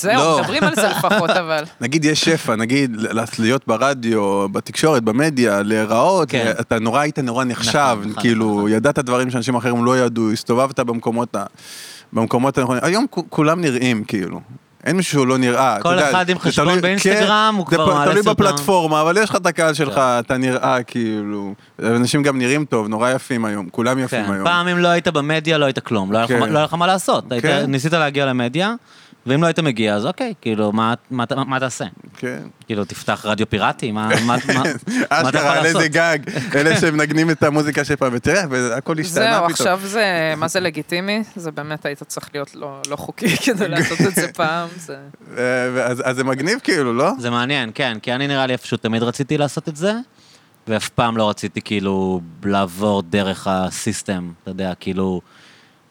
C: זהו,
B: לא.
C: מדברים על זה לפחות, אבל.
B: נגיד יש שפע, נגיד ל- להיות ברדיו, בתקשורת, במדיה, להיראות,
A: כן.
B: אתה נורא היית נורא נחשב,
A: נכון,
B: כאילו, ידעת דברים שאנשים אחרים לא ידעו, הסתובבת במקומות ה- במקומות הנכונים, היום כ- כולם נראים, כאילו. אין מישהו שהוא לא נראה. אתה
A: כל
B: יודע,
A: אחד עם
B: זה
A: חשבון
B: תלוי- כן,
A: באינסטגרם, הוא
B: זה
A: כבר
B: פ-
A: מעלה
B: תלוי
A: סרטון. כן.
B: בפלטפורמה, אבל יש לך את הקהל שלך, אתה נראה כאילו... אנשים גם נראים טוב, נורא יפים היום, כולם יפים
A: כן,
B: היום.
A: פעם אם לא היית במדיה, לא היית כלום. לא היה לך
B: כן.
A: מה- לא היה לך מה לעשות. היית-
B: כן.
A: ניסית להגיע למדיה, ואם לא היית מגיע, אז אוקיי, כאילו, מה- מה אתה- מה תעשה?
B: כן.
A: כאילו, תפתח רדיו פיראטי? מה מה- מה- מה אתה יכול
B: אשכרה, על
A: לעשות?
B: איזה גג, אלה שמנגנים את המוזיקה של פעם, ותראה, והכל השתנה פתאום.
C: זהו, עכשיו זה, מה זה לגיטימי? זה באמת היית צריך להיות לא לא חוקי כדי לעשות את זה פעם. זה-
B: אה, ואז- אז זה מגניב כאילו, לא?
A: זה מעניין, כן, כי אני נראה לי איפשהו תמיד רציתי לעשות את זה, ואף פעם לא רציתי כאילו לעבור דרך הסיסטם, אתה יודע, כאילו,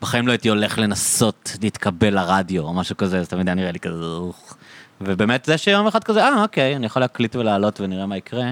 A: בחיים לא הייתי הולך לנסות להתקבל לרדיו או משהו כזה, זה תמיד היה נראה לי כזה... "אוח". ובאמת זה שיום אחד כזה, אה, אוקיי, אני יכול להקליט ולעלות ונראה מה יקרה.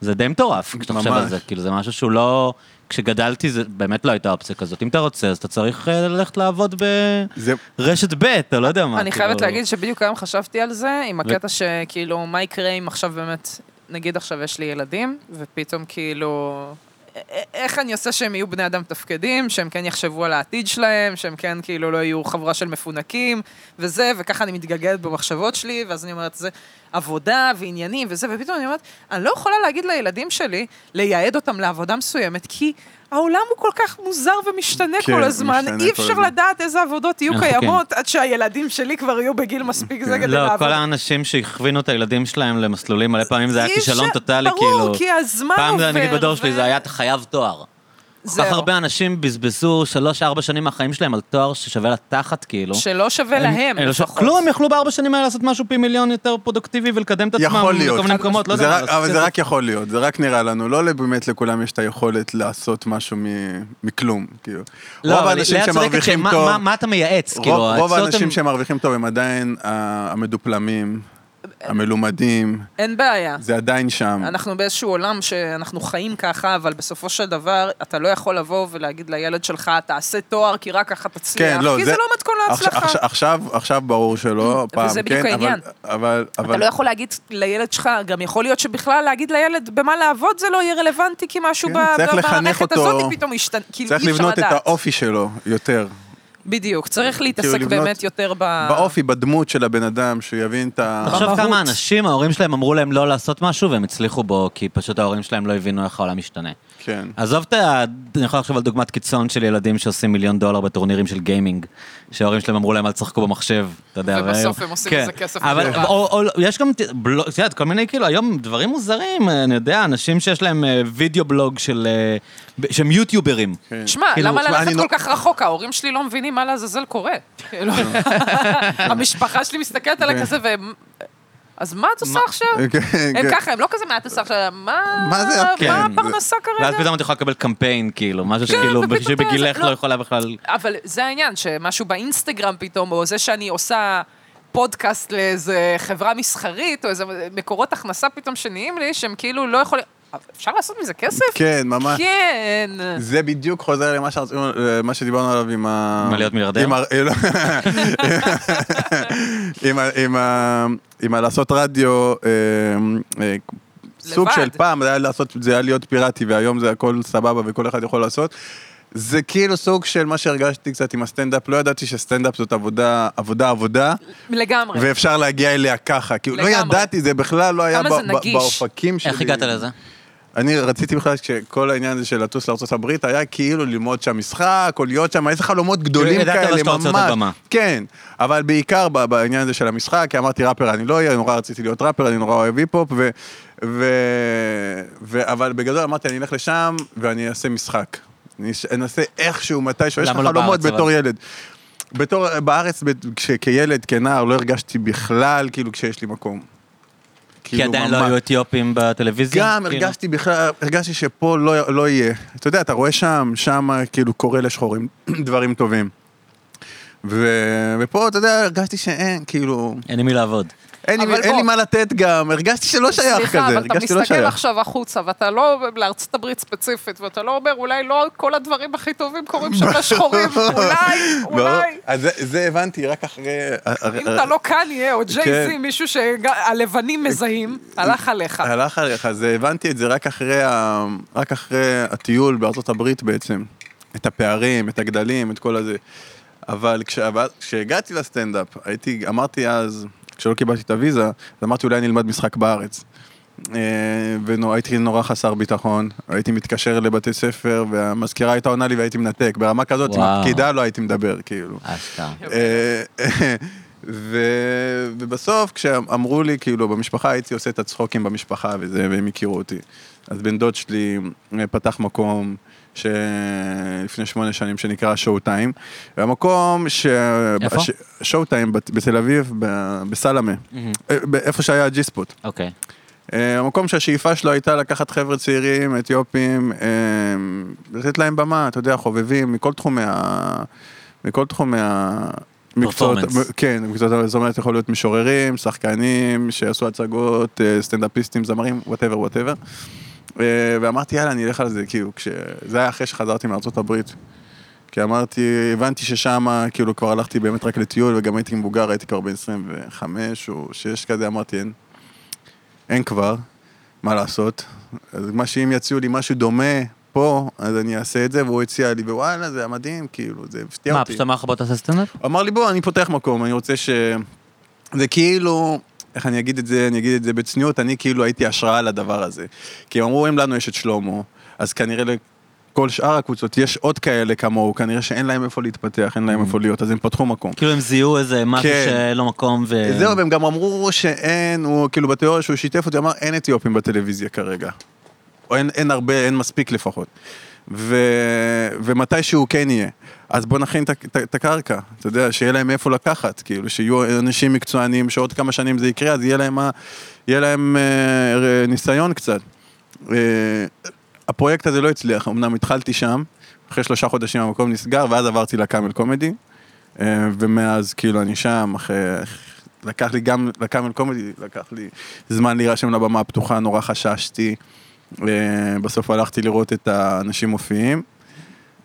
A: זה די מטורף, כשאתה חושב על
B: ממש.
A: זה, כאילו זה משהו שהוא לא... כשגדלתי זה באמת לא הייתה אופציה כזאת. אם אתה רוצה, אז אתה צריך אה, ללכת לעבוד לא
B: זה-
A: ברשת ב', אתה לא יודע מה.
C: אני
A: כאילו.
C: חייבת להגיד שבדיוק היום חשבתי על זה, עם
A: ו-
C: הקטע שכאילו, מה יקרה אם עכשיו באמת, נגיד עכשיו יש לי ילדים, ופתאום כאילו... א- א- איך אני עושה שהם יהיו בני אדם מתפקדים, שהם כן יחשבו על העתיד שלהם, שהם כן כאילו לא יהיו חבורה של מפונקים, וזה, וככה אני מתגלגלת במחשבות שלי, ואז אני אומרת, זה עבודה ועניינים וזה, ופתאום אני אומרת, אני לא יכולה להגיד לילדים שלי, לייעד אותם לעבודה מסוימת, כי העולם הוא כל כך מוזר ומשתנה
B: כן,
C: כל הזמן,
B: משתנה
C: אי
B: כל
C: אפשר
B: הזמן.
C: לדעת איזה עבודות יהיו
A: אנחנו כן.
C: קיימות, עד שהילדים שלי כבר יהיו בגיל
B: כן.
C: מספיק זה כדי
A: לא,
C: לעבוד.
A: כל האנשים שהכווינו את הילדים שלהם למסלולים, מלא פעמים זה היה
C: אי
A: כישלון
C: אפשר-
A: טוטאלי,
C: ברור,
A: כאילו.
C: כי הזמן
A: פעם,
C: עובר.
A: נגיד, בדור שלי
C: ו-
A: זה היה, אתה חייב תואר. כל
C: זהו.
A: כך הרבה אנשים בזבזו שלוש-ארבע שנים מהחיים שלהם על תואר ששווה לתחת, כאילו.
C: שלא שווה
A: הם-
C: להם.
A: הם לא שווה
C: לפחות.
A: כלום, הם יכלו בארבע שנים האלה לעשות משהו פי מיליון יותר פרודוקטיבי ולקדם את עצמם.
B: יכול להיות.
A: לכל מיני מקומות, לא
B: זה
A: יודע מה
B: רק-
A: לעשות.
B: אבל זה רק יכול להיות, זה רק נראה לנו, לא באמת לכולם יש את היכולת לעשות משהו מ- מכלום, כאילו.
A: לא,
B: רוב
A: אבל
B: האנשים
A: לאה צודקת
B: שמרוויחים
A: שמה-
B: טוב,
A: מה- מה אתה מייעץ?
B: רוב-
A: כאילו,
B: רוב
A: העצות
B: האנשים
A: הם-
B: שמרוויחים טוב הם עדיין ה- המדופלמים. המלומדים,
C: אין בעיה.
B: זה עדיין שם.
C: אנחנו באיזשהו עולם שאנחנו חיים ככה, אבל בסופו של דבר, אתה לא יכול לבוא ולהגיד לילד שלך, תעשה תואר כי רק ככה תצליח,
B: כן, לא,
C: כי
B: זה-
C: זה לא מתכון
B: עכשיו-
C: להצלחה.
B: עכשיו- עכשיו, עכשיו ברור שלא, פעם,
C: וזה בדיוק
B: כן, אבל-
C: העניין.
B: אבל,
C: אתה
B: אבל,
C: לא יכול להגיד לילד שלך, גם יכול להיות שבכלל להגיד לילד במה לעבוד זה לא יהיה רלוונטי, כי משהו
B: כן,
C: ב-
B: צריך
C: ב-
B: לחנך
C: במערכת
B: אותו.
C: הזאת פתאום השתנה, כאילו
B: צריך
C: אי אפשר
B: לבנות את
C: לדעת.
B: האופי שלו יותר.
C: בדיוק, צריך להתעסק
B: כאילו לבנות-
C: באמת יותר ב...
B: באופי, בדמות של הבן אדם, שיבין את ה...
A: תחשוב
C: במהות.
A: כמה אנשים, ההורים שלהם אמרו להם לא לעשות משהו, והם הצליחו בו, כי פשוט ההורים שלהם לא הבינו איך העולם משתנה.
B: כן.
A: עזוב את ה... אני יכול לחשוב על דוגמת קיצון של ילדים שעושים מיליון דולר בטורנירים של גיימינג, שההורים שלהם אמרו להם אל תשחקו במחשב, אתה יודע.
C: ובסוף
A: והם-
C: הם עושים
A: כן.
C: מזה כסף
A: אבל
C: מטורף.
A: או- או- יש גם, ת- בלוג- את יודעת, כל מיני כאילו, היום דברים מוזרים, אני יודע, אנשים שיש להם אה, וידאו בלוג של... אה, ב- שהם יוטיוברים.
B: כן.
C: שמע,
A: כאילו,
C: למה
A: שמע,
C: ללכת
B: אני
C: כל
B: לא-
C: כך רחוק? ההורים שלי לא מבינים מה לעזאזל קורה. כאילו, המשפחה שלי מסתכלת עליי
B: כן.
C: כזה, והם... אז מה את עושה עכשיו?
B: כן,
C: הם
B: כן.
C: ככה, הם לא כזה מה את עושה עכשיו, מה...
B: מה זה, כן,
C: מה
A: זה-
C: הפרנסה
A: ואז
C: כרגע?
A: פתאום את יכולה לקבל קמפיין, כאילו, משהו
C: כן,
A: שכאילו,
C: ופתאום אתה-
A: שבגילך
C: לא.
A: לא יכולה בכלל...
C: אבל זה העניין, שמשהו באינסטגרם פתאום, או זה שאני עושה פודקאסט לאיזה חברה מסחרית, או איזה מקורות הכנסה פתאום שנהיים לי, שהם כאילו לא יכולים... אפשר לעשות מזה כסף?
B: כן, ממש.
C: כן.
B: זה בדיוק חוזר למה שרצינו, למה שדיברנו עליו עם ה...
A: מה, להיות מיליארדר?
B: עם ה... לא. עם ה- עם ה... עם ה... לעשות רדיו, אה, אה, סוג
C: לבד.
B: של פעם, זה היה לעשות, זה היה להיות פיראטי, והיום זה הכל סבבה וכל אחד יכול לעשות. זה כאילו סוג של מה שהרגשתי קצת עם הסטנדאפ, לא ידעתי שסטנדאפ זאת עבודה, עבודה, עבודה,
C: לגמרי.
B: ואפשר להגיע אליה ככה. כאילו, לא
C: לא. לגמרי.
B: ידעתי, זה בכלל לא היה
C: כמה זה
B: ב- ב-
C: נגיש.
B: באופקים שלי.
A: איך הגעת לזה?
B: כאילו, אני רציתי בכלל שכל העניין הזה של לטוס לארה"ב היה כאילו ללמוד שם משחק, או להיות שם, איזה חלומות גדולים
A: ידעת אבל
B: כאלה,
A: שאתה רוצה להיות בבמה.
B: כן, אבל בעיקר ב- בעניין הזה של המשחק, כי אמרתי ראפר אני לא אהיה, נורא רציתי להיות ראפר, אני נורא אוהב היפ-הופ, ו... ו... ו... אבל בגדול אמרתי, אני אלך לשם ואני אעשה משחק. אני אש- אנסה איכשהו, מתישהו, יש לך
A: למה לא
B: חלומות
A: בארץ, אבל?
B: בתור ילד. בתור, בארץ, ב- כש- כילד, כנער, לא הרגשתי בכלל, כאילו, כשיש לי מקום.
A: כי
B: כאילו,
A: עדיין לא
B: ממש.
A: היו אתיופים
C: כן,
A: בטלוויזיה?
B: גם
A: כאילו?
B: הרגשתי בכלל, הרגשתי שפה לא, לא יהיה. אתה יודע, אתה רואה שם, שם כאילו קורה לשחורים דברים טובים. ו... ופה, אתה יודע, הרגשתי שאין, כאילו,
A: אין עם מי לעבוד.
B: אין, לי,
C: אבל
B: אין
C: בוא.
B: לי מה לתת גם, הרגשתי שלא שייך
C: סליחה,
B: כזה,
C: אבל אתה
B: הרגשתי לא
C: מסתכל
B: שייך.
C: עכשיו החוצה, ואתה לא לארצות הברית ספציפית, ואתה לא אומר, אולי לא כל הדברים הכי טובים קורים שם לשחורים,
B: לא.
C: אולי, אולי.
B: אז זה, זה הבנתי רק אחרי...
C: אם אתה לא קניה או ג'יי זי,
B: אה, כן. אה,
C: מישהו שהלבנים מזהים, הלך עליך.
B: הלך עליך, אז הבנתי את זה רק אחרי, ה... רק אחרי הטיול בארצות הברית בעצם. את הפערים, את הגדלים, את כל הזה. אבל כש... אבל כשהגעתי לסטנדאפ, הייתי, אמרתי אז, כשלא קיבלתי את הוויזה, אז אמרתי אולי אני אלמד משחק בארץ. והייתי נורא חסר ביטחון, הייתי מתקשר לבתי ספר, והמזכירה הייתה עונה לי והייתי מנתק. ברמה כזאת, עם
A: וואו.
B: הפקידה לא הייתי מדבר, כאילו.
A: אשכרה.
B: אה, ו... ובסוף, כשאמרו לי, כאילו, במשפחה, הייתי עושה את הצחוקים במשפחה וזה, והם הכירו אותי. אז בן דוד שלי אה, פתח מקום שלפני שמונה שנים, שנקרא שואו טיים. והמקום ש...
A: איפה?
B: ש... שואו טיים בת- בתל אביב, ב... בסלמה. אה, איפה שהיה הג'י ספוט.
A: אוקיי.
B: אה, המקום שהשאיפה שלו הייתה לקחת חבר'ה צעירים, אתיופים, אה, לתת להם במה, אתה יודע, חובבים, מכל תחומי ה... מכל תחומי ה... מקצועות,
A: Performance.
B: מ- כן, מקצועות, זאת אומרת, יכול להיות משוררים, שחקנים, שיעשו הצגות, אה, סטנדאפיסטים, זמרים, וואטאבר, וואטאבר. ואמרתי, יאללה, אני אלך על זה, כאילו, כש... זה היה אחרי שחזרתי מארצות הברית. כי אמרתי, הבנתי ששם, כאילו, כבר הלכתי באמת רק לטיול, וגם הייתי מבוגר, הייתי כבר בן 25 או 6 כזה, אמרתי, אין, אין כבר, מה לעשות. אז מה שאם יציעו לי משהו דומה פה, אז אני אעשה את זה, והוא הציע לי, ווואלה, זה היה מדהים, כאילו, זה הפתיע
A: מה,
B: אותי.
A: פשוט אמר לך בוא תעשה סטנדאפ?
B: הוא אמר לי, בוא, אני פותח מקום, אני רוצה ש... זה כאילו, איך אני אגיד את זה, אני אגיד את זה בצניעות, אני כאילו הייתי השראה לדבר הזה. כי הם אמרו, אם לנו יש את שלמה, אז כנראה לכל שאר הקבוצות יש עוד כאלה כמוהו, כנראה שאין להם איפה להתפתח, אין להם איפה להיות, אז הם פתחו מקום.
A: כאילו הם זיהו איזה משהו
B: כן.
A: שלא מקום ו...
B: זהו, והם גם אמרו שאין, הוא כאילו בתיאוריה שהוא שיתף אותי, אמר אין אתיופים בטלוויזיה כרגע. או אין, אין הרבה, אין מספיק לפחות. ו... ומתי שהוא כן יהיה. אז בוא נכין את ה- את ה- את הקרקע, אתה יודע, שיהיה להם איפה לקחת, כאילו, שיהיו אנשים מקצוענים, שעוד כמה שנים זה יקרה, אז יהיה להם, ה- יהיה להם אה, ניסיון קצת. אה, הפרויקט הזה לא הצליח, אמנם התחלתי שם, אחרי שלושה חודשים המקום נסגר, ואז עברתי לקאמל קומדי, אה, ומאז כאילו אני שם, אחרי לקח לי גם, לקאמל קומדי, לקח לי זמן להירשם לבמה הפתוחה, נורא חששתי. אה, בסוף הלכתי לראות את האנשים מופיעים.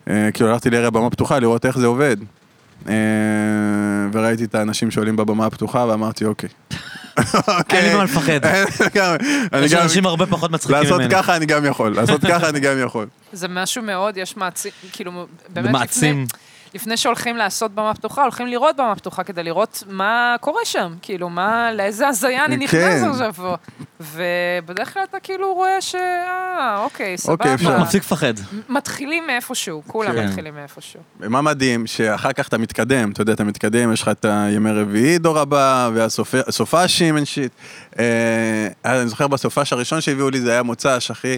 B: אה, כאילו הלכתי לערב במה פתוחה לראות איך זה עובד. אה, וראיתי את האנשים שעולים בבמה הפתוחה ואמרתי אוקיי.
A: אין לי מה לפחד.
B: לגמרי. אני
A: יש
B: גם-
A: אנשים הרבה פחות מצחיקים
B: לעשות
A: ממנו.
B: ככה אני גם יכול, לעשות ככה אני גם יכול.
C: זה משהו מאוד, יש מעצים, כאילו, באמת
A: מעצים.
C: לפני, לפני שהולכים לעשות במה פתוחה, הולכים לראות במה פתוחה כדי לראות מה קורה שם, כאילו, מה, לאיזה הזיה אני נכנס
B: כן.
C: עכשיו פה. ובדרך כלל אתה כאילו רואה ש... אה, אוקיי, סבבה.
B: אוקיי, אפשר.
A: מפסיק לפחד.
C: מתחילים מאיפשהו, כולם
A: כן.
C: מתחילים מאיפשהו.
B: מה מדהים, שאחר כך אתה מתקדם, אתה יודע, אתה מתקדם, יש לך את הימי רביעי דור הבא, והסופאשים אין שיט. אה, אני זוכר בסופאש הראשון שהביאו לי, זה היה מוצ"ש, אחי,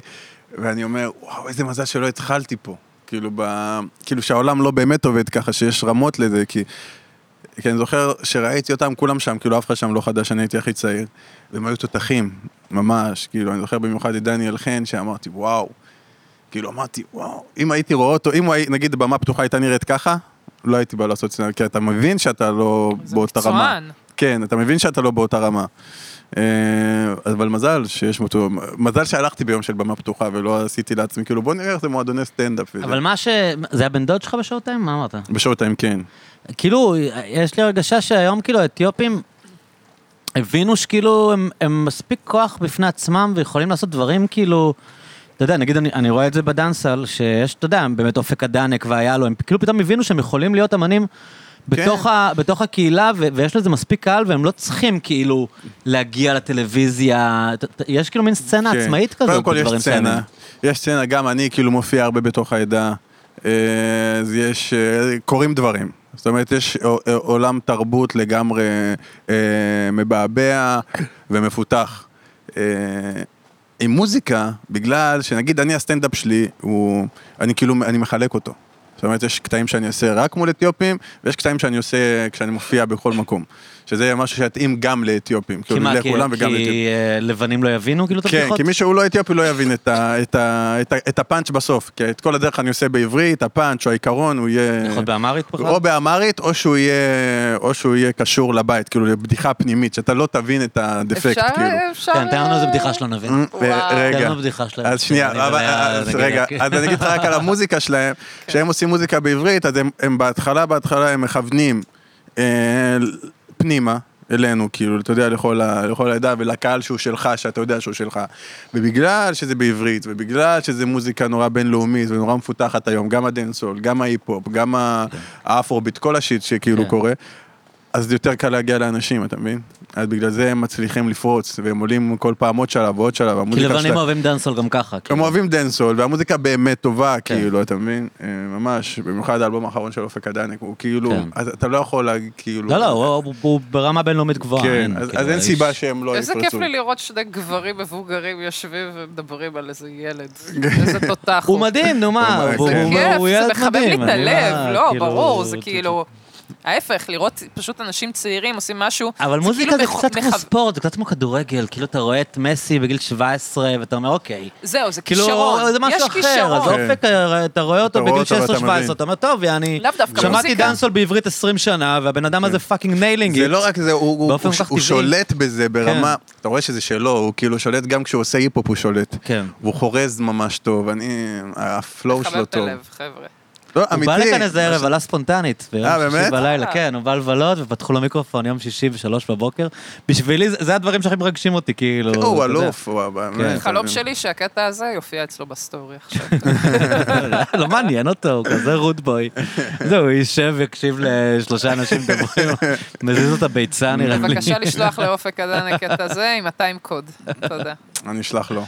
B: ואני אומר, וואו, איזה מזל שלא התחלתי פה. כאילו, ב... כאילו שהעולם לא באמת עובד ככה, שיש רמות לזה, כי... כי אני זוכר שראיתי אותם, כולם שם, כאילו אף אחד שם לא חדש, אני הייתי הכי צעיר. והם היו תותחים, ממש, כאילו, אני זוכר במיוחד את דניאל חן, שאמרתי, וואו. כאילו, אמרתי, וואו, אם הייתי רואה אותו, אם הוא היה- נגיד במה פתוחה הייתה נראית ככה, לא הייתי בא לעשות סצנה, כי אתה מבין שאתה לא
C: זה
B: באותה רמה.
C: מקצוען.
B: כן, אתה מבין שאתה לא באותה רמה. אה, אבל מזל שיש מותו, מזל שהלכתי ביום של במה פתוחה ולא עשיתי לעצמי, כאילו בוא נראה איך זה מועדוני סטנדאפ. וזה.
A: אבל מה ש... זה היה בן דוד שלך בשעותיים? מה אמרת?
B: בשעותיים כן.
A: כאילו, יש לי הרגשה שהיום כאילו האתיופים הבינו שכאילו הם, הם מספיק כוח בפני עצמם ויכולים לעשות דברים כאילו... אתה יודע, נגיד אני, אני רואה את זה בדנסל, שיש, אתה יודע, באמת אופק הדנק והיאלו, הם כאילו פתאום הבינו שהם יכולים להיות אמנים בתוך,
B: כן.
A: ה, בתוך הקהילה, ו, ויש לזה מספיק קהל, והם לא צריכים כאילו להגיע לטלוויזיה, ת, ת, יש כאילו מין סצנה
B: כן.
A: עצמאית כזאת.
B: קודם כל יש
A: בדברים כאלה.
B: סצנה, יש סצנה, גם אני כאילו מופיע הרבה בתוך העדה, אה, אז יש, אה, קורים דברים. זאת אומרת, יש ע- עולם תרבות לגמרי אה, מבעבע ומפותח. אה, עם מוזיקה, בגלל שנגיד אני הסטנדאפ שלי, הוא, אני כאילו, אני מחלק אותו. זאת אומרת, יש קטעים שאני עושה רק מול אתיופים, ויש קטעים שאני עושה כשאני מופיע בכל מקום. שזה משהו שיתאים גם לאתיופים.
A: כי
B: כאילו,
A: מה, כי,
B: לכולם וגם לאתיופים.
A: כי אה, לבנים לא יבינו כאילו את
B: כן,
A: הבדיחות?
B: כי מי שהוא לא אתיופי לא יבין את, ה, את, ה, את, ה, את הפאנץ' בסוף. כי את כל הדרך אני עושה בעברית, הפאנץ' או העיקרון, הוא יהיה...
A: יכול להיות באמרית בכלל?
B: או באמרית, או שהוא יהיה, או שהוא יהיה קשור לבית, כאילו לבדיחה פנימית, שאתה לא תבין את הדפקט,
C: אפשר, אה,
B: כאילו.
C: אפשר...
A: כן, תאר לנו איזה בדיחה שלא נבין.
B: אה,
C: וואו.
A: תאר לנו
B: רגע,
A: בדיחה שלהם.
B: אז שנייה,
A: אני
B: אבל- אה,
A: יודע, כאילו
B: אז
A: נגיד,
B: רגע, אז אני אגיד לך רק על המוזיקה שלהם,
A: כן.
B: שהם עושים מוזיקה בעברית, אז הם- הם בהתחלה, בהתחלה הם מכוונים אה, פנימה. אלינו, כאילו, אתה יודע, לכל, ה, לכל העדה ולקהל שהוא שלך, שאתה יודע שהוא שלך. ובגלל שזה בעברית, ובגלל שזה מוזיקה נורא בינלאומית ונורא מפותחת היום, גם הדנסול, גם ההיפ-הופ, גם ה- האפרוביט, כל השיט שכאילו
A: כן.
B: קורה, אז יותר קל להגיע לאנשים, אתה מבין? אז בגלל זה הם מצליחים לפרוץ, והם עולים כל פעם עוד שלב ועוד שלב,
A: כי
B: המוזיקה
A: לבנים
B: שלהם...
A: אוהבים דנסול גם ככה.
B: הם
A: כאילו.
B: אוהבים דנסול, והמוזיקה באמת טובה,
A: כן.
B: כאילו, אתה מבין? אה, ממש, במיוחד האלבום האחרון של אופק הדניק, הוא כאילו,
A: כן.
B: אז אתה לא יכול להגיד, כאילו...
A: לא, לא, הוא- הוא- הוא ברמה בינלאומית גבוהה.
B: כן, אז-
A: כאילו,
B: אז אין
A: האיש-
B: סיבה שהם לא
C: איזה כיף
B: יפרצו.
C: לי לראות שני גברים מבוגרים יושבים ומדברים על איזה ילד. איזה תותח
A: הוא מדהים, נו מה,
B: הוא-
A: הוא-
B: זה
A: הוא-
C: כיף,
A: הוא
C: כן, זה
A: ילד
C: מחמם לי
A: מדהים.
C: את
A: אני
C: הלב,
A: מה,
C: לא,
A: כאילו,
C: ברור, זה
A: אתה-
C: כאילו... ההפך, לראות פשוט אנשים צעירים עושים משהו...
A: אבל מוזיקה זה
C: כאילו מח-
A: קצת כמו
C: מחו-
A: ספורט, זה קצת כמו כדורגל, כאילו אתה רואה את מסי בגיל 17 ואתה אומר אוקיי.
C: זהו, זה
A: כאילו,
C: כישרון.
A: זה משהו
C: יש
A: אחר, אז
C: כישרון.
B: כן.
A: אופק, אה, אתה רואה
B: אתה
A: אותו
B: רואה
A: בגיל
B: אותו ואתה
A: 16-17,
B: מבין.
A: אתה אומר, טוב, יעני,
C: לאו דווקא
A: שמעתי
C: מוזיקה."
A: דנסול בעברית 20 שנה, והבן אדם הזה פאקינג ניילינג
B: כן. זה לא רק זה, הוא- הוא-
A: באופן
B: הוא-
A: כל כך
B: הוא
A: טבעי.
B: שולט בזה ברמה, אתה רואה שזה שלו, הוא כאילו שולט, גם כשהוא עושה היפ-הופ הוא שולט.
A: כן.
B: והוא חורז ממש טוב, אני, הפלואו
C: מחמם
B: שלו
C: את
B: לא, טוב.
C: הלב, חבר'ה.
B: לא,
A: הוא בא לכאן איזה ערב,
B: מה
A: עלה ספונטנית. ביום
B: אה,
A: שישי
B: באמת?
A: בלילה, כן, הוא בא לבלות ופתחו לו מיקרופון יום שישי בשלוש בבוקר. בשבילי, זה- זה הדברים שהכי מרגשים אותי, כאילו.
B: ש- כן, הוא
A: אתה יודע. כן.
B: אלוף, הוא באמת.
C: חלום שלי שהקטע הזה יופיע אצלו בסטורי עכשיו.
A: לא מעניין אותו, הוא כזה רוד בוי. זהו, הוא יישב ויקשיב לשלושה אנשים מדברים, מזיז לו את הביצה נראה לי.
C: בבקשה לשלוח לאופק הדנק את הזה עם 200 קוד. תודה.
B: אני אשלח לו.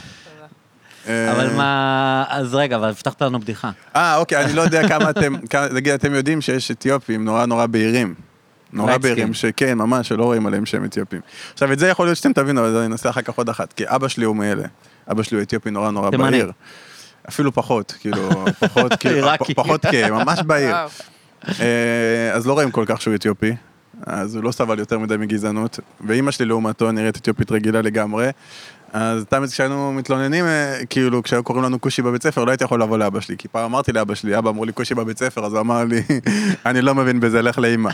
A: אבל
B: אה,
A: מה, אז רגע, אבל הבטחת לנו בדיחה.
B: אה, אוקיי, אני לא יודע כמה אתם, כמה- נגיד, אתם יודעים שיש אתיופים נורא נורא בהירים. נורא
A: Light skin.
B: בהירים, שכן, ממש, שלא רואים עליהם שהם אתיופים. עכשיו, את זה יכול להיות שאתם תבינו, אז אני אנסה אחר כך עוד אחת, כי אבא שלי הוא מאלה. אבא שלי הוא אתיופי נורא נורא
A: תימני.
B: בהיר. אפילו פחות, כאילו, פחות, כאילו,
A: עיראקי.
B: פחות כהה, ממש בהיר.
C: וואו.
B: אה, אז לא רואים כל כך שהוא אתיופי, אז הוא לא סבל יותר מדי מגזענות, ואימא שלי לעומתו נראית אתיופית רגילה לגמרי, אז תמיד כשהיינו מתלוננים, אה, כאילו, כשהיו קוראים לנו כושי בבית ספר, לא הייתי יכול לבוא לאבא שלי, כי פעם אמרתי לאבא שלי, אבא אמרו לי כושי בבית ספר, אז הוא אמר לי, אני לא מבין בזה, לך לאימא.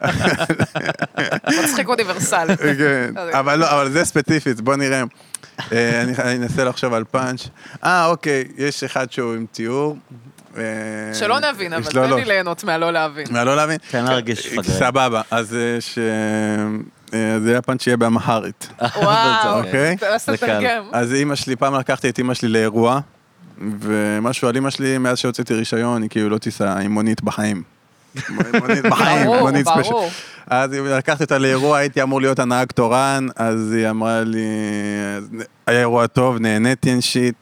C: מצחיק אוניברסלי.
B: כן, אבל לא, אבל זה ספציפית, בוא נראה. אה, אני אני אנסה לחשוב על פאנץ'. אה, אוקיי, יש אחד שהוא עם תיאור. אה,
C: שלא נבין, אבל
B: לא,
C: תן
B: לא.
C: לי ליהנות מהלא להבין.
B: מה, לא להבין?
A: תן להרגיש פגרה.
B: סבבה, אז אה, ש... אה, זה היה פאנץ' שיהיה באמהרית.
C: וואו,
B: אוקיי.
C: תנסה
A: זה קל.
C: לתרגם.
B: אז אימא שלי, פעם לקחתי את אימא שלי לאירוע, ומשהו על אימא שלי, מאז שהוצאתי רישיון, היא כאילו לא תיסע עם מונית בחיים. מונית בחיים,
C: ברור,
B: מונית ספיישל.
C: ברור.
B: אז היא- לקחתי אותה לאירוע, הייתי אמור להיות הנהג תורן, אז היא אמרה לי, "אז נ- היה אירוע טוב, נהניתי אין שיט.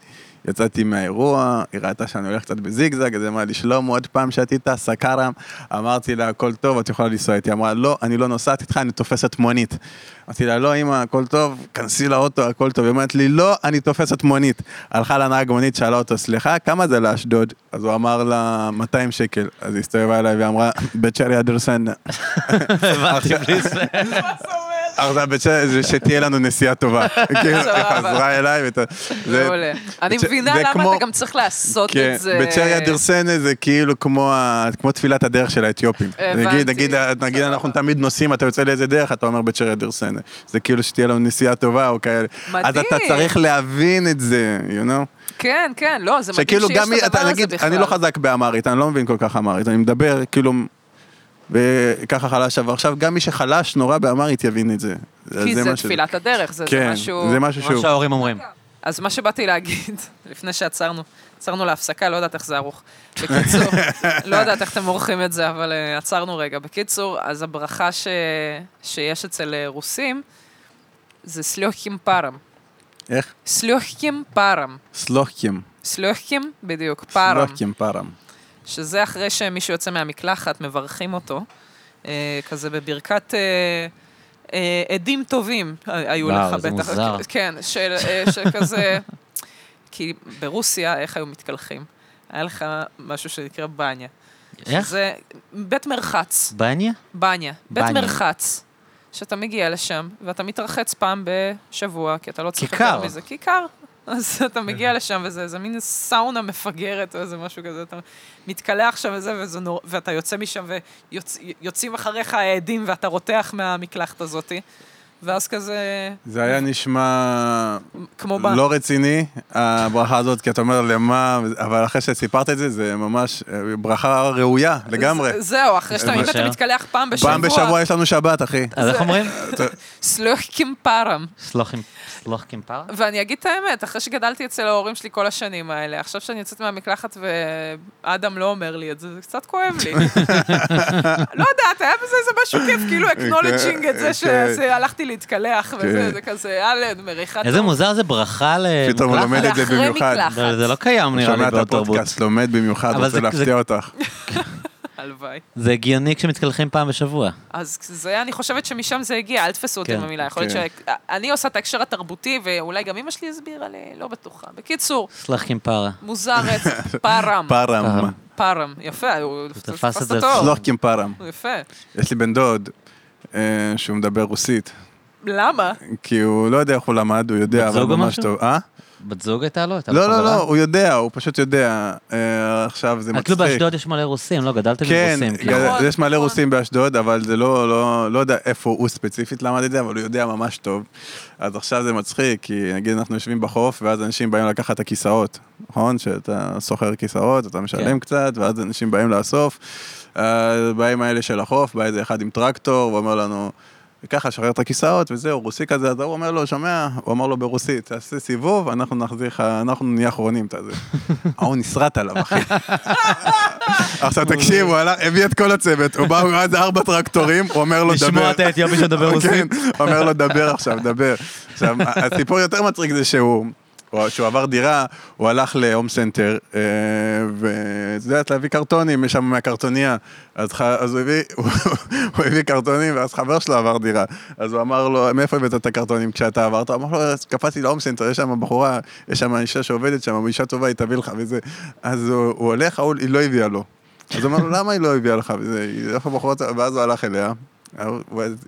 B: יצאתי מהאירוע, היא ראתה שאני הולך קצת בזיגזג, אז היא אמרה לי, שלום, עוד פעם שתית, סקרם. אמרתי לה, הכל טוב, את יכולה לנסוע איתי. היא אמרה, לא, אני לא נוסעת איתך, אני תופסת מונית. אמרתי לה, לא, אמא, הכל טוב, כנסי לאוטו, הכל טוב. היא אומרת לי, לא, אני תופסת מונית. הלכה לנהג מונית, שאלה אותו, סליחה, כמה זה לאשדוד? אז הוא אמר לה, 200 שקל. אז היא הסתובבה אליי ואמרה, בית שרי אדרסנה.
A: הבנתי, בלי זה.
B: עכשיו בית ש- זה שתהיה לנו נסיעה טובה. כאילו, היא חזרה אליי. ואתה- זה-
C: מעולה. אני
B: זה-
C: מבינה
B: זה
C: למה
B: כמו-
C: אתה גם צריך לעשות
B: כן,
C: את זה.
B: בית שרי אדרסנה זה כאילו כמו ה- כמו תפילת הדרך של האתיופים.
C: הבנתי.
B: נגיד, נגיד, נגיד אנחנו תמיד נוסעים, אתה יוצא לאיזה דרך, אתה אומר בית שרי אדרסנה. זה כאילו שתהיה לנו נסיעה טובה או כאלה. אז
C: מדהים.
B: אתה צריך להבין את זה, you know?
C: כן, כן, לא, זה מדהים
B: שכאילו
C: שיש
B: גם,
C: את
B: אתה
C: הדבר הזה
B: נגיד,
C: בכלל.
B: אני לא חזק באמרית, אני לא מבין כל כך אמרית, אני מדבר כאילו, וככה חלש, אבל עכשיו גם מי שחלש נורא באמרית יבין את זה.
C: כי זה
B: מה שזה.
C: תפילת הדרך, זה זה
B: כן,
C: משהו...
B: זה משהו
A: מה
B: שהוא.
A: שההורים אומרים.
C: אז מה שבאתי להגיד, לפני שעצרנו, עצרנו להפסקה, לא יודעת איך זה ארוך. בקיצור, לא יודעת איך אתם עורכים את זה, אבל אה, עצרנו רגע. בקיצור, אז הברכה ש... שיש אצל אה, רוסים, זה סליוחקים פארם.
B: איך?
C: סליוחקים פארם.
B: סלוחקים.
C: סליוחקים, בדיוק, פארם.
B: סלוחקים פארם.
C: שזה אחרי שמישהו יוצא מהמקלחת, מברכים אותו, אה, כזה בברכת אה, אה, עדים טובים אה, היו
A: וואו,
C: לך בטח.
A: זה מוזר.
C: כן, של, אה, שכזה... כי ברוסיה, איך היו מתקלחים? היה לך משהו שנקרא בניה.
A: איך?
C: זה בית מרחץ,
A: בניה?
C: בניה. בית
A: בניה.
C: מרחץ. שאתה מגיע לשם, ואתה מתרחץ פעם בשבוע, כי אתה לא צריך
A: כיכר.
C: יותר מזה. כיכר. אז אתה מגיע
A: כן.
C: לשם, וזה איזה מין סאונה מפגרת או איזה משהו כזה, אתה מתקלח שם וזה, וזה נור... ואתה יוצא משם, ויוצאים אחריך העדים, ואתה רותח מהמקלחת הזאתי. ואז כזה,
B: זה היה נשמע
C: כמו ב...
B: לא רציני, הברכה הזאת, כי אתה אומר למה, אבל אחרי שסיפרת את זה, זה ממש אה, ברכה ראויה לגמרי.
C: ז- זהו, אחרי שאתה
A: מה
C: אם אתה
A: שהיה?
C: מתקלח פעם בשבוע,
B: פעם בשבוע יש לנו שבת, אחי.
A: אז איך אומרים?
C: סלוחקים פארם.
A: סלוחים, סלוחים פר?
C: ואני אגיד את האמת, אחרי שגדלתי אצל ההורים שלי כל השנים האלה, עכשיו שאני יוצאת מהמקלחת ואדם לא אומר לי את זה, זה קצת כואב לי. לא יודעת, היה בזה איזה משהו כיף, כאילו אקנולג'ינג את זה
B: כן.
C: שהלכתי להתקלח
B: אוקיי, כן.
C: וזה, זה כזה, אלן, מריחת...
A: איזה מוזר זה ברכה למקלחת.
B: פתאום הוא לומד את זה
C: לאחרי
B: במיוחד.
C: מקלחת.
A: אבל זה לא קיים נראה
B: שומע
A: לי
B: את
A: בעוד תרבות.
B: הפודקאסט, לומד במיוחד,
A: אבל
B: רוצה
A: זה-
B: להפתיע
A: זה-
B: אותך.
C: הלוואי.
A: זה הגיוני כשמתקלחים פעם בשבוע.
C: אז זה, אני חושבת שמשם זה הגיע, אל תפסו אותי
A: כן,
C: במילה. יכול להיות
B: כן.
C: שאני עושה את ההקשר התרבותי, ואולי גם אמא שלי הסבירה לי, לא בטוחה. בקיצור,
A: סלחים פרה.
C: מוזר רצח, פארם,
B: פארם.
C: פארם. יפה, הוא
A: תפס את
C: תפס
A: זה.
C: את התואר.
B: סלוחקים לא פארם.
C: יפה.
B: יש לי בן דוד אה, שהוא מדבר רוסית,
C: למה?
B: כי הוא לא יודע איך הוא למד, הוא יודע,
A: בת
B: אבל
A: זוג או
B: ממש
A: משהו?
B: טוב. אה?
A: בת זוג הייתה לו? הייתה לו
B: לא, לא,
A: חברה?
B: לא, הוא יודע, הוא פשוט יודע. אה, עכשיו זה
A: אה,
B: מצחיק.
A: כאילו באשדוד יש מלא רוסים, לא? גדלתם עם
B: כן,
A: רוסים.
B: גד-
A: כאילו.
C: נכון,
B: יש מלא
C: נכון.
B: רוסים באשדוד, אבל זה לא, לא, לא יודע איפה הוא ספציפית למד את זה, אבל הוא יודע ממש טוב. אז עכשיו זה מצחיק, כי נגיד אנחנו יושבים בחוף, ואז אנשים באים לקחת את הכיסאות, נכון? שאתה סוחר כיסאות, אתה משלם
A: כן.
B: קצת, ואז אנשים באים לאסוף. אז באים האלה של החוף, בא איזה אחד עם טרקטור, ואומר לנו... וככה, שחרר את הכיסאות, וזהו, רוסי כזה, אז ההוא אומר לו, שומע? הוא אמר לו ברוסית, תעשה סיבוב, אנחנו נחזיר לך, אנחנו נהיה אחרונים, אתה זה. ההוא נסרט עליו, אחי. עכשיו תקשיב, הוא הלך, הביא את כל הצוות, הוא בא, הוא ראה איזה ארבע טרקטורים, הוא אומר לו, דבר.
A: לשמוע את האתיופי שדובר רוסית.
B: כן, הוא אומר לו, דבר עכשיו, דבר. עכשיו, הסיפור יותר מצחיק זה שהוא... הוא- כשהוא עבר דירה, הוא הלך להום סנטר, אה, ואת יודעת, להביא קרטונים משם מהקרטוניה. אז, ח... אז הוא, הביא, הוא הביא קרטונים, ואז חבר שלו עבר דירה. אז הוא אמר לו, מאיפה הבאת את הקרטונים כשאתה עברת? הוא אמר לו, "אז קפצתי להום סנטר, יש שם בחורה, יש שם אישה שעובדת שם, אישה טובה, היא תביא לך וזה. אז הוא, הוא הולך, ההוא- היא לא הביאה לו. אז הוא אמר לו, למה היא לא הביאה לך? וזה, "היא- איפה בחורה? ואז הוא הלך אליה.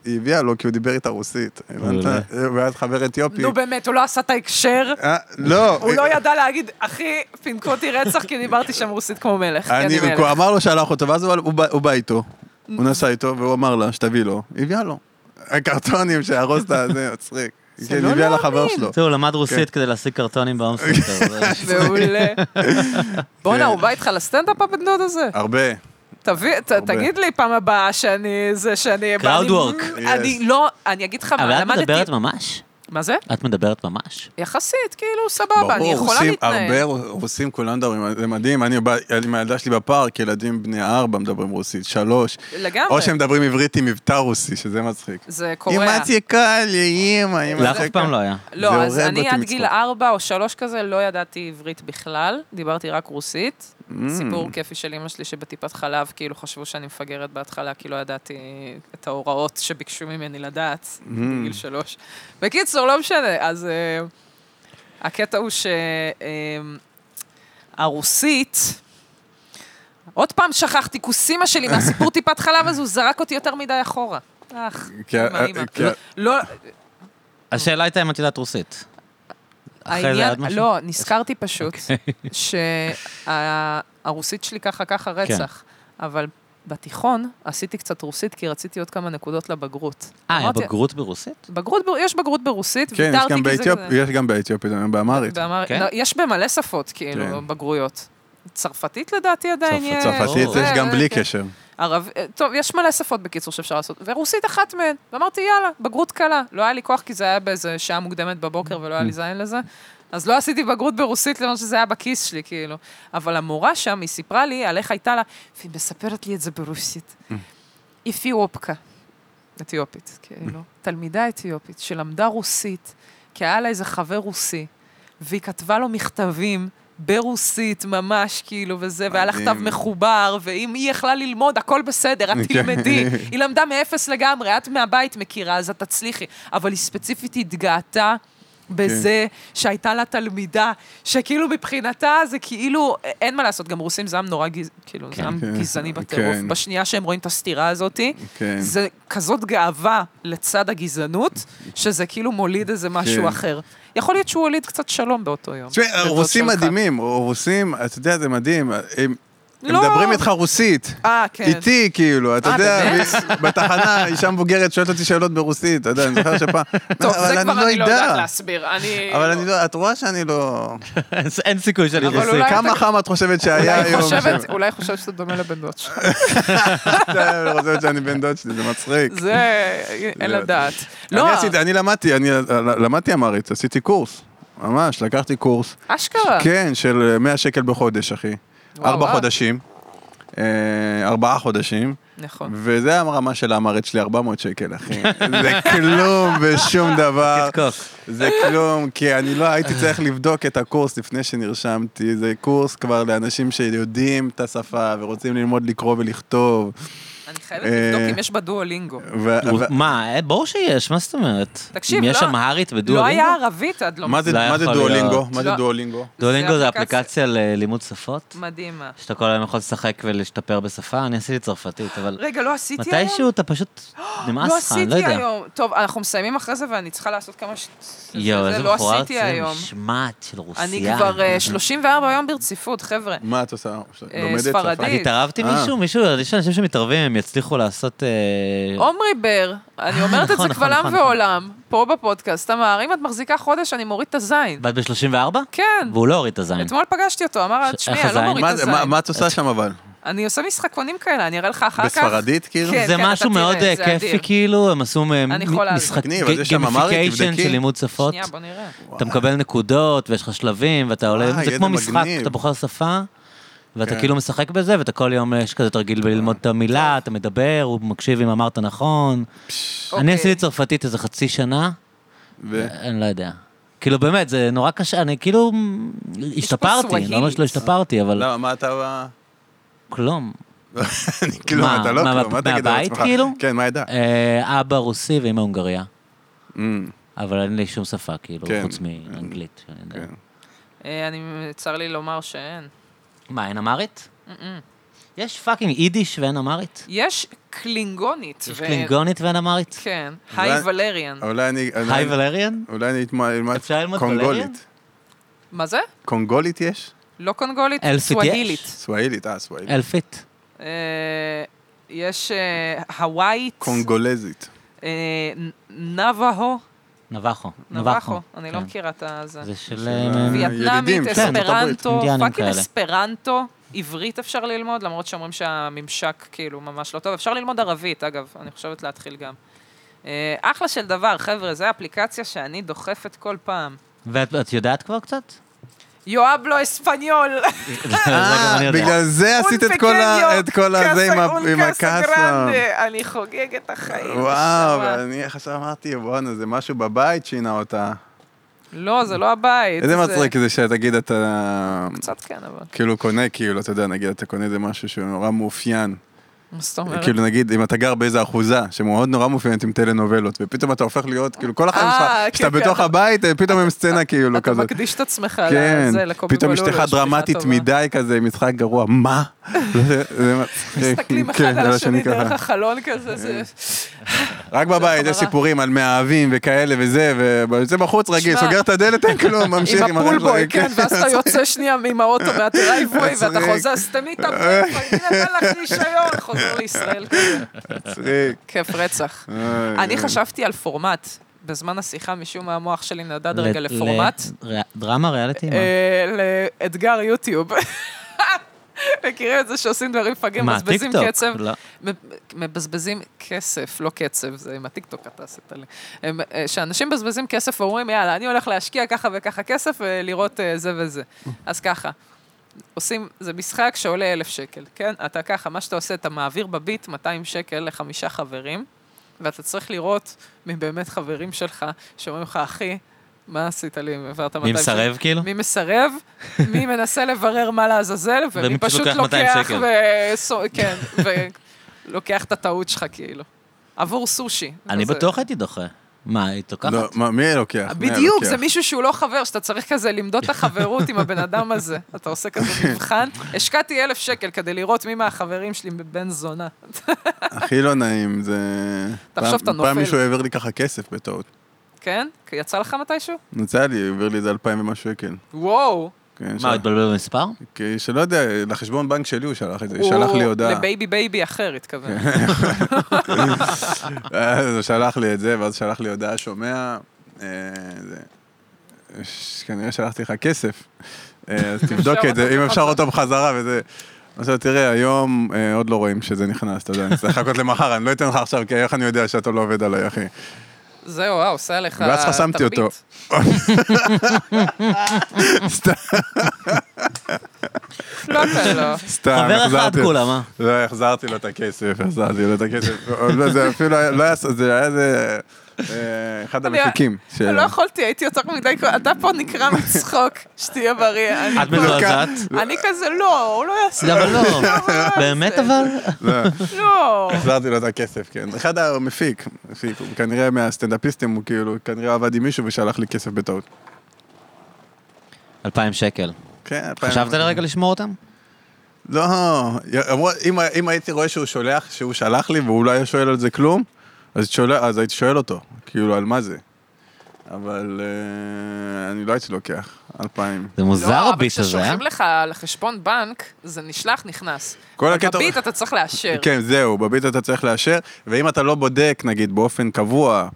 B: היא הביאה לו כי הוא דיבר איתה רוסית. הבנת? והיה חבר אתיופי.
C: נו באמת, הוא לא עשה את ההקשר.
B: אה, לא.
C: הוא לא ידע להגיד, אחי, פינקו אותי רצח כי דיברתי שם רוסית כמו מלך. כי
B: אני,
C: אני מלך.
B: הוא אמר לו שהלך אותו, ואז הוא הוא בא- הוא בא איתו, הוא נסע איתו, והוא אמר לה שתביא לו, היא הביאה לו. הקרטונים שיהרוס את הזה, מצחיק. כן, היא
C: לא
B: הביאה
C: להאמין.
B: לחבר שלו.
A: זהו, הוא למד רוסית
B: כן.
A: כדי להשיג קרטונים באומסטר.
C: מעולה. בואנה, הוא בא איתך לסטנדאפ הבן דוד הזה?
B: הרבה.
C: תביא, ת-
B: הרבה.
C: תגיד לי פעם הבאה שאני, זה שאני...
A: Crowd
C: אני-
A: work.
C: אני לא, אני אגיד לך
A: אבל
C: מה,
A: את
C: למדתי...
A: מדברת ממש?
C: מה זה?
A: את מדברת ממש?
C: יחסית, כאילו, סבבה, אני יכולה
B: רוסים, הרבה
C: להתנהל.
B: רוסים כולם מדברים, זה מדהים. אני בא- עם הילדה שלי בפארק, ילדים בני ארבע מדברים רוסית, שלוש.
C: לגמרי.
B: או שהם מדברים עברית עם מבטא רוסי, שזה מצחיק.
C: זה
B: אמא
C: קורע.
B: ציקה לי, אמא, אמא
A: לך אף
B: ציקה.
A: פעם לא היה.
B: זה כן?
C: לא, אז
B: הורג
C: אני
B: אותי
C: עד
B: מצחוק.
C: גיל ארבע או שלוש כזה לא ידעתי עברית בכלל, דיברתי רק רוסית.
B: Mm,
C: סיפור כיפי של אימא שלי שבטיפת חלב, כאילו חשבו שאני מפגרת בהתחלה, כי לא ידעתי את ההוראות שביקשו ממני לדעת בגיל שלוש. בקיצור, לא משנה. אז אה, הקטע הוא אה, שהרוסית... עוד פעם שכחתי כוסימה שלי מהסיפור טיפת חלב, אז הוא זרק אותי יותר מדי אחורה. אך,
B: כי ה-
C: אמא,
B: כי
C: אמא.
B: כן, ה-
C: לא,
A: השאלה הייתה אם את יודעת רוסית. אחרי זה אוקיי. היה עוד
C: העניין,
A: משהו?
C: לא, נזכרתי פשוט, שהרוסית שלי ככה ככה רצח, אבל בתיכון עשיתי קצת רוסית, כי רציתי עוד כמה נקודות לבגרות.
A: אה, היה
C: אמרתי,
A: בגרות ברוסית?
C: בגרות, ב- יש בגרות ברוסית,
B: כן, יש
C: ויתרתי
B: גם
C: כי זה
B: באתיופ-
C: כזה-
B: יש גם באתיופית, באמרית.
C: באמר-
A: כן?
C: לא, יש במלא שפות, כאילו,
B: כן.
C: בגרויות. צרפתית לדעתי עדיין
A: צרפת-
C: יש.
B: צרפתית
A: ברור.
B: יש
C: זה,
B: גם
C: זה,
B: בלי
C: כן.
B: קשר.
C: ערב... טוב, יש מלא שפות בקיצור שאפשר לעשות, ורוסית אחת מהן. ואמרתי, יאללה, בגרות קלה. לא היה לי כוח כי זה היה באיזה שעה מוקדמת בבוקר ולא היה לי זין לזה. אז לא עשיתי בגרות ברוסית, למרות שזה היה בכיס שלי, כאילו. אבל המורה שם, היא סיפרה לי על איך הייתה לה, והיא מספרת לי את זה ברוסית. אתיופקה, אתיופית, כאילו. תלמידה אתיופית שלמדה רוסית, כי היה לה איזה חבר רוסי, והיא כתבה לו מכתבים. ברוסית, ממש, כאילו, וזה, והיה לה
B: מדהים.
C: כתב מחובר, ואם היא יכלה ללמוד, הכל בסדר, את תלמדי.
B: כן.
C: היא למדה מאפס לגמרי, את מהבית מכירה, אז את תצליחי. אבל היא ספציפית התגאתה בזה
B: כן.
C: שהייתה לה תלמידה, שכאילו מבחינתה זה כאילו, א- אין מה לעשות, גם רוסים זה עם נורא גז... כאילו, זה
A: כן.
C: עם
B: כן.
C: גזעני בטירוף.
B: כן.
C: בשנייה שהם רואים את הסתירה הזאת,
B: כן.
C: זה כזאת גאווה לצד הגזענות, שזה כאילו מוליד איזה משהו
B: כן.
C: אחר. יכול להיות שהוא הוליד קצת שלום באותו יום.
B: תשמעי,
C: בדוד
B: רוסים
C: שלך.
B: מדהימים, רוסים, אתה יודע, זה מדהים. הם הם
C: לא.
B: מדברים איתך רוסית.
C: אה, כן.
B: איתי, כאילו, אתה
C: אה,
B: יודע,
C: באמת?
B: ב- בתחנה, אישה מבוגרת שואלת אותי שאלות ברוסית, אתה יודע, אני זוכר שפעם...
C: טוב, זה
B: אבל
C: כבר אני לא
B: אדע.
C: יודעת להסביר. אני...
B: אבל אני לא, את רואה שאני לא...
A: אין סיכוי שאני
C: אבל אולי-
A: רוסית.
B: כמה
C: אתה-
B: חם את חושבת שהיה
C: אולי
B: היום?
C: חושבת- אולי חושבת שאתה דומה לבן דוד שלך.
B: כן, אני חושבת שאני בן דוד שלי, זה מצחיק.
C: זה... אין לדעת. לא,
B: אני עשיתי, אני למדתי, אני למדתי אמרית, עשיתי קורס. ממש, לקחתי קורס.
C: אשכרה.
B: כן, של 100 שקל בחודש, אחי.
C: וואו,
B: ארבע
C: אה. וואו.
B: חודשים. אה, ארבעה חודשים.
C: נכון.
B: וזה הרמה של האמרית שלי, 400 שקל, אחי. זה כלום ושום דבר.
A: תתקוק.
B: זה כלום, כי אני לא הייתי צריך לבדוק את הקורס לפני שנרשמתי. זה קורס כבר לאנשים שיודעים את השפה ורוצים ללמוד לקרוא ולכתוב.
C: אני חייבת
B: אה,
C: לבדוק אם יש בדואלינגו.
B: ו- ו-
A: מה, אה, ברור שיש, מה זאת אומרת?
C: תקשיב,
A: אם יש
C: לא-
A: אמהרית
C: לא
A: בדואלינגו?
C: היה ערבית עד לא
B: מה זה
A: לא
B: מה זה
A: יכול
B: דואלינגו?
A: להיות.
B: מה זה
C: לא.
B: דואלינגו?
A: דואלינגו
C: זה
A: זה
C: אפליקציה.
A: אפליקציה ללימוד שפות?
C: מדהימה.
A: שאתה כל היום יכול לשחק ולהשתפר בשפה? אני עשיתי צרפתית, אבל...
C: רגע, לא עשיתי היום?
A: מתישהו אתה פשוט נמאס
C: לא
A: לך, אני לא
C: עשיתי
A: יודע.
C: היום. טוב, אנחנו מסיימים אחרי זה ואני צריכה לעשות כמה ש...
A: יואו,
C: זה
A: איזה
C: לא
A: מכוער
C: עשיתי
A: זה
C: היום.
A: משמעת של רוסיה.
C: אני כבר אה, 34 יום ברציפות, חבר'ה.
B: מה את עושה?
C: אה,
B: לומדת
C: ספרדית.
B: שפה?
A: את התערבת עם
B: אה.
A: מישהו? מישהו, יש אנשים שמתערבים, הם יצליחו לעשות... אה,
C: עומרי בר, אני
A: אה,
C: אומרת את
A: נכון,
C: זה
A: נכון,
C: קבל עם
A: נכון,
C: ועולם, פה בפודקאסט, אמר, אם את מחזיקה חודש, אני מוריד את הזין.
A: בת ב-34?
C: כן.
A: והוא לא הוריד את הזין.
C: אתמול פגשתי אותו, אמר,
A: ש- איך
C: תשמעי, אני לא
A: הזין?"
C: מוריד
B: מה
C: את
B: זה-
C: הזין.
B: מה- מה את עושה שם אבל?
C: אני עושה משחקונים כאלה, אני אראה לך אחר כך.
B: בספרדית כאילו?
C: כן,
A: זה
C: כן, אתה
A: משהו
C: תראה,
A: מאוד
C: זה
A: אה,
C: אדיר.
A: כיפי, כאילו, הם עשו אה,
C: אני יכולה-
A: משחק
B: תקני, אבל זה שם אמהרית,
A: גמיפיקיישן
B: תבדקי.
A: של לימוד שפות.
C: שנייה, בוא נראה.
A: אתה מקבל נקודות, ויש לך שלבים, ואתה עולה,
B: וואי,
A: זה
B: אה, ידע
A: כמו משחק,
B: מגניב.
A: אתה בוחר שפה, ואתה
B: כן.
A: כאילו משחק בזה, ואתה כל יום, יש כזה תרגיל בללמוד את המילה, אתה מדבר, הוא מקשיב אם אמרת נכון. אני
C: אוקיי.
A: עשיתי צרפתית איזה חצי שנה,
B: אה. ו-
A: אני לא יודע. כאילו באמת, זה נורא קשה, אני כאילו השתפרתי,
C: סווהילית.
A: לא ממש לא השתפרתי, אבל
B: למה, מה אתה...
A: כלום.
B: אני כאילו,
A: מה,
B: אתה לא
A: מה,
B: כלום, מה תגיד על
A: מהבית,
B: עצמך?
A: כאילו?
B: כן, מה ידע?
A: אה, אבא רוסי ואמא הונגריה,
B: אמ,
A: אבל אין לי שום שפה, כאילו,
B: כן.
A: חוץ מאנגלית. שאני יודע.
B: כן.
C: אה, אני, צר לי לומר שאין.
A: מה, אין אמרית? יש פאקינג יידיש ואין אמרית?
C: יש קלינגונית.
A: יש
C: ו-
A: קלינגונית ואין אמרית?
C: כן,
B: אולי-
C: היי ולריאן.
B: אולי אני...
A: היי
B: אולי-
A: ולריאן?
B: אולי אני אתמ- אלמד
A: אפשר ללמוד ולריאן?
B: קונגולית.
C: מה זה?
B: קונגולית יש?
C: לא קונגולית,
A: LCTH.
C: סוואהילית.
B: סוואילית, אה, סוואילית.
A: אלפית.
C: אה, יש אה, הוואית,
B: קונגולזית.
C: אה, נ- נבהו,
A: נבחו.
C: נבחו, אני לא
A: כן.
C: מכירה את הזה.
A: זה של...
B: של
A: אה,
B: ה-
C: וייטנאמית,
B: ילידים, כן,
A: ארצות
C: אספרנטו,
A: הברית, אינדיאנים
C: פאקינג
A: כאלה.
C: אספרנטו, עברית אפשר ללמוד, למרות שאומרים שהממשק כאילו ממש לא טוב. אפשר ללמוד ערבית, אגב, אני חושבת להתחיל גם. אה, אחלה של דבר, חבר'ה, זו אפליקציה שאני דוחפת כל פעם.
A: ואת את יודעת כבר קצת?
C: יואב לא אספניול!
A: אה, זה גם
C: אה,
A: אני יודע.
B: בגלל זה עשית את כל ה- את כל הזה עם ה- עם הקאסה.
C: אני חוגגת החיים.
B: וואו,
C: נשמה.
B: ואני עכשיו אמרתי, בואנה, זה משהו בבית שינה אותה.
C: לא, זה לא הבית.
B: איזה
C: זה-
B: מצחיק זה שתגיד אתה
C: קצת כן, אבל.
B: כאילו קונה, כאילו, אתה יודע, נגיד, אתה קונה איזה משהו שהוא נורא מאופיין.
C: מה זאת אומרת?
B: כאילו, נגיד, אם אתה גר באיזה אחוזה, שמאוד נורא מאופיינת עם טלנובלות, ופתאום אתה הופך להיות, כאילו, כל החיים
C: אה,
B: שלך,
C: כן,
B: כשאתה
C: כן,
B: בתוך
C: אתה-
B: הבית, אה, פתאום הם סצנה כאילו
C: אתה
B: כזאת.
C: מקדיש את עצמך
B: כן,
C: לזה, לקובי
B: פתאום
C: בלולו,
B: אשתך
C: יש בדיחה
B: דרמטית
C: טובה.
B: מדי כזה, משחק גרוע, מה? זה- זה מצחיק.
C: מסתכלים אחד
B: כן,
C: על השני
B: ככה.
C: דרך החלון כזה, זה...
B: רק בבית יש
C: חברה.
B: סיפורים על מאהבים וכאלה וזה, ויוצא בחוץ רגיל,
C: שמע,
B: סוגר את הדלת, אין כלום, ממשיך
C: עם
B: עם החיים
C: הפולבוי,
B: שלך,
C: כן, ואז אתה יוצא שנייה עם האוטו מהדרייבווי, ואתה
B: מצחיק.
C: חוזר, סתם לי את הפולבוי, נתן לך רישיון, חוזר לישראל כזה.
B: מצחיק.
C: כיף רצח.
B: אוי,
C: אני
B: אוי.
C: חשבתי על פורמט. בזמן השיחה, משום מה המוח שלי
A: ל-
C: נדד רגע
A: ל-
C: לפורמט.
A: ר- דרמה, ריאליטי? מה?
C: אה, לאתגר יוטיוב. מכירים את זה שעושים דברים מפגרים,
A: מה,
C: מבזבזים
A: טיקטוק?
C: קצב,
A: לא.
C: מב- מבזבזים כסף, לא קצב, זה עם הטיקטוק אתה עשית לי. הם, אה, שאנשים מבזבזים כסף ואומרים, יאללה, אני הולך להשקיע ככה וככה כסף ולראות אה, זה וזה. אז ככה, עושים, זה משחק שעולה אלף שקל, כן? אתה ככה, מה שאתה עושה, אתה מעביר בביט 200 שקל לחמישה חברים, ואתה צריך לראות מבאמת חברים שלך, שאומרים לך, אחי, מה עשית לי אם העברת 200
A: מי
C: שקל?
A: מסרב כאילו?
C: מי מסרב, מי מנסה לברר מה לעזאזל, ומי
A: ומי פשוט
C: פשוט
A: לוקח 200
C: לוקח
A: שקל.
C: וסו- כן, ולוקח את הטעות שלך כאילו. עבור סושי.
A: אני
C: זה-
A: בטוח הייתי דוחה. מה, היית לוקחת?
B: לא, מה, מי לוקח? מי
C: בדיוק,
B: לוקח?
C: זה מישהו שהוא לא חבר, שאתה צריך כזה למדוד את החברות עם הבן אדם הזה. אתה עושה כזה מבחן. השקעתי אלף שקל כדי לראות מי מהחברים שלי בן זונה.
B: הכי לא נעים, זה...
C: תחשוב,
B: פעם-
C: אתה נופל.
B: פעם מישהו העביר לי ככה כסף בטעות.
C: כן? כי יצא לך מתישהו?
B: יצא לי, העביר לי איזה אלפיים ומשהו שקל.
C: וואו.
B: כן,
A: מה, לא- הוא
B: שלח-
A: התבלבל במספר?
B: כי שלא יודע, לחשבון בנק שלי הוא שלח את זה, שלח לי
C: הוא
B: הודעה.
C: לבייבי בייבי אחר, התכוון.
B: אז הוא שלח לי את זה, ואז שלח לי הודעה, שומע, אה, זה- ש- כנראה שלחתי לך כסף. אה, אז תבדוק
C: אפשר
B: את זה,
C: אותו
B: אם אפשר
C: בחזרה.
B: אותו בחזרה וזה. אז הוא, תראה, היום אה, עוד לא רואים שזה נכנס, אתה יודע, אני צריך לחכות למחר, אני לא אתן לך עכשיו, כי איך אני יודע שאתה לא עובד עליי, אחי.
C: זהו, וואו, עושה לך
B: ואז חסמתי אותו.
C: תרבית.
B: סתם,
C: לא, אתה לא.
B: סתם,
A: חבר אחד אה?
B: החזרתי-
A: כולה, מה?
B: לא, החזרתי לו את הכסף, החזרתי לו את הכסף. לא, זה אפילו היה- לא היה, זה היה איזה... אה, אחד
C: אני-
B: המפיקים. ש-
C: לא יכולתי, הייתי יותר מדי, אתה פה נקרע מצחוק, שתהיה בריא. אני
A: את
C: פה-
A: מזועזעת?
C: אני כזה, לא, הוא לא יעשה.
A: לא, אבל לא.
C: אבל-
A: באמת אבל?
B: לא.
C: לא.
B: החזרתי לו את הכסף, כן. אחד המפיק, מפיק, הוא כנראה מהסטנדאפיסטים, הוא כאילו, כנראה עבד עם מישהו ושלח לי כסף בטעות.
A: אלפיים שקל.
B: כן, אלפיים-
A: חשבת לרגע לשמור אותם?
B: לא, אמרו, אם- אם הייתי רואה שהוא שולח, שהוא שלח לי והוא לא היה שואל על זה כלום, אז שואל- אז הייתי שואל אותו, כאילו, על מה זה. אבל אה, אני לא הייתי לוקח, אלפיים.
A: זה מוזר
C: לא,
A: הביט
C: אבל
A: הזה, אה?
C: כששולחים לך לחשבון בנק, זה נשלח, נכנס.
B: כל הקטע-
C: בביט אתה צריך לאשר.
B: אוקיי, כן, זהו, בביט אתה צריך לאשר, ואם אתה לא בודק, נגיד, באופן קבוע,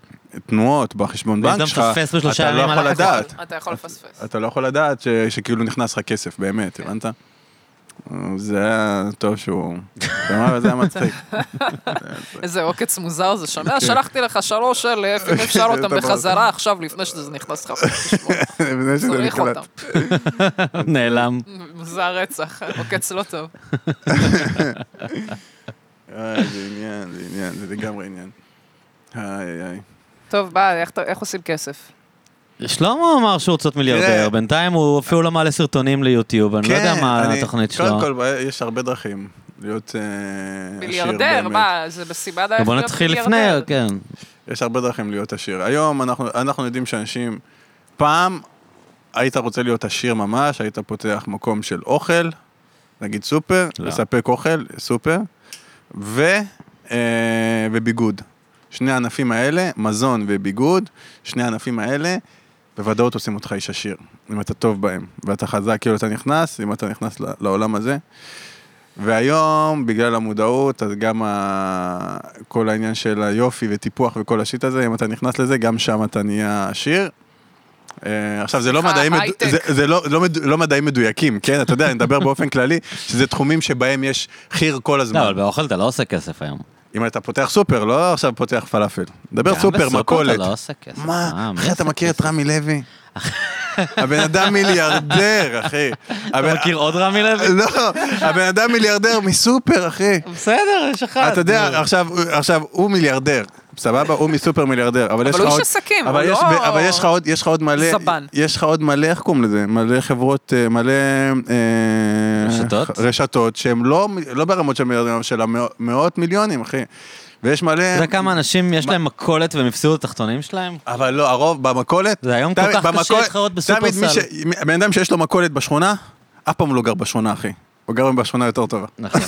B: תנועות בחשבון
A: ואם
B: בנק
A: אתה
B: שלך,
A: מפספס בשלושה
B: אתה לא
A: ימים על
B: יכול
A: הכל.
B: לדעת.
C: אתה יכול לפספס.
B: אתה לא יכול לדעת ש, שכאילו נכנס לך כסף, באמת, הבנת? זה היה טוב שהוא... אתה אומר, זה היה מצחיק.
C: איזה עוקץ מוזר זה,
B: כן.
C: שומע? שלחתי לך שלוש אלף, אם אפשר אותם
B: אתה
C: בחזרה עכשיו, לפני שזה נכנס לך. לחשבון.
B: לפני שזה
C: צריך
B: נקלט.
C: אותם.
A: נעלם.
C: מוזר רצח, עוקץ לא טוב.
B: אה, זה עניין, זה עניין, זה לגמרי עניין. איי, איי.
C: טוב, ביי, איך- איך עושים כסף?
B: אה,
A: שלמה אמר שהוא רוצה להיות מיליארדר,
B: תראה.
A: בינתיים הוא אפילו לא מעלה סרטונים ליוטיוב, אני לא יודע מה התוכנית שלו.
B: כן, קודם כל, יש הרבה דרכים להיות אה, עשיר באמת.
C: מיליארדר, מה, זה בסיבה דרך
A: בוא
C: להיות
A: נתחיל לפני,
C: מיליארדר.
B: אוקיי.
A: כן.
B: יש הרבה דרכים להיות עשיר. היום אנחנו, אנחנו יודעים שאנשים, פעם היית רוצה להיות עשיר ממש, היית פותח מקום של אוכל, נגיד סופר,
A: לא.
B: לספק אוכל, סופר, ו... אה, וביגוד. שני הענפים האלה, מזון וביגוד, שני הענפים האלה, בוודאות עושים אותך איש עשיר, אם אתה טוב בהם. ואתה חזק כאילו אתה נכנס, אם אתה נכנס ל- לעולם הזה. והיום, בגלל המודעות, אז גם ה... כל העניין של היופי וטיפוח וכל השיט הזה, אם אתה נכנס לזה, גם שם אתה נהיה עשיר. אה, עכשיו, זה לא
C: סליחה,
B: מדעים, מדו...
C: הייטק.
B: זה, זה לא, לא, מדו... לא מדעים מדויקים, כן? אתה יודע, אני מדבר באופן כללי, שזה תחומים שבהם יש חי"ר כל הזמן.
A: לא, אבל באוכל אתה לא עושה כסף היום.
B: אם אתה פותח סופר, לא עכשיו פותח פלאפל. דבר
A: גם
B: סופר,
A: בסופר
B: מכולת.
A: אתה לא עושה כסף. אה,
B: מה?
A: מי
B: אחי, אתה
A: עושה
B: מכיר את
A: כסף?
B: רמי לוי? הבן אדם מיליארדר, אחי. הבן-
A: אתה מכיר עוד רמי לוי?
B: לא, הבן אדם מיליארדר מסופר, אחי.
A: בסדר, יש אחד.
B: אתה יודע, עכשיו, עכשיו, הוא מיליארדר, סבבה? הוא מסופר מיליארדר. אבל יש לך
C: הוא איש
B: עוד-
C: עסקים,
B: אבל
C: הוא
B: יש-
C: לא-
B: אבל יש לך עוד- יש לך עוד מלא...
C: זבן.
B: יש לך עוד מלא, איך קוראים לזה? מלא חברות, אה, מלא... אה,
A: רשתות?
B: ח- רשתות, שהן לא לא ברמות של מיליארדים, אבל של המאות- מאות מיליונים, אחי. ויש מלא...
A: אתה יודע כמה אנשים יש להם מכולת והם הפסידו את התחתונים שלהם?
B: אבל לא, הרוב במכולת...
A: זה היום כל
B: תמיד-
A: כך קשה
B: במכולת-
A: להתחרות
B: תמיד מי
A: בסופרסל.
B: ש- מי- בן אדם שיש לו מכולת בשכונה, אף פעם הוא לא גר בשכונה, אחי. הוא גר בשכונה יותר טובה.
A: נכון.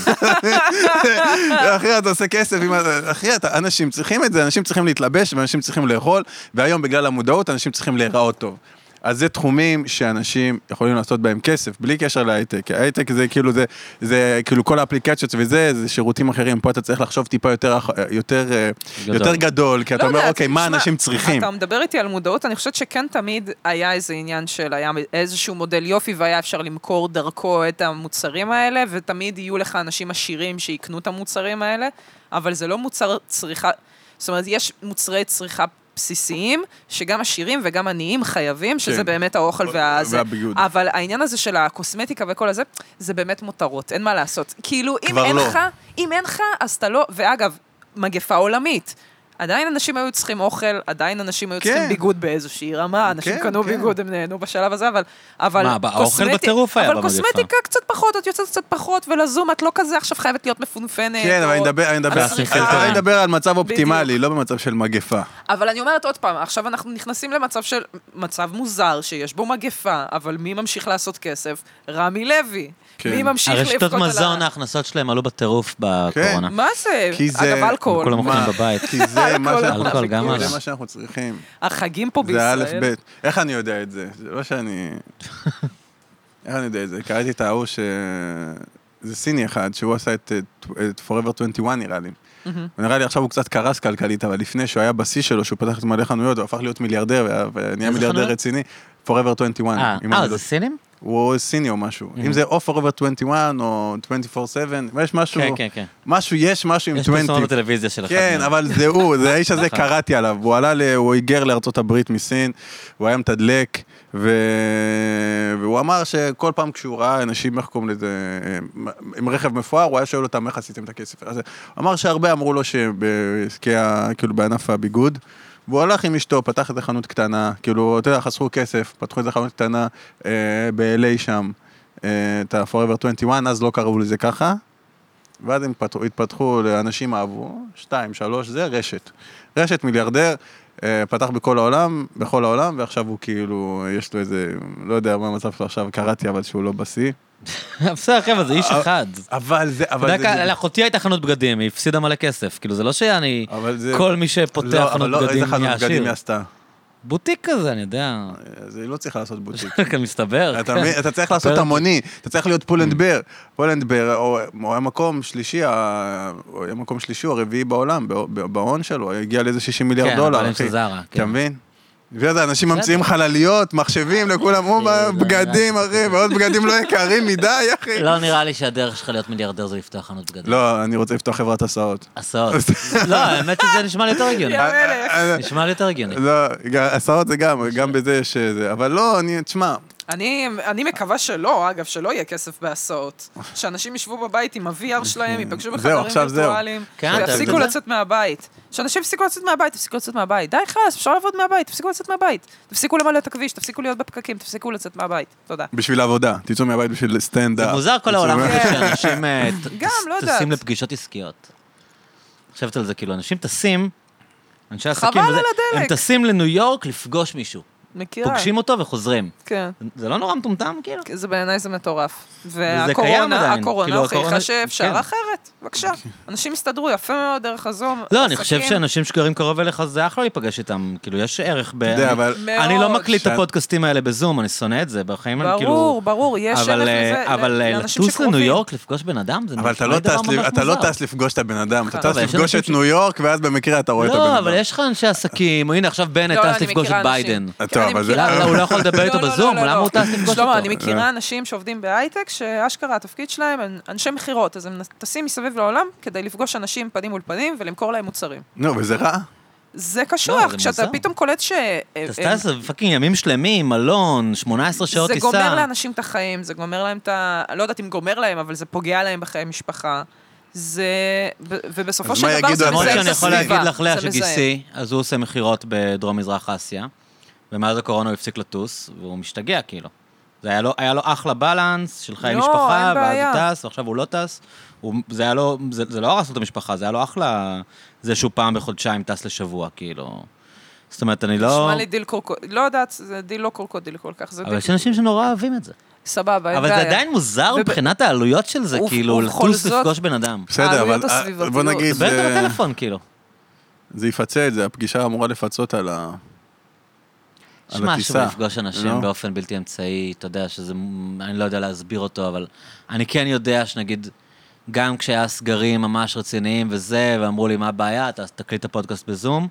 B: אחי, אתה עושה כסף, אם אתה- אחי, אתה- אנשים צריכים את זה, אנשים צריכים להתלבש ואנשים צריכים לאכול, והיום בגלל המודעות אנשים צריכים להיראות טוב. אז זה תחומים שאנשים יכולים לעשות בהם כסף, בלי קשר להייטק. כי ההייטק זה כאילו, זה, זה כאילו כל האפליקציות וזה, זה שירותים אחרים. פה אתה צריך לחשוב טיפה יותר, אח- יותר, אה,
A: גדול.
B: יותר גדול, כי אתה
C: לא
B: אומר,
C: יודעת,
B: אוקיי, מה
C: תשמע,
B: אנשים צריכים?
C: אתה מדבר איתי על מודעות, אני חושבת שכן תמיד היה איזה עניין של, היה איזשהו מודל יופי והיה אפשר למכור דרכו את המוצרים האלה, ותמיד יהיו לך אנשים עשירים שיקנו את המוצרים האלה, אבל זה לא מוצר צריכה, זאת אומרת, יש מוצרי צריכה בסיסיים, שגם עשירים וגם עניים חייבים, שזה
B: כן.
C: באמת האוכל והזה.
B: והביגוד.
C: אבל העניין הזה של הקוסמטיקה וכל הזה, זה באמת מותרות, אין מה לעשות. כאילו, אם
B: כבר
C: אין
B: לא.
C: לך, אם אין לך, אז אתה לא... ואגב, מגפה עולמית. עדיין אנשים היו צריכים אוכל, עדיין אנשים היו
B: כן.
C: צריכים ביגוד באיזושהי רמה, אנשים
B: כן,
C: קנו
B: כן.
C: ביגוד, הם נהנו בשלב הזה, אבל... אבל
A: מה, באוכל
C: קוסמטי-
A: בטירוף היה
C: אבל
A: במגפה.
C: קוסמטיקה קצת פחות, את יוצאת קצת פחות, ולזום את לא כזה עכשיו חייבת להיות מפונפנת.
B: כן, אבל
C: או-
B: אני מדבר, אני מדבר,
A: צריך
B: אבל אני
A: יותר.
B: מדבר על מצב אופטימלי, לא במצב של מגפה.
C: אבל אני אומרת עוד פעם, עכשיו אנחנו נכנסים למצב של מצב מוזר, שיש בו מגפה, אבל מי ממשיך לעשות כסף? רמי לוי.
B: כן.
C: מי ממשיך לבכות על
A: הרשתות
C: ה...
A: מזון, אה. ההכנסות שלהם עלו בטירוף בקורונה.
C: מה זה?
B: כי זה-
C: אגב, אלכוהול.
A: כולם-
B: כן. מה?
A: אוכלים בבית.
B: כי זה מה
C: אלכוהול,
B: שאנחנו
A: אלכוהול, גם
B: צריכים,
A: עלה.
B: זה מה שאנחנו צריכים.
C: החגים פה
B: זה א',
C: בישראל.
B: ב'. איך אני יודע את זה? זה לא שאני... איך אני יודע את זה? קראתי את ההוא ש... זה סיני אחד, שהוא עשה את, את, את Forever 21 נראה לי. ונראה לי עכשיו הוא קצת קרס כלכלית, אבל לפני שהוא היה בשיא שלו, שהוא פתח את מלא חנויות, הוא הפך להיות מיליארדר, והיה- ונהיה מיליארדר
A: חנויות?
B: רציני. Forever 21.
A: אה,
B: אם אני
A: אה,
B: לא
A: זה סינים?
B: הוא סיני או משהו.
A: Mhm.
B: אם זה או Forever 21 או 24/7, יש משהו,
A: כן, כן, כן.
B: משהו, יש משהו עם
A: יש
B: 20.
A: פרסומות בטלוויזיה של אחד.
B: כן,
A: מהם.
B: אבל זה הוא, זה האיש הזה, קראתי עליו. הוא עלה, ל- הוא היגר לארצות הברית מסין, הוא היה מתדלק, ו... והוא אמר שכל פעם כשהוא ראה אנשים, איך קוראים לזה, עם- עם רכב מפואר, הוא היה שואל אותם איך עשיתם את הכסף. אז הוא אמר שהרבה אמרו לו שבעסקי, ה- כאילו בענף הביגוד. והוא הלך עם אשתו, פתח איזה חנות קטנה, כאילו, אתה יודע, חסכו כסף, פתחו איזה חנות קטנה אה, ב-LA שם, אה, את ה-Forever 21, אז לא קראו לזה ככה, ואז הם פתחו, התפתחו, אנשים אהבו, שתיים, שלוש, זה רשת. רשת מיליארדר, אה, פתח בכל העולם, בכל העולם, ועכשיו הוא כאילו, יש לו איזה, לא יודע מה המצב שלו עכשיו, קראתי אבל שהוא לא בשיא.
A: בסדר, חבר'ה, זה איש
B: אה,
A: אחד.
B: אבל זה,
A: אתה
B: אבל
A: יודע,
B: זה...
A: לאחותי הייתה חנות בגדים, היא הפסידה מלא כסף. כאילו, זה לא שאני...
B: אבל זה...
A: כל מי שפותח
B: לא, אבל
A: חנות
B: לא,
A: בגדים
B: איזה חנות
A: נהיה
B: בגדים
A: עשיר.
B: היא עשתה?
A: בוטיק כזה, אני יודע.
B: אז היא לא צריכה לעשות בוטיק.
A: כן, מסתבר.
B: אתה
A: כן.
B: מבין? אתה צריך לעשות
A: פרק.
B: המוני, אתה צריך להיות
A: Mm.
B: פולנדבר. פולנדבר, הוא הוא היה מקום שלישי, ה- הוא היה מקום שלישי או הרביעי בעולם, ב- ב- בהון שלו, הגיע לאיזה 60 מיליארד
A: כן,
B: דולר,
A: הבעלים
B: אחי.
A: של זרה,
B: אתה
A: כן.
B: מבין? ואתה, אנשים ממציאים חלליות, מחשבים לכולם, הוא
A: זה-
B: בגדים, אחי, ועוד בגדים לא יקרים מדי, אחי.
A: לא נראה לי שהדרך שלך להיות מיליארדר זה לפתוח חנות בגדים.
B: לא, אני רוצה לפתוח חברת הסעות.
A: הסעות. לא, האמת שזה נשמע לי יותר הגיוני.
C: יאללה. המלך.
B: אה,
A: נשמע לי יותר הגיוני.
B: לא, גם- הסעות זה גם, גם בזה יש... זה. אבל לא, אני, תשמע,
C: אני, אני מקווה שלא, אגב, שלא יהיה כסף בהסעות. שאנשים ישבו בבית עם ה-VR שלהם, ייפגשו
B: זהו,
C: בחדרים
B: עכשיו זהו.
C: וירטואליים,
A: כן, אתה-
C: ויפסיקו
A: זה-
C: לצאת מהבית. שאנשים יפסיקו לצאת מהבית, תפסיקו לצאת מהבית. די, חס, אפשר לעבוד מהבית, תפסיקו לצאת מהבית. תפסיקו למלא את הכביש, תפסיקו להיות בפקקים, תפסיקו לצאת מהבית. תודה.
B: בשביל עבודה, תצאו מהבית בשביל סטנדאפ.
A: זה מוזר כל
B: תצאו
A: העולם
B: מה-
A: הזה שאנשים אה, ט-
C: גם,
A: טס-
C: לא יודעת.
A: טסים לפגישות עסקיות. חושבת על זה, כאילו, אנשים טסים, אנשי
C: חבל
A: עסקים,
C: על
A: וזה,
C: הדלק.
A: הם טסים לניו יורק לפגוש מישהו.
C: מכירה.
A: פוגשים אותו וחוזרים.
C: כן.
A: זה לא נורא מטומטם, כאילו?
C: זה בעיניי זה מטורף.
A: קיים
C: והקורונה,
A: עדיין,
C: הקורונה
A: כאילו,
C: הוכיחה
A: הקורונה-
C: שאפשר
A: כן.
C: אחרת. בבקשה. אנשים הסתדרו יפה מאוד דרך הזום.
A: לא, אני חושב
C: עסקים.
A: שאנשים שגרים קרוב אליך, זה אחלה להיפגש איתם. כאילו, יש ערך ב...
B: יודע, אבל-
A: אני לא
C: מאוד.
A: מקליט את
B: שאת-
A: הפודקאסטים האלה בזום, אני שונא את זה, בחיים אני כאילו...
C: ברור, ברור, יש ערך
A: אבל,
C: לזה,
A: אה, אבל אה,
C: לאנשים
A: לטוס לניו
C: שקרובים.
A: יורק, לפגוש בן אדם, זה
B: אבל אתה לא
A: נשמע דבר
B: טס ל-
A: ממש
B: אתה לא
A: מוזר.
B: טס לפגוש את הבן אדם, אתה
C: נכון,
B: טס
A: אבל יש
B: לפגוש
A: אנשים
B: את
A: ש-
B: ניו יורק, ואז במקרה אתה רואה את הבן אדם.
A: לא, אבל יש לך אנשי עסקים, הנה עכשיו בנט
C: לא,
A: טס
C: אני
A: לפגוש
C: מכירה
A: את ביידן.
C: אנשים.
B: אה,
C: כן,
B: טוב,
C: אני
B: אבל זה-
C: מכירה
A: למה
C: אנשים.
A: למה הוא לא יכול לדבר איתו
C: לא, לא,
A: בזום?
C: לא, לא,
A: למה הוא
C: לא.
A: טס לפגוש
C: שלמה, אני
A: אותו? אה.
C: מכירה אנשים שעובדים בהייטק, שאשכרה התפקיד שלהם הם אנשי מכירות, אז הם טסים מסביב לעולם כדי לפגוש אנשים פנים מול פנים ולמכור להם מוצרים.
B: נו, וזה רע.
C: זה
A: לא,
C: קשוח,
A: זה
C: כשאתה
A: מוזר.
C: פתאום קולט ש...
A: אתה טס פאקינג ימים שלמים, מלון, 18 שעות
C: זה
A: טיסה.
C: גומר לאנשים את החיים, זה גומר להם את ה... לא יודעת אם גומר להם, אבל זה פוגע להם בחיי משפחה. זה... ו- ובסופו
B: אז
C: של
B: מה
C: דבר
B: יגידו
C: זה
B: על
A: למרות
C: מזהם
B: זה
C: את
A: שאני יכול להגיד
C: הסביבה.
A: לך לאה
C: זה מזהם.
A: שגיסי, אז הוא עושה מכירות בדרום-מזרח אסיה, ומאז הקורונה הוא הפסיק לטוס, והוא משתגע כאילו. זה היה לו, היה לו אחלה בלנס של חיי
C: לא,
A: משפחה,
C: אין
A: ואז
C: בעיה.
A: הוא טס, ועכשיו הוא לא טס. הוא, זה היה לו, זה, זה לא הרס לו את המשפחה, זה היה לו אחלה זה שהוא פעם בחודשיים טס לשבוע, כאילו. זאת אומרת, אני לא...
C: נשמע לי דיל קורקודיל, לא יודעת, זה דיל לא קורקודיל כל כך, זה
A: אבל
C: דיל...
A: יש אנשים שנורא אוהבים את זה.
C: סבבה, אין
A: אבל זה
C: בעיה.
A: עדיין מוזר
C: וב-
A: מבחינת העלויות של זה,
C: וב-
A: כאילו,
C: ובכל
A: לטוס
C: זאת-
A: לפגוש בן אדם.
B: בסדר, אבל
C: העלויות
B: אה,
C: הסביבתיות.
B: בוא נגיד,
A: דבר איתו
B: זה-
A: בטלפון, כאילו.
B: זה יפצה את זה, הפגישה אמורה לפצות על ה... על
A: יש משהו
B: הטיסה,
A: בלפגוש אנשים
B: לא?
A: באופן בלתי אמצעי, אתה יודע שזה, אני לא יודע להסביר אותו, אבל אני כן יודע שנגיד, גם כשהיה סגרים ממש רציניים וזה, ואמרו לי, מה הבעיה, אתה תקליט את הפודקאסט בזום.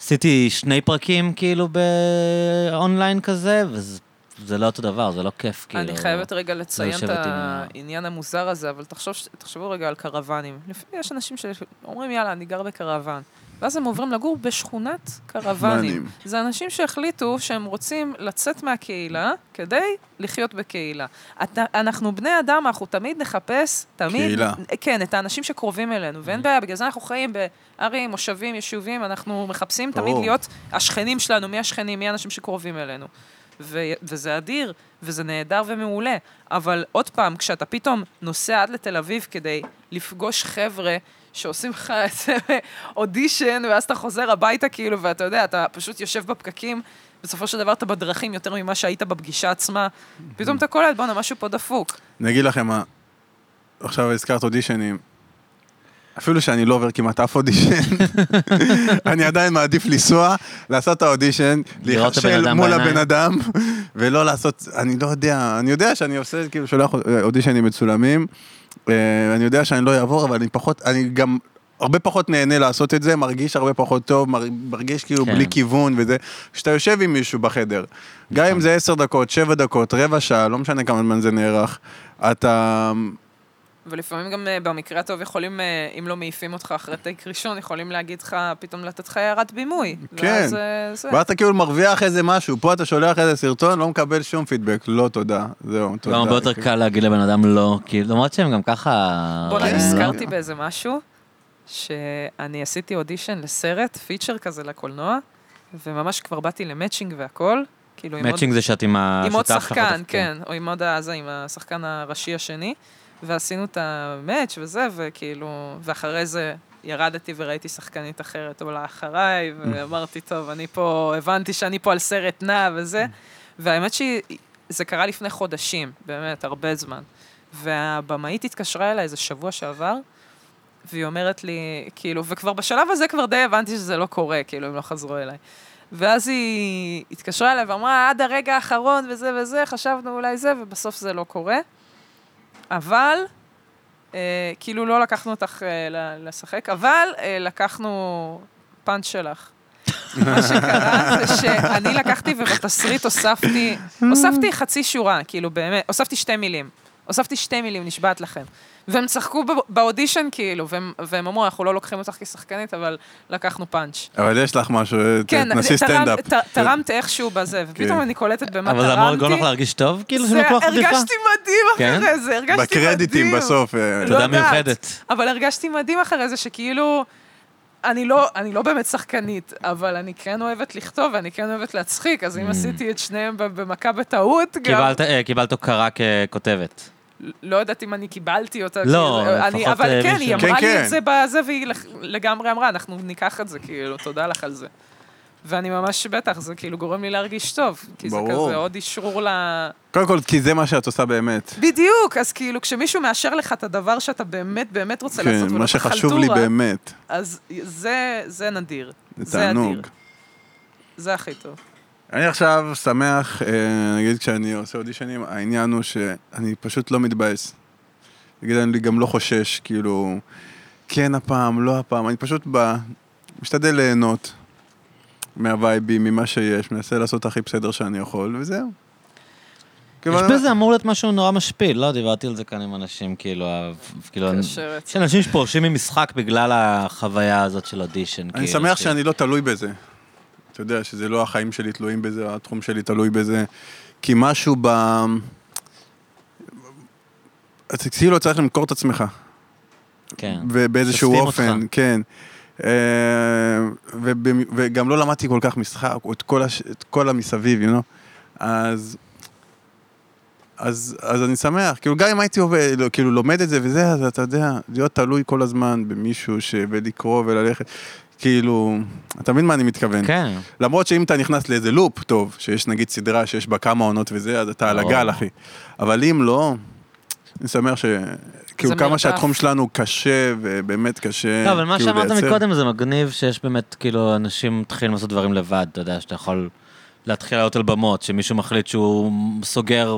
A: עשיתי שני פרקים כאילו באונליין כזה, וזה זה לא אותו דבר, זה לא כיף, כאילו.
C: אני חייבת רגע לציין את
A: יושבת עם ה-
C: העניין המוזר הזה, אבל תחשוב ש- תחשבו רגע על קרוונים. לפעמים יש אנשים שאומרים, יאללה, אני גר בקרוון. ואז הם עוברים לגור בשכונת קרוונים.
B: מענים.
C: זה אנשים שהחליטו שהם רוצים לצאת מהקהילה כדי לחיות בקהילה. אתה, אנחנו בני אדם, אנחנו תמיד נחפש, תמיד...
B: קהילה.
C: כן, את האנשים שקרובים אלינו, ואין בעיה, בגלל זה אנחנו חיים בערים, מושבים, יישובים, אנחנו מחפשים תמיד
B: ברור.
C: להיות השכנים שלנו, מי השכנים, מי האנשים שקרובים אלינו. ו- וזה אדיר, וזה נהדר ומעולה. אבל עוד פעם, כשאתה פתאום נוסע עד לתל אביב כדי לפגוש חבר'ה שעושים לך איזה אודישן, ואז אתה חוזר הביתה כאילו, ואתה יודע, אתה פשוט יושב בפקקים, בסופו של דבר אתה בדרכים יותר ממה שהיית בפגישה עצמה. פתאום אתה קולט, בואנה, משהו פה דפוק.
B: אני אגיד לכם מה, עכשיו הזכרת אודישנים. אפילו שאני לא עובר כמעט אף אודישן, אני עדיין מעדיף לנסוע, לעשות את האודישן,
A: לראות את הבן
B: להיכשל
A: אדם
B: מול
A: בעיניים.
B: הבן אדם, ולא לעשות, אני לא יודע, אני יודע שאני עושה, כאילו, שולח אודישנים מצולמים, אה, אני יודע שאני לא אעבור, אבל אני פחות, אני גם הרבה פחות נהנה לעשות את זה, מרגיש הרבה פחות טוב, מר- מרגיש כאילו
A: כן.
B: בלי כיוון וזה, כשאתה יושב עם מישהו בחדר, גם
A: נכון.
B: אם זה עשר דקות, שבע דקות, רבע שעה, לא משנה כמה זמן זה נערך, אתה...
C: ולפעמים גם אה, במקרה הטוב יכולים, אה, אם לא מעיפים אותך אחרי טייק ראשון, יכולים להגיד לך, פתאום לתת לך הערת בימוי.
B: כן.
C: ואז, אה, זה.
B: ואז אתה כאילו מרוויח איזה משהו, פה אתה שולח איזה סרטון, לא מקבל שום פידבק, לא תודה, זהו, תודה. כן. אוקיי.
A: גם הרבה יותר קל להגיד לבן אדם לא, כאילו, למרות שהם גם ככה... אה,
C: בוא'נה,
B: כן.
C: נזכרתי באיזה משהו, שאני עשיתי אודישן לסרט, פיצ'ר כזה לקולנוע, וממש כבר באתי למצ'ינג והכל, כאילו עם עוד...
A: מצ'ינג זה שאת עם השותף
C: עם עוד
A: שלך
C: שחקן,
A: בתפקיד.
C: כן, או עם עוד הזה, עם השחקן הראשי השני, ועשינו את המאץ' וזה, וכאילו, ואחרי זה ירדתי וראיתי שחקנית אחרת עולה אחריי,
A: Mm.
C: ואמרתי, טוב, אני פה, הבנתי שאני פה על סרט נע וזה,
A: Mm.
C: והאמת שזה קרה לפני חודשים, באמת, הרבה זמן. והבמאית התקשרה אליי איזה שבוע שעבר, והיא אומרת לי, כאילו, וכבר בשלב הזה כבר די הבנתי שזה לא קורה, כאילו, הם לא חזרו אליי. ואז היא התקשרה אליי ואמרה, עד הרגע האחרון וזה וזה, חשבנו אולי זה, ובסוף זה לא קורה. אבל, אה, כאילו לא לקחנו אותך אה, ל- לשחק, אבל אה, לקחנו פאנץ' שלך. מה שקרה זה שאני לקחתי ובתסריט הוספתי, הוספתי חצי שורה, כאילו באמת, הוספתי שתי מילים. הוספתי שתי מילים, נשבעת לכם. והם צחקו ב- באודישן כאילו, והם, והם אמרו, אנחנו לא לוקחים אותך כשחקנית, אבל לקחנו פאנץ'.
B: אבל יש לך משהו,
C: כן,
B: תנסי
C: תרם-
B: סטנדאפ.
C: ת- תרמת איכשהו בזה, ופתאום
B: כן.
C: אני קולטת במה תרמתי.
A: אבל זה אמור לגרום לך להרגיש טוב, כאילו, שלא כל כך
C: זה-
A: בדיחה?
C: הרגשתי מדהים
A: כן?
C: אחרי זה, הרגשתי מדהים.
B: בקרדיטים בסוף. אה,
C: לא
A: תודה
C: יודעת.
A: מיוחדת.
C: אבל הרגשתי מדהים אחרי זה, שכאילו... אני לא, אני לא באמת שחקנית, אבל אני כן אוהבת לכתוב ואני כן אוהבת להצחיק, אז אם עשיתי את שניהם ב- במכה בטעות, גם...
A: Mm. קיבלת, אה, קיבלת הוקרה ככותבת.
C: לא יודעת אם אני קיבלתי
A: לא,
C: אותה. כאילו,
A: לפחות,
C: אני, אבל
A: אה,
C: כן,
A: מישהו.
C: היא אמרה
B: כן,
C: לי
B: כן.
C: את זה בזה, והיא לח- לגמרי אמרה, אנחנו ניקח את זה, כאילו, תודה לך על זה. ואני ממש בטח, זה כאילו גורם לי להרגיש טוב. כי זה
B: ברור.
C: כזה עוד אשרור ל...
B: קודם כל, כי זה מה שאת עושה באמת.
C: בדיוק, אז כאילו כשמישהו מאשר לך את הדבר שאתה באמת באמת רוצה לעשות,
B: כן,
C: ולא
B: מה שחשוב לי
C: בחלטורה,
B: באמת.
C: אז זה, זה נדיר.
B: זה
C: זה
B: תענוג.
C: אדיר. זה הכי טוב.
A: כן.
B: אני עכשיו שמח, אה, נגיד כשאני עושה אודישנים, העניין הוא שאני פשוט לא מתבאס. נגיד, אני גם לא חושש, כאילו, כן הפעם, לא הפעם, אני פשוט בא, משתדל ליהנות מהווייבים, ממה שיש, מנסה לעשות הכי בסדר שאני יכול, וזהו.
A: יש
B: כאילו,
A: בזה אמור להיות משהו נורא משפיל, לא דיברתי על זה כאן עם אנשים, כאילו, ה- כאילו,
C: כאשר-
A: יש אנשים שפורשים ממשחק בגלל החוויה הזאת של אודישן.
B: אני
A: כאילו,
B: שמח
A: ש-
B: שאני לא תלוי בזה. אתה יודע, שזה לא החיים שלי תלויים בזה, התחום שלי תלוי בזה. כי משהו ב... אתה כאילו צריך למכור את עצמך,
A: כן.
B: ובאיזשהו
A: שופטים
B: אופן,
A: אותך.
B: כן. אה, ובמ- וגם לא למדתי כל כך משחק, או את כל, הש... את כל המסביב, you know? אז... אז, אז אני שמח, כאילו גם אם הייתי עובד, לא, כאילו לומד את זה וזה, אז אתה יודע, להיות תלוי כל הזמן במישהו ש... ולקרוא וללכת, כאילו, אתה מבין מה אני מתכוון?
A: כן.
B: למרות שאם אתה נכנס לאיזה לופ, טוב, שיש נגיד סדרה שיש בה כמה עונות וזה, אז אתה על
A: ברור.
B: הגל, אחי. אבל אם לא, אני שמח ש... כאילו
C: זה
B: כמה
C: מרדף.
B: שהתחום שלנו קשה, ובאמת קשה,
A: לא, אבל מה
B: כאילו,
A: שאמרת
B: לייצר.
A: מקודם זה מגניב שיש באמת, כאילו, אנשים מתחילים לעשות דברים לבד, אתה יודע, שאתה יכול להתחיל לעלות על במות, שמישהו מחליט שהוא סוגר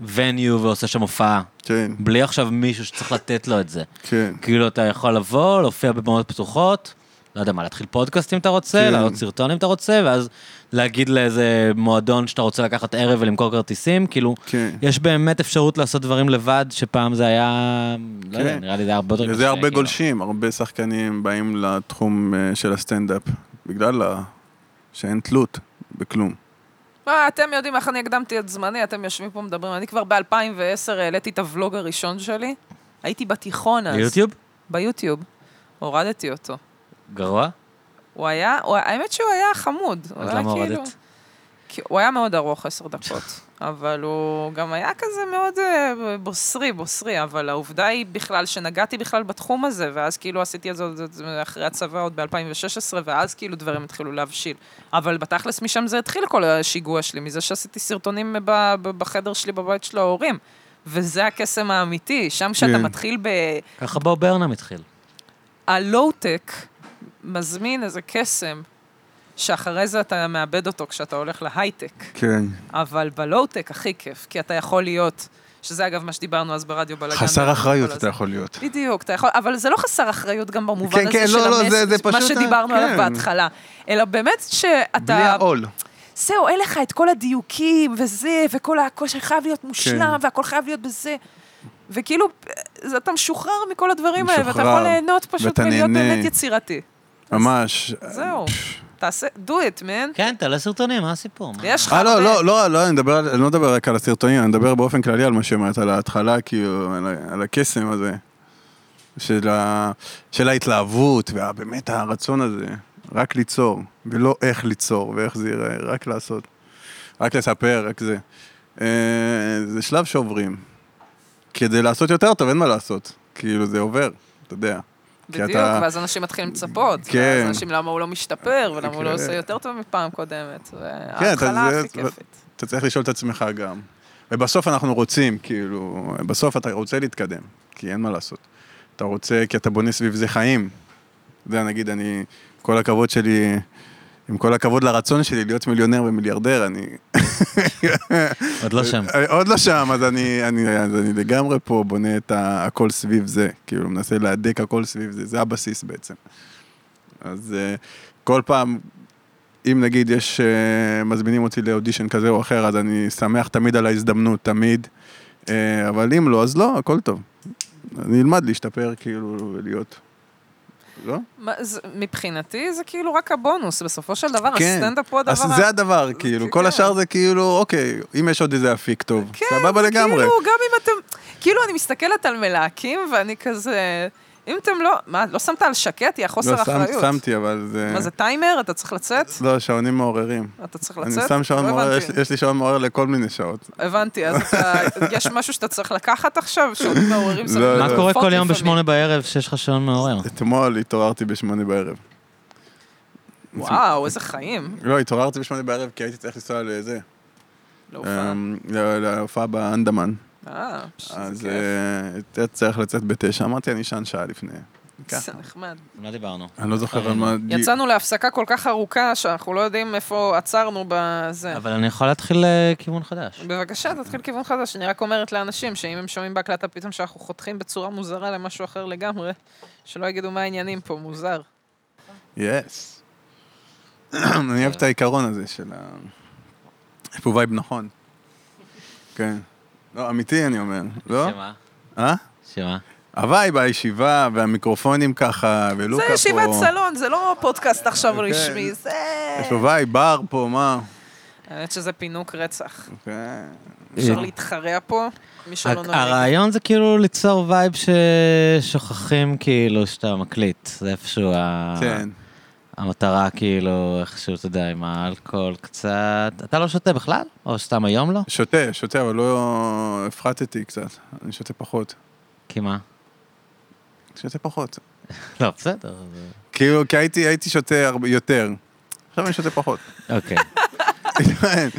A: וניו ועושה שם הופעה,
B: כן,
A: בלי עכשיו מישהו שצריך לתת לו את זה.
B: כן.
A: כאילו, אתה יכול לבוא, להופיע בבמות פתוחות, לא יודע מה, להתחיל פודקאסט אם אתה רוצה,
B: כן.
A: לעלות סרטון אם אתה רוצה, ואז להגיד לאיזה מועדון שאתה רוצה לקחת ערב ולמכור כרטיסים, כאילו,
B: כן.
A: יש באמת אפשרות לעשות דברים לבד, שפעם זה היה, לא יודע,
B: כן.
A: נראה לי זה היה הרבה יותר קשה.
B: וזה הרבה
A: כאילו.
B: גולשים, הרבה שחקנים באים לתחום אה, של הסטנדאפ, בגלל ה- שאין תלות בכלום.
C: מה, אתם יודעים איך אני הקדמתי את זמני, אתם יושבים פה מדברים. אני כבר ב-2010 העליתי את הוולוג הראשון שלי. הייתי בתיכון אז.
A: ביוטיוב?
C: ביוטיוב. הורדתי אותו.
A: גרוע?
C: הוא היה, הוא, האמת שהוא היה חמוד. הוא
A: אז
C: היה
A: למה
C: כאילו-
A: הורדת?
C: כי הוא היה מאוד ארוך, עשר דקות. אבל הוא גם היה כזה מאוד אה, בוסרי, בוסרי. אבל העובדה היא בכלל שנגעתי בכלל בתחום הזה, ואז כאילו עשיתי את זה עוד- עוד אחרי הצבא עוד ב-2016, ואז כאילו דברים התחילו להבשיל. אבל בתכלס משם זה התחיל כל השיגוע שלי, מזה שעשיתי סרטונים ב- ב- בחדר שלי בבית של ההורים. וזה הקסם האמיתי, שם כשאתה
B: כן.
C: מתחיל ב...
A: ככה בוב ברנם התחיל.
C: הלואו-טק מזמין איזה קסם, שאחרי זה אתה מאבד אותו כשאתה הולך להייטק.
B: כן.
C: אבל בלואו-טק הכי כיף, כי אתה יכול להיות, שזה אגב מה שדיברנו אז ברדיו בלאגן.
A: לא-
B: חסר אחריות
C: כל
B: אתה
C: הזה.
B: יכול להיות.
C: בדיוק, אתה יכול, אבל זה לא חסר אחריות גם במובן
B: כן,
C: הזה
B: כן,
C: של
B: לא, לא,
C: המס-
B: זה- זה
C: מה
B: פשוט ה-
C: שדיברנו עליו
B: כן.
C: בהתחלה. אלא באמת שאתה...
B: בלי העול.
C: זהו, אין לך את כל הדיוקים וזה, וכל ה- הכל שחייב להיות מושלם,
B: כן.
C: והכל חייב להיות בזה. וכאילו, זה- אתה משוחרר מכל הדברים האלה, ואתה
B: משוחרר,
C: יכול ליהנות פשוט
B: ואתה
C: ולהיות
B: נהנה. אה,
C: באמת יצירתי.
B: ממש.
C: זהו. תעשה, do it, man.
A: כן, תעלה סרטונים, מה הסיפור? מה?
C: יש לך...
B: אה, לא,
C: הרבה-
B: לא, לא, לא, אני מדבר על- אני לא מדבר רק על הסרטונים, אני מדבר באופן כללי על מה שאמרת, על ההתחלה, כאילו, על ה- על הקסם הזה, של ה- של ההתלהבות, ובאמת הרצון הזה, רק ליצור, ולא איך ליצור ואיך זה ייראה, רק לעשות, רק לספר, רק זה. אה, זה שלב שעוברים. כדי לעשות יותר טוב, אין מה לעשות. כאילו, זה עובר, אתה יודע. כי
C: בדיוק,
B: אתה-
C: ואז אנשים מתחילים לצפות.
B: כן.
C: ואז אנשים, למה הוא לא משתפר, ולמה הוא לא
B: כן.
C: עושה יותר טוב מפעם קודמת.
B: כן, אתה-
C: וההתחלה
B: זה-
C: הכי כיפית.
B: אתה צריך לשאול את עצמך גם. ובסוף אנחנו רוצים, כאילו, בסוף אתה רוצה להתקדם, כי אין מה לעשות. אתה רוצה, כי אתה בונה סביב זה חיים. אתה יודע, נגיד, אני, כל הכבוד שלי, עם כל הכבוד לרצון שלי להיות מיליונר ומיליארדר, אני...
A: עוד לא שם.
B: עוד לא שם, אז אני, אני, אז אני לגמרי פה בונה את ה, הכל סביב זה. כאילו, מנסה להדק הכל סביב זה, זה הבסיס בעצם. אז אה, כל פעם, אם נגיד יש, אה, מזמינים אותי לאודישן כזה או אחר, אז אני שמח תמיד על ההזדמנות, תמיד. אה, אבל אם לא, אז לא, הכל טוב. אני אלמד להשתפר, כאילו, ולהיות... לא?
C: מה, זה- מבחינתי זה כאילו רק הבונוס, בסופו של דבר,
B: כן.
C: הסטנדאפ הוא
B: אז
C: הדבר...
B: זה
C: ה-
B: הדבר, כאילו,
C: כן.
B: כל השאר זה כאילו, אוקיי, אם יש עוד איזה אפיק טוב,
C: כן,
B: סבבה
C: זה
B: לגמרי.
C: כאילו, גם אם אתם... כאילו, אני מסתכלת על מלהקים, ואני כזה... אם אתם לא... מה, לא שמת על שקט? היא החוסר
B: לא, שם-
C: אחריות.
B: שמתי, אבל זה...
C: מה זה, טיימר? אתה צריך לצאת?
B: לא, שעונים מעוררים.
C: אתה צריך
B: אני
C: לצאת?
B: שם שעון
C: לא
B: מעורר,
C: הבנתי.
B: יש- יש לי שעון מעורר לכל מיני שעות.
C: הבנתי, אז אתה, יש משהו שאתה צריך לקחת עכשיו, שעוד מעוררים
B: לא,
C: סביב
B: לא.
A: מה
C: הגופות
A: קורה כל יום
C: לפעמים?
B: אה,
A: בשמונה בערב שיש לך שעון מעורר?
B: אתמול התעוררתי בשמונה בערב.
C: וואו, איזה חיים.
B: לא, התעוררתי בשמונה בערב, כי הייתי צריך לנסוע לזה.
C: לא הופעה.
B: אמ, ל- להופעה באנדמן.
C: אה, פש,
B: אז
C: איזה כיף.
B: אה, הייתי צריך לצאת בתשע, אמרתי, אני אשן שעה לפני. ככה.
C: זה נחמד.
A: מה דיברנו?
B: אני לא זוכר על
C: אה,
B: מה...
C: יצאנו להפסקה כל כך ארוכה, שאנחנו לא יודעים איפה עצרנו בזה.
A: אבל אני יכול להתחיל אה, כיוון חדש.
C: בבקשה, תתחיל כיוון חדש. אני רק אומרת לאנשים שאם הם שומעים בהקלטה פתאום שאנחנו חותכים בצורה מוזרה למשהו אחר לגמרי, שלא יגידו מה העניינים פה, מוזר.
B: יס. אני אוהב את העיקרון הזה של ה... יש פה וייב נכון. כן. לא, אמיתי אני אומר, לא?
A: שמה?
B: אה?
A: שמה?
B: הווייב, הישיבה, והמיקרופונים ככה,
C: זה
B: ולוקה פה.
C: ישיבת סלון, זה לא פודקאסט עכשיו
B: אוקיי.
C: רשמי, זה...
B: יש פה וייב, בר פה, מה?
C: האמת שזה פינוק רצח.
A: אוקיי.
B: כן.
C: אפשר להתחרע פה, מי שלא
A: הק-
C: נוהג.
A: הרעיון זה כאילו ליצור וייב ששוכחים כאילו שאתה מקליט. זה איפשהו ה-
B: כן.
A: המטרה כאילו, איכשהו, אתה יודע, עם האלכוהול קצת. אתה לא שותה בכלל? או סתם היום לא?
B: שותה, שותה, אבל לא הפחתתי קצת. אני שותה פחות.
A: כי מה?
B: שותה פחות.
A: לא, בסדר. זה-
B: כאילו, כי הייתי הייתי שותה הרבה יותר. עכשיו אני שותה פחות.
A: אוקיי.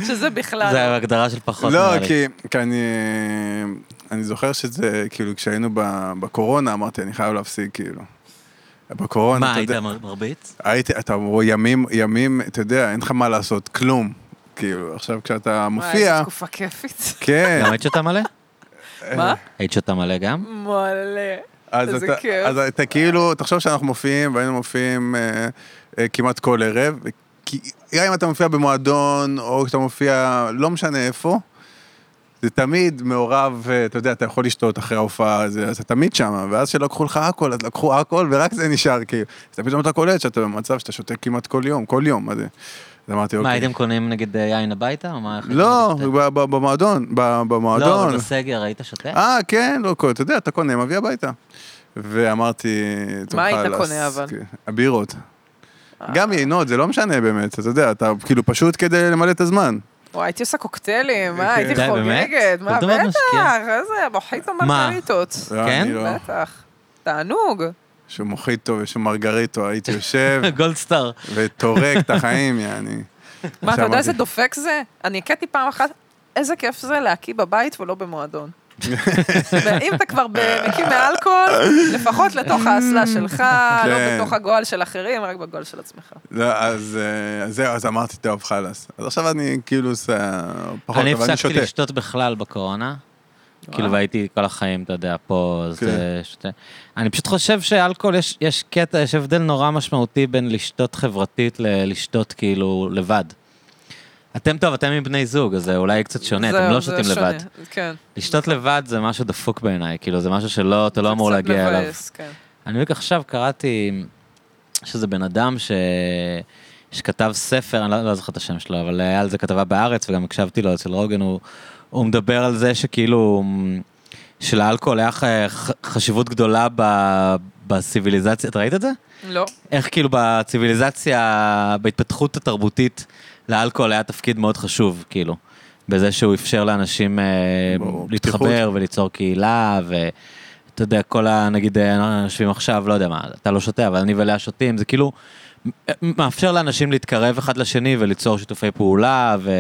C: שזה בכלל...
A: זה ההגדרה של פחות נראה
B: לא,
A: לי.
B: כי, כי אני, אני זוכר שזה, כאילו, כשהיינו ב- בקורונה, אמרתי, אני חייב להפסיק, כאילו. בקורונה,
A: מה,
B: אתה
A: היית
B: יודע,
A: מר- מרביץ?
B: הייתי, אתה רואה ימים, ימים, אתה יודע, אין לך מה לעשות, כלום. כאילו, עכשיו כשאתה
C: וואי, איזה
B: מופיע,
C: תקופה כיפית.
B: כן,
A: גם היית שותה מלא?
B: אה.
C: מה?
A: היית שותה מלא גם?
C: מלא.
B: אז
C: איזה
B: אתה,
C: כיף.
B: אז אתה כאילו, תחשוב שאנחנו מופיעים, והיינו מופיעים אה, אה, כמעט כל ערב, כי גם אם אתה מופיע במועדון, או כשאתה מופיע, לא משנה איפה, זה תמיד מעורב, אה, אתה יודע, אתה יכול לשתות אחרי ההופעה, אז, אז אתה תמיד שם, ואז שלקחו לך הכל, אז לקחו הכל, ורק זה נשאר, כאילו. אז פתאום אתה קולט שאתה במצב שאתה שותה כמעט כל יום, כל יום, מה זה? אז אמרתי,
A: מה,
B: אוקיי.
A: הייתם קונים נגיד אה, יין הביתה? או מה? איך הייתם
B: לא,
A: שותה?
B: ב- ב- במועדון, ב-
A: לא, אבל
B: במועדון.
A: בסגר היית שותה?
B: אה, כן, לא, כל- אתה יודע, אתה קונה, מביא הביתה. ואמרתי, תאכל,
C: היית
B: אז-
C: קונה, אבל?
B: כן, הבירות. גם יינות, זה לא משנה באמת, אתה יודע, אתה כאילו פשוט כדי למלא את הזמן.
C: וואי, הייתי עושה קוקטיילים, מה, הייתי
B: די,
A: באמת?
C: חוגגת, מה,
A: אתה מאוד
C: בטח,
A: משקיע.
C: איזה, מוחיטו
A: מה?
C: מרגריטות.
A: כן?
B: אני לא.
C: בטח. תענוג.
B: שהוא מוחיטו ושהוא מרגריטו, הייתי יושב
A: גולד סטאר.
B: וטורק את החיים, יעני.
C: מה, אתה יודע
B: שאמרתי.
C: איזה דופק זה? אני הכיתי פעם אחת, איזה כיף זה להקיא בבית ולא במועדון. ואם אתה כבר מקיא מאלכוהול, לפחות לתוך האסלה שלך, לא
B: כן.
C: בתוך הגועל של אחרים, רק בגועל של עצמך.
B: לא, אז אה, אז זהו, אז אמרתי, טוב, חלאס. אז עכשיו אני כאילו עושה פחות,
A: אני
B: אבל אני
A: הפסקתי
B: שותה.
A: לשתות בכלל בקורונה. כאילו, והייתי כל החיים, אתה יודע, פה, אז
B: כן.
A: אה, שותה. אני פשוט חושב שאלכוהול, יש- יש קטע, יש הבדל נורא משמעותי בין לשתות חברתית ללשתות כאילו לבד. אתם טוב, אתם עם בני זוג, אז זה אולי קצת שונה, אתם
C: זהו,
A: לא
C: זה
A: שותים
C: שונה,
A: לבד.
C: כן.
A: לשתות לבד זה משהו דפוק בעיניי, כאילו, זה משהו שלא, אתה לא אמור
C: קצת
A: להגיע אליו.
C: מבאס, כן.
A: אני רק עכשיו קראתי שזה בן אדם ש... שכתב ספר, אני לא, לא זוכר את השם שלו, אבל היה על זה כתבה בארץ וגם הקשבתי לו אצל רוגן, הוא, הוא מדבר על זה שכאילו מ, שלאלכוהול היה ח, ח- חשיבות גדולה ב, בסיביליזציה, אתה ראית את זה?
C: לא.
A: איך כאילו בציוויליזציה, בהתפתחות התרבותית, לאלכוהול היה תפקיד מאוד חשוב, כאילו. בזה שהוא אפשר לאנשים אה,
B: ברור,
A: להתחבר
B: פתיחות.
A: וליצור קהילה, ואתה יודע, כל ה... נגיד, אה, אנחנו יושבים עכשיו, לא יודע מה, אתה לא שותה, אבל אני ולאה שותים, זה כאילו אה, מאפשר לאנשים להתקרב אחד לשני וליצור שיתופי פעולה, ו...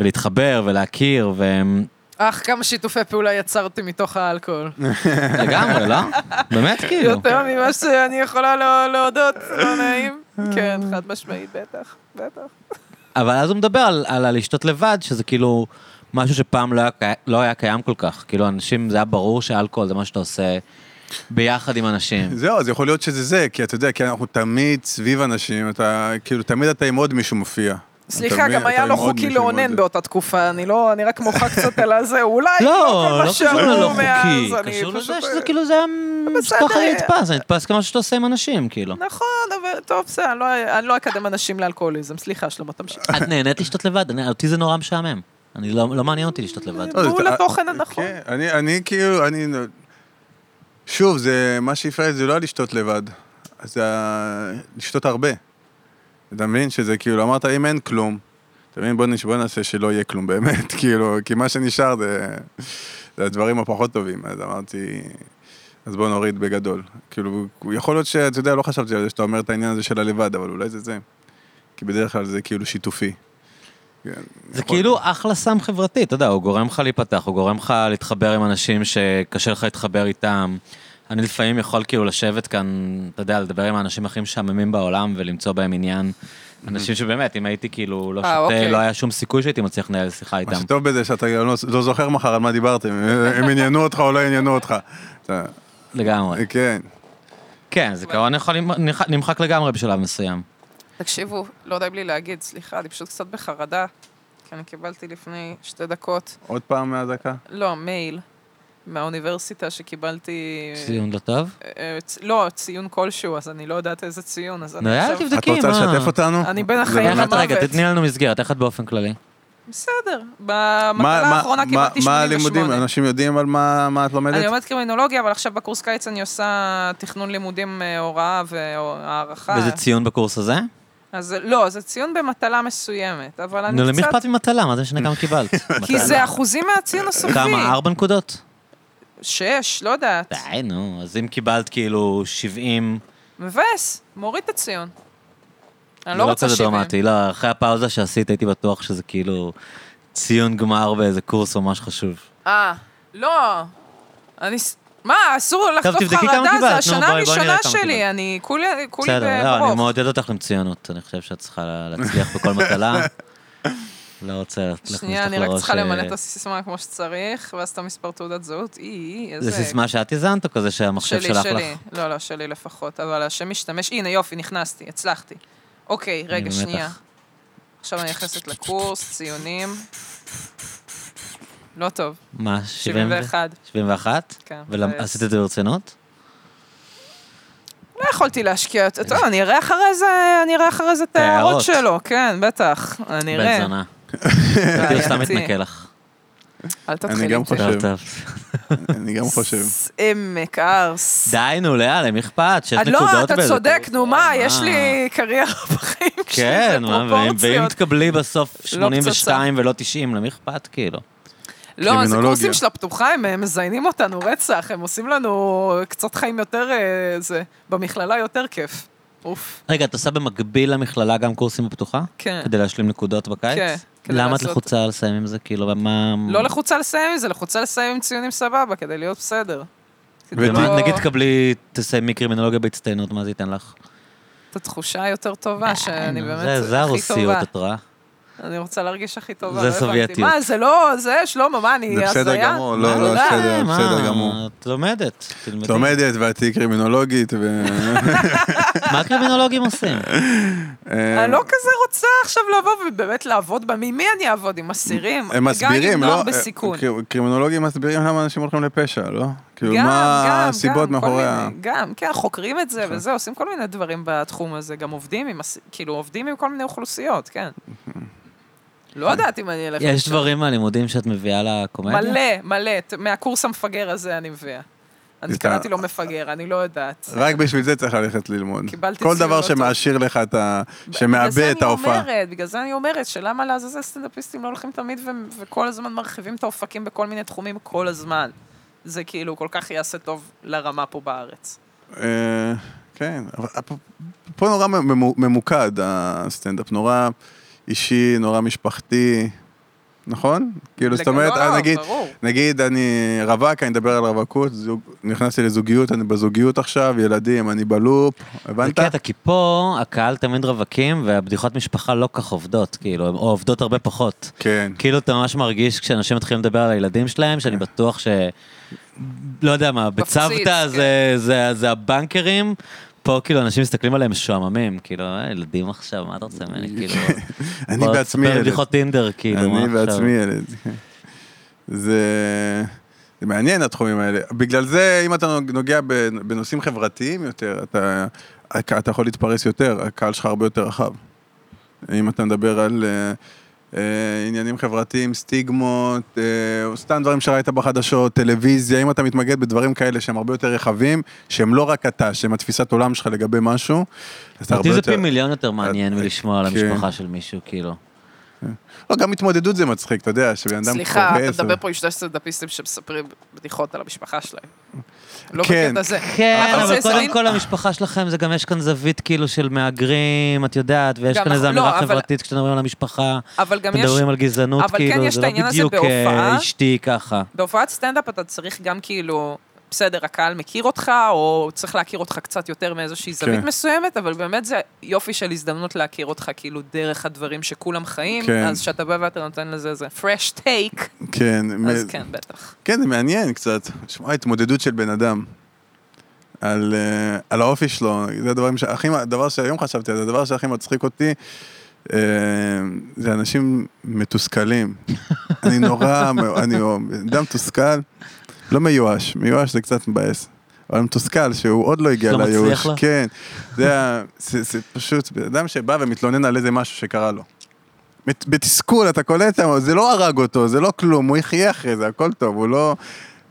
A: ולהתחבר ולהכיר, ולגמרי,
C: אך, כמה שיתופי פעולה יצרתי מתוך האלכוהול.
A: כן. לא? באמת כאילו.
C: יותר ממה שאני יכולה לא- להודות, לא נעים. כן, חד משמעית, בטח, בטח.
A: אבל אז הוא מדבר על, על הלשתות לבד, שזה כאילו משהו שפעם לא היה, קי- לא היה קיים כל כך. כאילו, אנשים, זה היה ברור שאלכוהול זה מה שאתה עושה ביחד עם אנשים.
B: זהו, אז יכול להיות שזה זה, כי אתה יודע, כי אנחנו תמיד סביב אנשים, אתה, כאילו, תמיד אתה עם עוד מישהו מופיע. אתה
C: סליחה,
B: מבין?
C: גם
B: אתה
C: היה
B: עם
C: לא
B: עוד
C: חוקי
B: מישהו, עם עוד
C: לאונן
B: זה.
C: באותה תקופה, אני לא, אני רק מוחה קצת על הזה, אולי
A: לא,
C: כל מה
A: לא קשור
C: שאמרו
A: ללא
C: מאז,
A: חוקי,
C: אני
A: קשור
C: פשוט-
A: לזה שזה כאילו, זה היה
C: בסדר. אה,
A: ככה היה נתפס, זה נתפס כמשהו שאתה עושה עם אנשים, כאילו.
C: נכון, אבל טוב, בסדר, אני לא- אני לא אקדם אנשים לאלכוהוליזם, סליחה, שלמה, תמשיך.
A: את נהנית לשתות לבד? אני- אותי זה נורא משעמם. אני לא לא מעניין אותי לשתות לבד.
B: לא, זה-
C: מול
B: אה,
C: התוכן הנכון.
B: כן, אני, אני כאילו, אני... שוב, זה, מה שהפריע לי זה לא לשתות לבד, זה ה- לשתות הרבה. אתה מבין שזה כאילו, אמרת, אם אין כלום, אתה מבין, בוא, נש- בוא נעשה שלא יהיה כלום באמת, כאילו, כי מה שנשאר זה, זה הדברים הפחות טובים, אז אמרתי, אז בוא נוריד בגדול. כאילו, יכול להיות שאתה יודע, לא חשבתי על זה שאתה אומר את העניין הזה של הלבד, אבל אולי זה זה. כי בדרך כלל זה כאילו שיתופי. כן,
A: זה
C: נכון.
B: יכול-
A: כאילו אחלה סם חברתי, אתה יודע, הוא גורם לך להיפתח, הוא גורם לך להתחבר עם אנשים שקשה לך להתחבר איתם. אני לפעמים יכול כאילו לשבת כאן, אתה יודע, לדבר עם האנשים הכי משעממים בעולם ולמצוא בהם עניין. אנשים שבאמת, אם הייתי כאילו לא
C: Mhm. אה,
A: שותה,
C: אוקיי.
A: לא היה שום סיכוי שהייתי מצליח לנהל שיחה
B: מה
A: איתם.
B: שטוב בזה שאתה גם לא לא זוכר מחר על מה דיברתם, הם עניינו אותך או לא עניינו אותך. אתה-
C: אה,
A: לגמרי.
B: כן.
A: כן, זיכרון יכול למח- נמחק לגמרי בשלב מסוים.
C: תקשיבו, לא די בלי להגיד, סליחה, אני פשוט קצת בחרדה, כי אני קיבלתי לפני שתי דקות,
B: עוד פעם מהדקה?
C: לא, מייל, מהאוניברסיטה שקיבלתי...
A: ציון לא טוב?
C: אה, צ- לא, ציון כלשהו, אז אני לא יודעת איזה ציון, אז
A: נו,
C: אני
A: יאללה,
C: עכשיו...
A: תבדקי.
B: את רוצה
A: מה?
B: לשתף אותנו?
C: כן, אני בין
B: זה
C: החיים
B: באמת-
A: איך את רגע,
C: המוות.
A: תתני לנו מסגרת, איך את באופן כללי?
C: בסדר,
B: מה-
C: במטלה
B: מה-
C: האחרונה
B: מה-
C: קיבלתי
B: מה הלימודים?
C: 88.
B: אנשים יודעים על מה מה את
C: אני
B: לומדת?
C: לומדת קרימינולוגיה, אבל עכשיו בקורס קיץ אני עושה תכנון לימודים, אה, הוראה והערכה.
A: וזה ציון בקורס הזה?
C: אז לא, זה ציון במטלה מסוימת, אבל אני
A: נו, למי
C: קצת...
A: אכפת ממטלה? מה זה משנה כמה קיבלת?
C: כי זה
A: מטלה.
C: אחוזים מהציון הסופי.
A: כמה? ארבע אה. נקודות?
C: שש, לא יודעת.
A: די, נו, אז אם קיבלת כאילו 70,
C: מבאס, מוריד את הציון. אני
A: זה
C: לא
A: לא
C: רוצה
A: כזה
C: 70.
A: דרמטי. לא, אחרי הפאוזה שעשית הייתי בטוח שזה כאילו ציון גמר באיזה קורס ממש חשוב.
C: אה, לא. אני... ס- מה, אסור לחטוף
A: תבדקי כמה
C: חרדה,
A: קיבלת, נו,
C: זה השנה
A: בואי- בואי נראה
C: הראשונה
A: כמה קיבלת.
C: שלי, אני כולי כולי
A: בסדר, לא, אני
C: ברוב.
A: מעודד אותך למצוינות, אני חושב שאת צריכה להצליח בכל מטלה. לא רוצה להכניס לך לראש...
C: שנייה, אני רק צריכה
A: אה,
C: למלא את הסיסמה כמו שצריך, ואז את המספר תעודת זהות, אי, אי, איזה...
A: זה סיסמה שאת הזנת או כזה שהמחשב
C: שלי,
A: שלח לך?
C: שלי. לא, לא, שלי לפחות, אבל השם משתמש, הנה יופי, נכנסתי, הצלחתי. אוקיי, רגע,
A: במתח.
C: שנייה. עכשיו אני נכנסת לקורס, ציונים. לא טוב,
A: מה? 70 ו-
C: 71.
A: 71?
C: כן, מבאס.
A: ועשית את זה ברצינות?
C: לא יכולתי להשקיע יותר. טוב, אני אראה אחרי זה, אני אראה אחרי זה את ההערות
A: ההערות.
C: שלו, כן, בטח. אני
A: בן
C: אראה.
A: זונה.
C: בעייתי.
A: הייתי סתם מתנקה לך.
C: אל תתחיל
B: גם
C: עם זה.
B: חושב.
A: לא טוב.
B: אני גם חושב.
C: ס- עמק הארס.
A: די, נו, לאה, למי אכפת? שש
C: עד
A: נקודות
C: לא, אתה
A: באיזה
C: צודק, נו מה,
A: מה?
C: יש לי קריירה בחיים שלי,
A: כן,
C: זה
A: מה, ואם- ואם
C: פרופורציות. לא
A: תקבלי בסוף
C: פצצה.
A: 82 ולא 90, למי אכפת כאילו?
C: לא, זה
B: קרימינולוגיה.
C: קורסים של הפתוחה, הם אה, מזיינים אותנו רצח, הם עושים לנו קצת חיים יותר, אה, זה, במכללה יותר כיף. אוף,
A: רגע, את עושה במקביל למכללה גם קורסים בפתוחה?
C: כן.
A: כדי להשלים נקודות בקיץ?
C: כן, כדי
A: למה את
C: לעשות-
A: לחוצה לסיים עם זה? כאילו, מה...
C: לא לחוצה לסיים עם זה, לחוצה לסיים עם ציונים סבבה, כדי להיות בסדר. כדי
B: ומה-
A: ומה-
C: לא-
A: נגיד תקבלי, תסיימי קרימינולוגיה בהצטיינות, מה זה ייתן לך?
C: את התחושה היותר טובה, שאני
A: נו,
C: אה, באמת
A: אה, זה- זה
C: הכי
A: הרוסיות,
C: טובה.
A: את רואה?
C: אני רוצה להרגיש הכי טובה,
A: זה
C: לא הבנתי.
A: סובייטיות.
C: מה, זה לא, זה, שלמה, מה, אני
B: זה
C: הזיה?
B: בסדר גמור, לא,
C: מה,
B: לא,
C: תודה.
B: בסדר.
A: אה, מה,
B: בסדר גמור.
A: את לומדת. תלמדי.
B: את לומדת ואת תהיי קרימינולוגית ו...
A: מה קרימינולוגים עושים?
B: אה,
C: אני לא כזה רוצה עכשיו לבוא ובאמת לעבוד בה. ממי אני אעבוד? עם אסירים?
B: הם
C: גם עם
B: מסבירים,
C: נוער
B: לא?
C: בסיכון.
B: קר- קרימינולוגים מסבירים למה אנשים הולכים לפשע, לא? כאילו,
C: גם,
B: מה
C: גם,
B: הסיבות נכון.
C: גם,
B: מאחורי
C: כל
B: ה...
C: מיני, גם, כן, חוקרים את זה וזה, עושים כל מיני דברים בתחום הזה. גם עובדים עם, אס- כאילו, עובדים עם כל מיני אוכלוסיות, כן. לא יודעת אם אני אלך...
A: יש
C: לשם.
A: דברים אוקיי. מהלימודים שאת מביאה לקומדיה?
C: מלא, מלא. ת- מהקורס המפגר הזה אני מביאה. אני
B: אתה-
C: קראתי לו מפגר, אני לא יודעת.
B: רק בשביל זה צריך ללכת ללמוד. כל
C: קיבלתי ציון
B: דבר
C: לא טוב.
B: שמעשיר לך את ה... שמעבה את ההופעה.
C: בגלל זה אני אומרת, בגלל זה אני אומרת, שלמה לעזאזל סטנדאפיסטים לא הולכים תמיד ו- וכל הזמן מרחיבים את האופקים בכל מיני תחומים כל הזמן. זה כאילו כל כך יעשה טוב לרמה פה בארץ.
B: אה, כן, אבל פה- פה נורא ממ- ממוקד הסטנדאפ, נורא אישי, נורא משפחתי, נכון? כאילו, זאת אומרת,
C: לא, לא,
B: אה, נגיד,
C: ברור.
B: נגיד אני רווק, אני אדבר על רווקות, זוג- נכנסתי לזוגיות, אני בזוגיות עכשיו, ילדים, אני בלופ,
A: זה
B: הבנת?
A: קטע, כי פה הקהל תמיד רווקים, והבדיחות משפחה לא כך עובדות, כאילו, או עובדות הרבה פחות.
B: כן.
A: כאילו, אתה ממש מרגיש כשאנשים מתחילים לדבר על הילדים שלהם, שאני בטוח ש... לא יודע מה,
C: מפציץ,
A: בצוותא
C: כן.
A: זה- זה- זה הבנקרים, פה כאילו אנשים מסתכלים עליהם משועממים, כאילו, "אה, ילדים עכשיו, מה אתה רוצה ממני? כאילו,
B: אני
A: בוא,
B: בעצמי
A: תספר לי
B: ילד.
A: בדיחות טינדר, כאילו, מה
B: אני
A: עכשיו?
B: בעצמי ילד. זה... זה מעניין התחומים האלה. בגלל זה, אם אתה נוגע בנ- בנושאים חברתיים יותר, אתה, אתה יכול להתפרס יותר, הקהל שלך הרבה יותר רחב. אם אתה מדבר על אה, אה, עניינים חברתיים, סטיגמות, אה, סתם דברים שראית בחדשות, טלוויזיה, אם אתה מתמקד בדברים כאלה שהם הרבה יותר רחבים, שהם לא רק אתה, שהם התפיסת עולם שלך לגבי משהו, אז אתה הרבה
A: אותי זה
B: יותר...
A: פי מיליון יותר מעניין
B: אה,
A: מלשמוע על
B: כן.
A: המשפחה של מישהו, כאילו.
B: לא, גם התמודדות זה מצחיק, אתה יודע, שבן אדם
C: סליחה, אתה
B: כועס,
C: מדבר פה עם שני סטנדאפיסטים שמספרים בדיחות על המשפחה שלהם. לא
B: כן,
C: בקטע הזה.
A: כן,
C: אבל
A: אבל
C: זה
A: קודם
C: סרין-
A: כל המשפחה שלכם, זה גם יש כאן זווית כאילו של מהגרים, את יודעת, ויש
C: גם
A: כאן איזו
C: אנחנו- לא,
A: אמירה
C: אבל-
A: חברתית כשאתם מדברים על המשפחה,
C: אבל גם
A: אתם
C: יש...
A: מדברים על גזענות,
C: אבל כן
A: כאילו,
C: יש
A: זה
C: את
A: לא
C: העניין הזה
A: בדיוק אה,
C: בהופעה.
A: אשתי ככה.
C: בהופעת סטנדאפ אתה צריך גם כאילו, בסדר, הקהל מכיר אותך, או צריך להכיר אותך קצת יותר מאיזושהי זווית
B: כן.
C: מסוימת, אבל באמת זה יופי של הזדמנות להכיר אותך כאילו דרך הדברים שכולם חיים,
B: כן.
C: אז כשאתה בא ואתה נותן לזה איזה fresh take,
B: כן,
C: אז
B: מ-
C: כן, בטח.
B: כן, זה מעניין קצת. שמע, התמודדות של בן אדם. על, אה, על האופי שלו, זה הדברים שהכי, הדבר שהיום חשבתי, על זה הדבר שהכי מצחיק אותי, אה, זה אנשים מתוסכלים. אני נורא, אני אדם מתוסכל, לא מיואש, מיואש זה קצת מבאס. אבל מתוסכל שהוא עוד לא הגיע
A: שלא מצליח
B: לייאוש.
A: לו?
B: כן, זה, ה- זה, זה פשוט בן אדם שבא ומתלונן על איזה משהו שקרה לו. בת- בתסכול, אתה קולט, אבל זה לא הרג אותו, זה לא כלום, הוא יחיה אחרי זה, הכל טוב, הוא לא...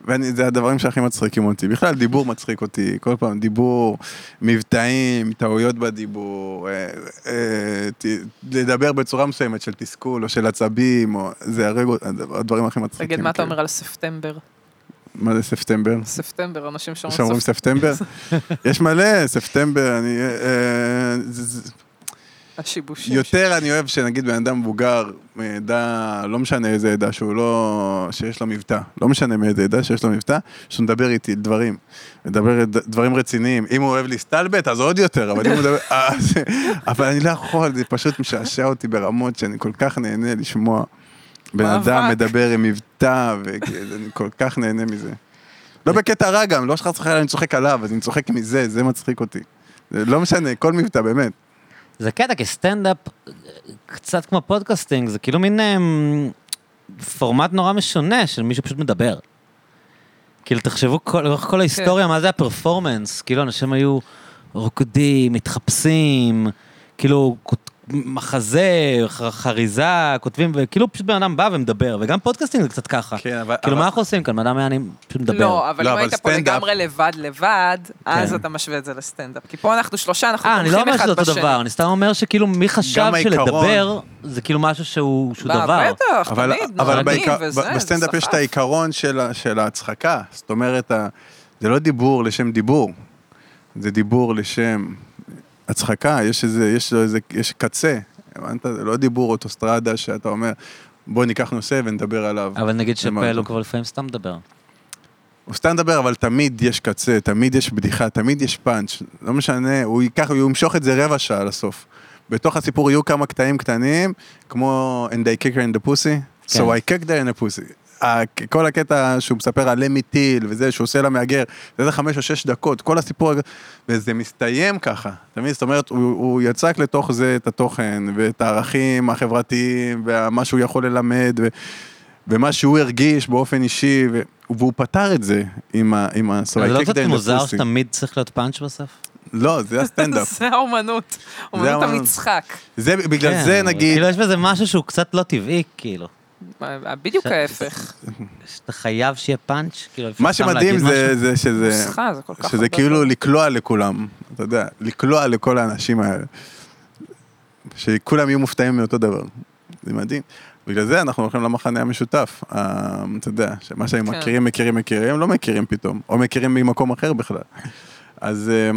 B: ואני, זה הדברים שהכי מצחיקים אותי. בכלל, דיבור מצחיק אותי, כל פעם דיבור, מבטאים, טעויות בדיבור, אה, אה, ת, לדבר בצורה מסוימת של תסכול או של עצבים, או, זה הרגע, הדברים הכי מצחיקים.
C: תגיד, מה אתה
B: כאילו.
C: אומר על ספטמבר?
B: מה זה ספטמבר?
C: ספטמבר, אנשים שאומרים
B: שאומרים
C: ספטמבר.
B: ספטמבר? יש מלא, ספטמבר, אני... אה, אה, זה- זה-
C: השיבושים.
B: יותר אני אוהב שנגיד בן אדם מבוגר, מעדה, לא משנה איזה עדה, שהוא לא... שיש לו מבטא. לא משנה מאיזה עדה שיש לו מבטא, שהוא מדבר איתי דברים. מדבר ד- דברים רציניים. אם הוא אוהב להסתלבט, אז עוד יותר, אבל אם הוא מדבר... אה, אז- אבל אני לא יכול, זה פשוט משעשע אותי ברמות שאני כל כך נהנה לשמוע. בן אדם
C: מאבק.
B: מדבר עם מבטא, ואני כל כך נהנה מזה. לא בקטע רע גם, לא שחס וחלילה אני צוחק עליו, אז אני צוחק מזה, זה מצחיק אותי. זה לא משנה, כל מבטא, באמת.
A: זה קטע, כי סטנדאפ, אה, קצת כמו פודקאסטינג, זה כאילו מין אה, מ, פורמט נורא משונה של מישהו פשוט מדבר. כאילו, תחשבו, כל- לאורך
C: כן.
A: כל ההיסטוריה, מה זה הפרפורמנס? כאילו, אנשים היו רוקדים, מתחפשים, כאילו, כות- מחזה, ח- חריזה, כותבים, וכאילו פשוט בן אדם בא ומדבר, וגם פודקאסטינג זה קצת ככה.
B: כן, אבל-
A: כאילו,
B: אבל-
A: מה אנחנו עושים כאן? בן אדם היה אני פשוט מדבר.
C: לא, אבל
B: לא,
C: אם
B: אבל
C: היית פה
B: סטנדאפ-
C: לגמרי לבד לבד, אז
A: כן.
C: אתה משווה את זה לסטנדאפ. כי פה אנחנו שלושה, אנחנו
A: אה, אני לא
C: תומכים
A: אומר
C: אחד
A: שזה אותו
C: בשני.
A: דבר, אני סתם אומר שכאילו מי חשב
B: העיקרון-
A: שלדבר זה כאילו משהו שהוא שהוא
C: בא,
A: דבר.
C: בטח,
B: אבל,
C: תמיד,
B: אבל
C: נורא
B: בעיקר,
C: מגניב וזה,
B: ב-
C: זה
B: בסטנדאפ יש את
C: סחף.
B: העיקרון של, ה- של ההצחקה, זאת אומרת, ה- זה לא דיבור לשם דיבור, זה דיבור לשם הצחקה, יש איזה, יש לו איזה, יש קצה, הבנת? זה לא דיבור אוטוסטרדה שאתה אומר, בוא ניקח נושא ונדבר עליו.
A: אבל נגיד
B: זה מה
A: שפל
B: זה.
A: הוא כבר לפעמים סתם מדבר.
B: הוא סתם מדבר, אבל תמיד יש קצה, תמיד יש בדיחה, תמיד יש פאנץ', לא משנה, הוא ייקח, הוא ימשוך את זה רבע שעה לסוף. בתוך הסיפור יהיו כמה קטעים קטנים, כמו And they kick her in the pussy, so
A: כן.
B: I kicked her in the pussy. ה- כל הקטע שהוא מספר על למי טיל וזה, שהוא עושה לה מהגר, זה איזה חמש או שש דקות, כל הסיפור, הזה, וזה מסתיים ככה, אתה מבין? זאת אומרת, הוא, הוא יצק לתוך זה את התוכן, ואת הערכים החברתיים, ומה שהוא יכול ללמד, ו... ומה שהוא הרגיש באופן אישי, ו... והוא פתר את זה עם ה... עם ה...
A: אבל זה לא
B: "So I kicked
A: קצת
B: her in the
A: מוזר
B: pussy".
A: שתמיד צריך להיות פאנץ' בסוף?
B: לא, זה הסטנדאפ.
C: זה האומנות, אומנות
B: האומנות.
C: המצחק.
B: זה בגלל
A: כן,
B: זה
A: אבל
B: נגיד...
A: כאילו יש בזה משהו שהוא קצת לא טבעי, כאילו.
C: מה- בדיוק
A: ש-
C: ההפך.
A: שאתה חייב שיהיה פאנץ', כאילו, אפשר
B: מה
A: סתם
B: שמדהים
A: להגיד
B: זה,
A: משהו.
B: זה שזה...
C: נוסחה, זה כל כך
B: שזה
C: הרבה
B: כאילו
C: דברים.
B: לקלוע לכולם, אתה יודע, לקלוע לכל האנשים האלה. שכולם יהיו מופתעים מאותו דבר. זה מדהים. בגלל זה אנחנו הולכים למחנה המשותף. אה, אתה יודע, שמה שהם
C: כן.
B: מכירים, מכירים, מכירים, לא מכירים פתאום. או מכירים ממקום אחר בכלל. אז... אה,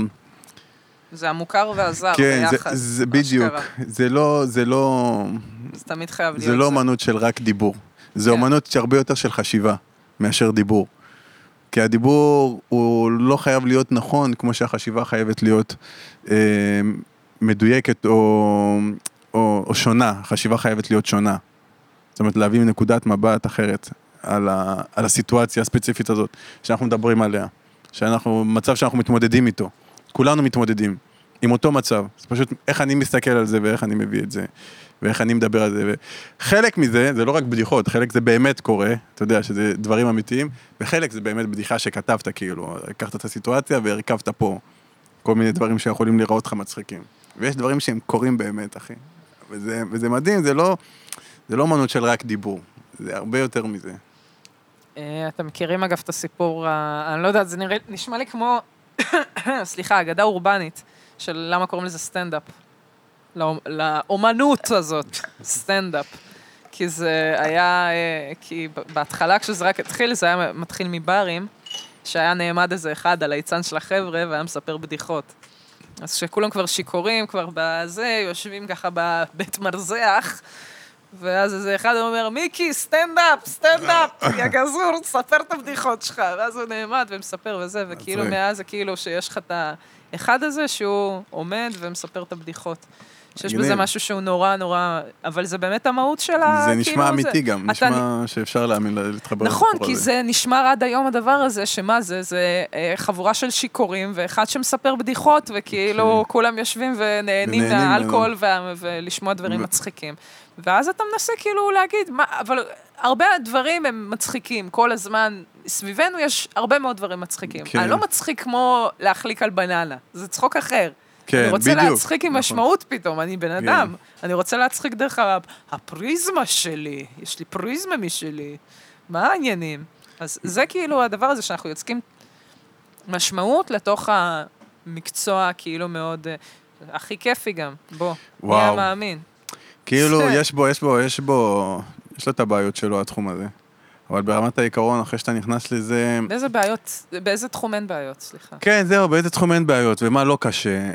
C: זה המוכר והזר
B: כן, זה-
C: ביחד.
B: זה
C: מה
B: בדיוק.
C: שקרה.
B: זה לא, זה לא,
C: זה תמיד חייב להיות.
B: זה לא אומנות של רק דיבור. זה
C: כן.
B: אומנות שהרבה יותר של חשיבה מאשר דיבור. כי הדיבור הוא לא חייב להיות נכון כמו שהחשיבה חייבת להיות אה, מדויקת או, או, או שונה. החשיבה חייבת להיות שונה. זאת אומרת, להביא נקודת מבט אחרת על, ה, על הסיטואציה הספציפית הזאת שאנחנו מדברים עליה. שאנחנו, מצב שאנחנו מתמודדים איתו. כולנו מתמודדים עם אותו מצב. זה פשוט איך אני מסתכל על זה ואיך אני מביא את זה, ואיך אני מדבר על זה. חלק מזה, זה לא רק בדיחות, חלק זה באמת קורה, אתה יודע שזה דברים אמיתיים, וחלק זה באמת בדיחה שכתבת, כאילו, לקחת את הסיטואציה והרכבת פה. כל מיני דברים שיכולים להיראות לך מצחיקים. ויש דברים שהם קורים באמת, אחי. וזה, וזה מדהים, זה לא, זה לא אמנות של רק דיבור, זה הרבה יותר מזה.
C: אה, אתם מכירים אגב את הסיפור, ה- אני לא יודעת, זה נראה- נשמע לי כמו, סליחה, אגדה אורבנית, של למה קוראים לזה סטנדאפ. לאומ- לאומנות הזאת, סטנדאפ. כי זה היה, אה, כי ב- בהתחלה כשזה רק התחיל, זה היה מתחיל מברים, שהיה נעמד איזה אחד, הליצן של החבר'ה, והיה מספר בדיחות. אז כשכולם כבר שיכורים, כבר בזה, יושבים ככה בבית מרזח, ואז איזה אחד אומר, מיקי, סטנדאפ, סטנדאפ, יא גזור, ספר את הבדיחות שלך. ואז הוא נעמד ומספר וזה, וכאילו
B: מצחיק.
C: מאז זה כאילו שיש לך את האחד הזה שהוא עומד ומספר את הבדיחות. שיש בזה
B: מגניב.
C: משהו שהוא נורא נורא, אבל זה באמת המהות של ה...
B: זה
C: כאילו,
B: נשמע אמיתי גם,
C: אתה-
B: נשמע שאפשר להאמין, לה- להתחבר
C: נכון,
B: לסיפור
C: כי
B: הזה.
C: זה נשמר עד היום הדבר הזה, שמה זה, זה אה, חבורה של שיכורים, ואחד שמספר בדיחות, וכאילו כולם יושבים ונהנים
B: אוקיי. ונהנים
C: מהאלכוהול וה- ולשמוע דברים
B: ו-
C: מצחיקים. ואז אתה מנסה כאילו להגיד, מה, אבל הרבה דברים הם מצחיקים, כל הזמן, סביבנו יש הרבה מאוד דברים מצחיקים.
B: כן.
C: אני לא מצחיק כמו להחליק על בננה, זה צחוק אחר.
B: כן,
C: אני רוצה
B: בדיוק,
C: להצחיק עם
B: נכון. כן.
C: משמעות פתאום, אני בן אדם. אני רוצה להצחיק דרך ה- הפריזמה שלי, יש לי פריזמה משלי. מה העניינים? אז זה כאילו הדבר הזה שאנחנו יוצקים משמעות לתוך המקצוע כאילו מאוד, אה, הכי כיפי גם, בוא, מי
B: וואו.
C: היה מאמין?
B: כאילו,
C: כן.
B: יש בו, יש בו, יש בו, יש לו את הבעיות שלו, התחום הזה. אבל ברמת העיקרון, אחרי שאתה נכנס לזה...
C: באיזה בעיות, באיזה תחום אין בעיות, סליחה.
B: כן, זהו, באיזה תחום אין בעיות ומה לא קשה. אה,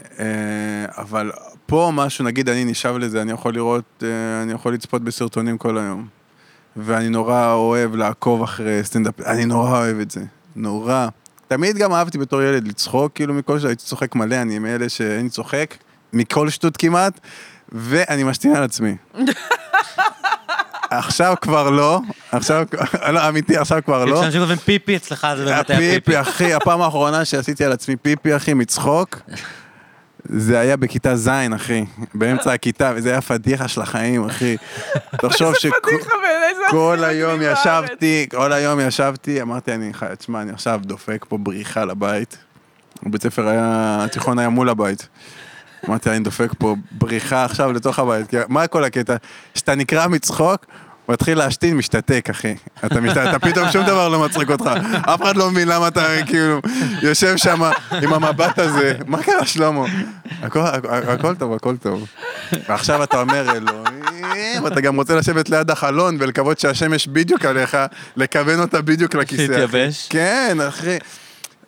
B: אבל פה משהו, נגיד אני נשאב לזה, אני יכול לראות, אה, אני יכול לצפות בסרטונים כל היום. ואני נורא אוהב לעקוב אחרי סטנדאפ, אני נורא אוהב את זה. נורא. תמיד גם אהבתי בתור ילד לצחוק, כאילו מכל ש... הייתי צוחק מלא, אני מאלה שאני צוחק, מכל שטות כמעט, ואני משתין על עצמי. עכשיו כבר לא, עכשיו, לא, אמיתי, עכשיו כבר לא.
A: כשאנשים כותבים פיפי אצלך זה באמת היה פיפי.
B: הפיפי, אחי, הפעם האחרונה שעשיתי על עצמי פיפי, אחי, מצחוק, זה היה בכיתה ז', אחי, באמצע הכיתה, וזה היה פדיחה של החיים, אחי. תחשוב
C: פדיחה באיזה
B: שכל
C: הכי
B: היום
C: מגניב בארץ.
B: ישבתי, כל היום ישבתי, אמרתי, אני חי, תשמע, אני עכשיו דופק פה בריחה לבית. הבית ספר היה, התיכון היה מול הבית. אמרתי, אני דופק פה בריחה עכשיו לתוך הבית. כי מה כל הקטע? כשאתה נקרע מצחוק, מתחיל להשתין, משתתק, אחי. אתה, משת... אתה פתאום שום דבר לא מצחיק אותך. אף אחד לא מבין למה אתה כאילו יושב שם עם המבט הזה. מה קרה, שלמה? הכל, הכ- הכל טוב, הכל טוב. ועכשיו אתה אומר, אלוהים, אתה גם רוצה לשבת ליד החלון ולקוות שהשמש בדיוק עליך, לכוון אותה בדיוק לכיסא. אחי.
A: שיתייבש.
B: כן, אחי.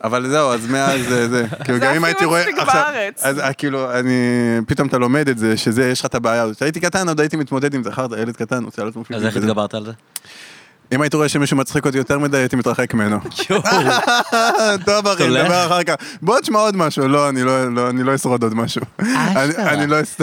B: אבל זהו, אז מאז זה, זה. כאילו,
C: זה
B: גם אם
C: הכי
B: הייתי רואה...
C: מצחיק
B: עכשיו-
C: בארץ.
B: אז אה, כאילו, אני... פתאום אתה לומד את זה, שזה, יש לך את הבעיה הזאת. כשהייתי קטן, עוד הייתי מתמודד עם זה, אחרת ילד קטן, רוצה לעלות מפיפי.
A: אז איך התגברת על זה?
B: אם הייתי רואה שמישהו מצחיק אותי יותר מדי, הייתי מתרחק ממנו. טוב, אחי,
A: הולך?
B: נדבר אחר כך. בוא תשמע עוד משהו. לא, אני לא- לא- אני לא אשרוד עוד משהו. אני-
A: אשכרה.
B: אני לא... אס-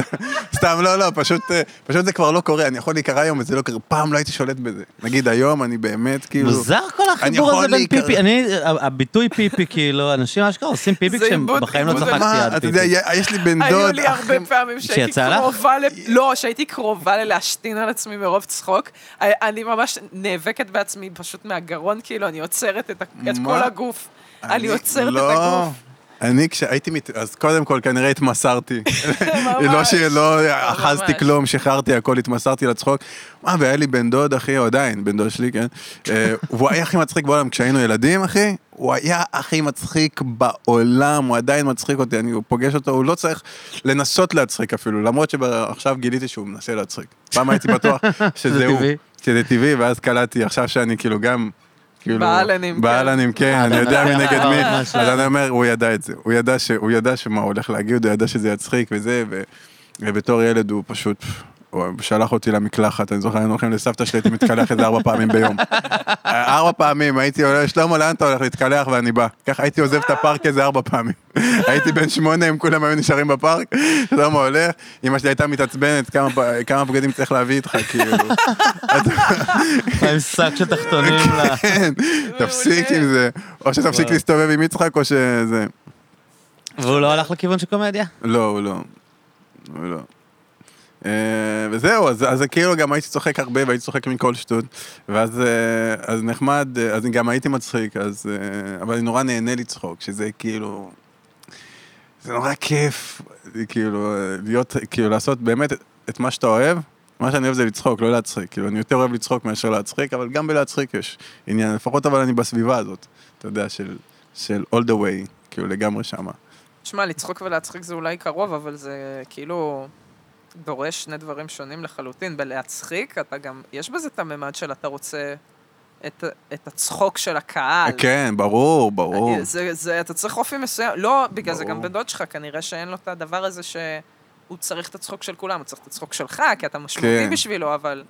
B: סתם, לא, לא, פשוט אה, פשוט זה כבר לא קורה. אני יכול להיקרא היום, וזה לא קורה. פעם לא הייתי שולט בזה. נגיד היום, אני באמת, כאילו...
A: מוזר כל החיבור
B: יכול
A: הזה בין
B: להיקרא-
A: פיפי. אני, הביטוי פיפי, כאילו, אנשים אשכרה עושים פיפי
C: זה
A: כשהם
C: עיבוד-
A: בחיים לא
C: עיבוד
A: צחקתי
B: מה,
A: על
B: אתה יודע,
A: פיפי.
B: יש לי בן דוד...
C: היו לי הרבה
B: אחי,
C: פעמים שהייתי
A: שיצא לך?
C: קרובה ל... לא, שהייתי קרובה ללהשתין על עצמי מרוב צחוק. אה, אני ממש נאבקת בעצמי פשוט מהגרון, כאילו, אני עוצרת את ה- את
B: מה?
C: כל הגוף. אני עוצרת את
B: לא.
C: הגוף.
B: אני כשהייתי, מת... אז קודם כל כנראה התמסרתי. לא שלא אחזתי
C: ממש.
B: כלום, שחררתי הכל, התמסרתי לצחוק. מה, והיה לי בן דוד, אחי, או עדיין, בן דוד שלי, כן? אה, הוא היה הכי מצחיק בעולם כשהיינו ילדים, אחי. הוא היה הכי מצחיק בעולם, הוא עדיין מצחיק אותי, אני הוא פוגש אותו, הוא לא צריך לנסות להצחיק אפילו, למרות שעכשיו גיליתי שהוא מנסה להצחיק. פעם הייתי בטוח שזה
A: זה
B: הוא,
A: טבעי.
B: שזה טבעי, ואז קלטתי עכשיו שאני כאילו גם... כאילו,
C: באלנים, כן.
B: באלנים, כן, אני יודע
A: אתה
B: מנגד
A: יודע,
B: מי.
A: ממש.
B: אז אני אומר, הוא ידע את זה. הוא ידע, ש... הוא ידע שמה הוא הולך להגיד, הוא ידע שזה יצחיק וזה, ו... ובתור ילד הוא פשוט... הוא שלח אותי למקלחת, אני זוכר, היינו הולכים לסבתא שלי, הייתי מתקלח איזה ארבע פעמים ביום. אה, ארבע פעמים, הייתי עולה, שלמה, לאן אתה הולך להתקלח ואני בא. ככה הייתי עוזב את הפארק איזה ארבע פעמים. הייתי בן שמונה, הם כולם היו נשארים בפארק, שלמה הולך, אמא שלי הייתה מתעצבנת, "כמה ב- כמה בגדים צריך להביא איתך, כאילו.
A: עם שק של תחתונים. ל-
B: כן, תפסיק עם זה. או שתפסיק
A: וואו.
B: להסתובב עם יצחק, או שזה...
A: והוא לא הלך לכיוון של קומדיה?
B: לא, הוא לא. הוא לא. אה, וזהו, אז, אז כאילו גם הייתי צוחק הרבה והייתי צוחק מכל שטות ואז אה, אז נחמד, אה, אז גם הייתי מצחיק, אז, אה, אבל אני נורא נהנה לצחוק, שזה כאילו... זה נורא כיף, זה כאילו, אה, להיות, כאילו לעשות באמת את מה שאתה אוהב, מה שאני אוהב זה לצחוק, לא להצחיק, כאילו אני יותר אוהב לצחוק מאשר להצחיק, אבל גם בלהצחיק יש עניין, לפחות אבל אני בסביבה הזאת, אתה יודע, של, של all the way, כאילו לגמרי שמה.
C: תשמע, לצחוק ולהצחיק זה אולי קרוב, אבל זה כאילו דורש שני דברים שונים לחלוטין. בלהצחיק, אתה גם, יש בזה את הממד של אתה רוצה את, את הצחוק של הקהל.
A: אה,
B: כן, ברור, ברור.
C: אה, זה, זה, אתה צריך אופי מסוים, לא, בגלל זה
B: ברור.
C: גם בן דוד שלך, כנראה שאין לו את הדבר הזה שהוא צריך את הצחוק של כולם, הוא צריך את הצחוק שלך, כי אתה משמעותי
B: כן.
C: בשבילו, אבל...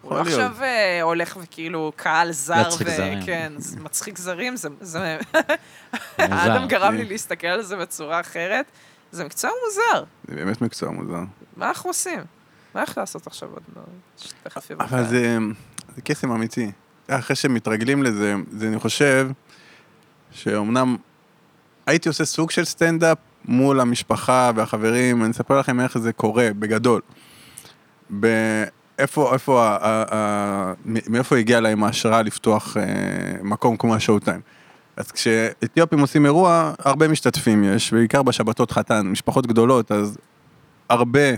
C: הוא לא
B: יכול להיות.
C: עכשיו אה, הולך וכאילו קהל זר,
A: להצחיק
C: ו-
A: זרים.
C: כן, זה מצחיק זרים, זה- זה...
A: מוזר.
C: האדם גרם לי
B: כן.
C: להסתכל על זה בצורה אחרת. זה מקצוע מוזר,
B: זה באמת מקצוע מוזר.
C: מה אנחנו עושים? מה אנחנו לעשות עכשיו עוד? לא, שתכף יבוא
B: אבל
C: קהל.
B: זה, זה קסם אמיתי. אחרי שמתרגלים לזה, זה אני חושב שאומנם הייתי עושה סוג של סטנדאפ מול המשפחה והחברים, אני אספר לכם איך זה קורה, בגדול. באיפה, איפה, ה- ה- ה- מ- מאיפה הגיעה להם ההשראה לפתוח אה, מקום כמו השואו-טיים. אז כשאתיופים עושים אירוע, הרבה משתתפים יש, בעיקר בשבתות חתן, משפחות גדולות, אז הרבה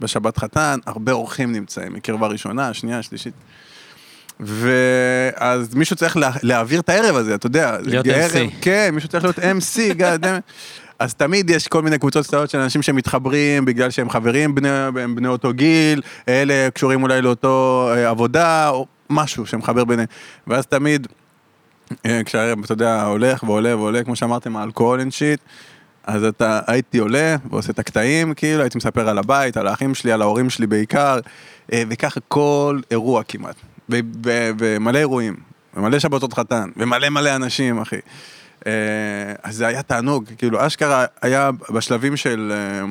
B: בשבת חתן, הרבה אורחים נמצאים, מקרבה ראשונה, שנייה, שלישית. ואז מישהו צריך לה, להעביר את הערב הזה, אתה יודע.
A: להיות
B: זה
A: MC.
B: ערב- כן, מישהו צריך להיות MC, God damn it. אז תמיד יש כל מיני קבוצות קטנות של אנשים שמתחברים בגלל שהם חברים, בני, הם בני אותו גיל, אלה קשורים אולי לאותו אה, עבודה, או משהו שמחבר ביניהם. ואז תמיד, אה, כשהערב, אתה יודע, הולך ועולה ועולה, כמו שאמרתם, האלכוהול אין שיט, אז אתה, הייתי עולה ועושה את הקטעים, כאילו, הייתי מספר על הבית, על האחים שלי, על ההורים שלי בעיקר, אה, וככה כל אירוע כמעט, ו- ו- ומלא אירועים, ומלא שבתות חתן, ומלא מלא אנשים, אחי. אה, אז זה היה תענוג, כאילו, אשכרה היה בשלבים של... אה,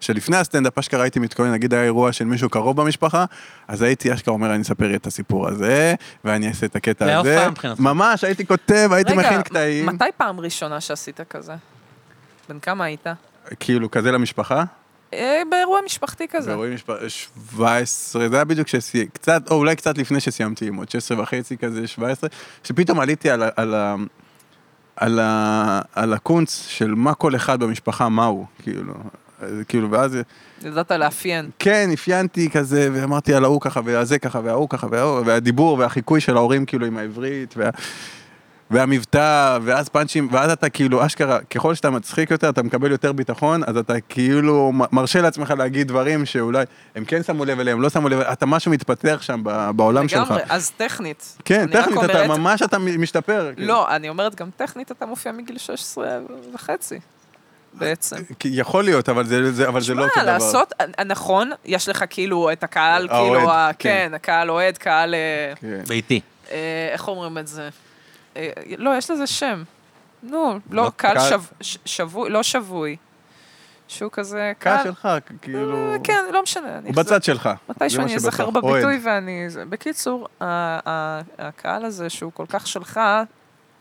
B: שלפני הסטנדאפ אשכרה הייתי מתכונן, נגיד היה אירוע של מישהו קרוב במשפחה, אז הייתי אשכרה אומר, אני אספר את הסיפור הזה, ואני אעשה את הקטע
A: להופעה
B: הזה.
A: מבחינתך.
B: ממש, הייתי כותב, הייתי מכין קטעים.
C: רגע, מ- מתי פעם ראשונה שעשית כזה? בן כמה היית?
B: כאילו, כזה למשפחה.
C: אה, באירוע משפחתי כזה.
B: ורואים משפחה, 17, זה היה בדיוק כשסי... קצת, או אולי קצת לפני שסיימתי ללמוד, 16 וחצי כזה, 17, שפתאום עליתי על, ה- על, ה- על, ה- על הקונץ של מה כל אחד במשפחה, מה הוא, כאילו. אז כאילו, ואז,
C: ידעת לאפיין.
B: כן, אפיינתי כזה, ואמרתי על ההוא ככה, והזה ככה, וההוא ככה, וההוא, והדיבור, והחיקוי של ההורים, כאילו, עם העברית, וה... והמבטא, ואז פאנצ'ים, ואז אתה כאילו, אשכרה, ככל שאתה מצחיק יותר, אתה מקבל יותר ביטחון, אז אתה כאילו מ- מרשה לעצמך להגיד דברים שאולי הם כן שמו לב אליהם, לא שמו לב, אתה משהו מתפתח שם ב- בעולם שלך.
C: לגמרי, אז טכנית.
B: כן,
C: אני רק
B: טכנית, אתה
C: אומרת-
B: ממש אתה מ- משתפר. כאילו.
C: לא, אני אומרת גם טכנית אתה מופיע מגיל 16 וחצי, בעצם.
B: כי יכול להיות, אבל זה, זה, אבל זה לא אותו
C: מה
B: דבר.
C: לעשות, אה, נכון, יש לך כאילו את הקהל,
B: האוהד,
C: כאילו, ה-
B: כן.
C: כן, הקהל אוהד, קהל, אה,
B: כן.
A: ביתי.
C: אה, איך אומרים את זה? אה, לא, יש לזה שם. נו, לא,
B: לא,
C: קהל
B: קהל-
C: שב- ש- שבוי, לא שבוי. שהוא כזה,
B: קהל
C: קהל...
B: שלך, כאילו...
C: אה, כן, לא משנה. אני
B: הוא
C: אחזור-
B: בצד שלך. זה
C: מתישהו
B: מה
C: אני
B: שבטוח.
C: אזכר
B: אוהד.
C: בביטוי ואני... זה- בקיצור, ה- ה- הקהל הזה שהוא כל כך שלך,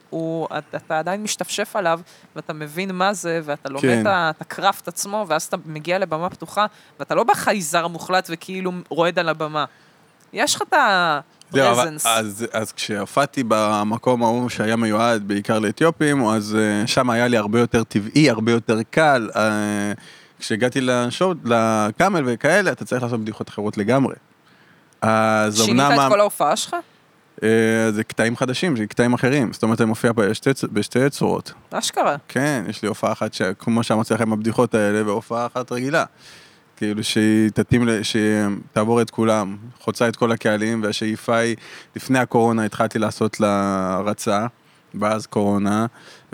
C: הוא, אתה- אתה עדיין משתפשף עליו, ואתה מבין מה זה, ואתה לומד
B: כן.
C: את ה- את הקראפט עצמו, ואז אתה מגיע לבמה פתוחה, ואתה לא בחייזר מוחלט וכאילו רועד על הבמה. יש לך את
B: זהו, אבל-
C: הפרזנס.
B: אז, אז כשהופעתי במקום ההוא שהיה מיועד בעיקר לאתיופים, אז אה, שם היה לי הרבה יותר טבעי, הרבה יותר קל. אה, כשהגעתי לשואו, לקאמל וכאלה, אתה צריך לעשות בדיחות אחרות לגמרי. אז
C: שינית
B: אמנם...
C: את כל ההופעה שלך?
B: אה, זה קטעים חדשים, זה קטעים אחרים. זאת אומרת, אני מופיע בשתי, צ- בשתי צורות.
C: אשכרה.
B: כן, יש לי הופעה אחת, ש... כמו שאמרתי לכם, הבדיחות האלה, והופעה אחת רגילה. כאילו שהיא תתאים, ל- שתעבור את כולם, חוצה את כל הקהלים, והשאיפה היא, לפני הקורונה התחלתי לעשות לה הרצה, ואז קורונה,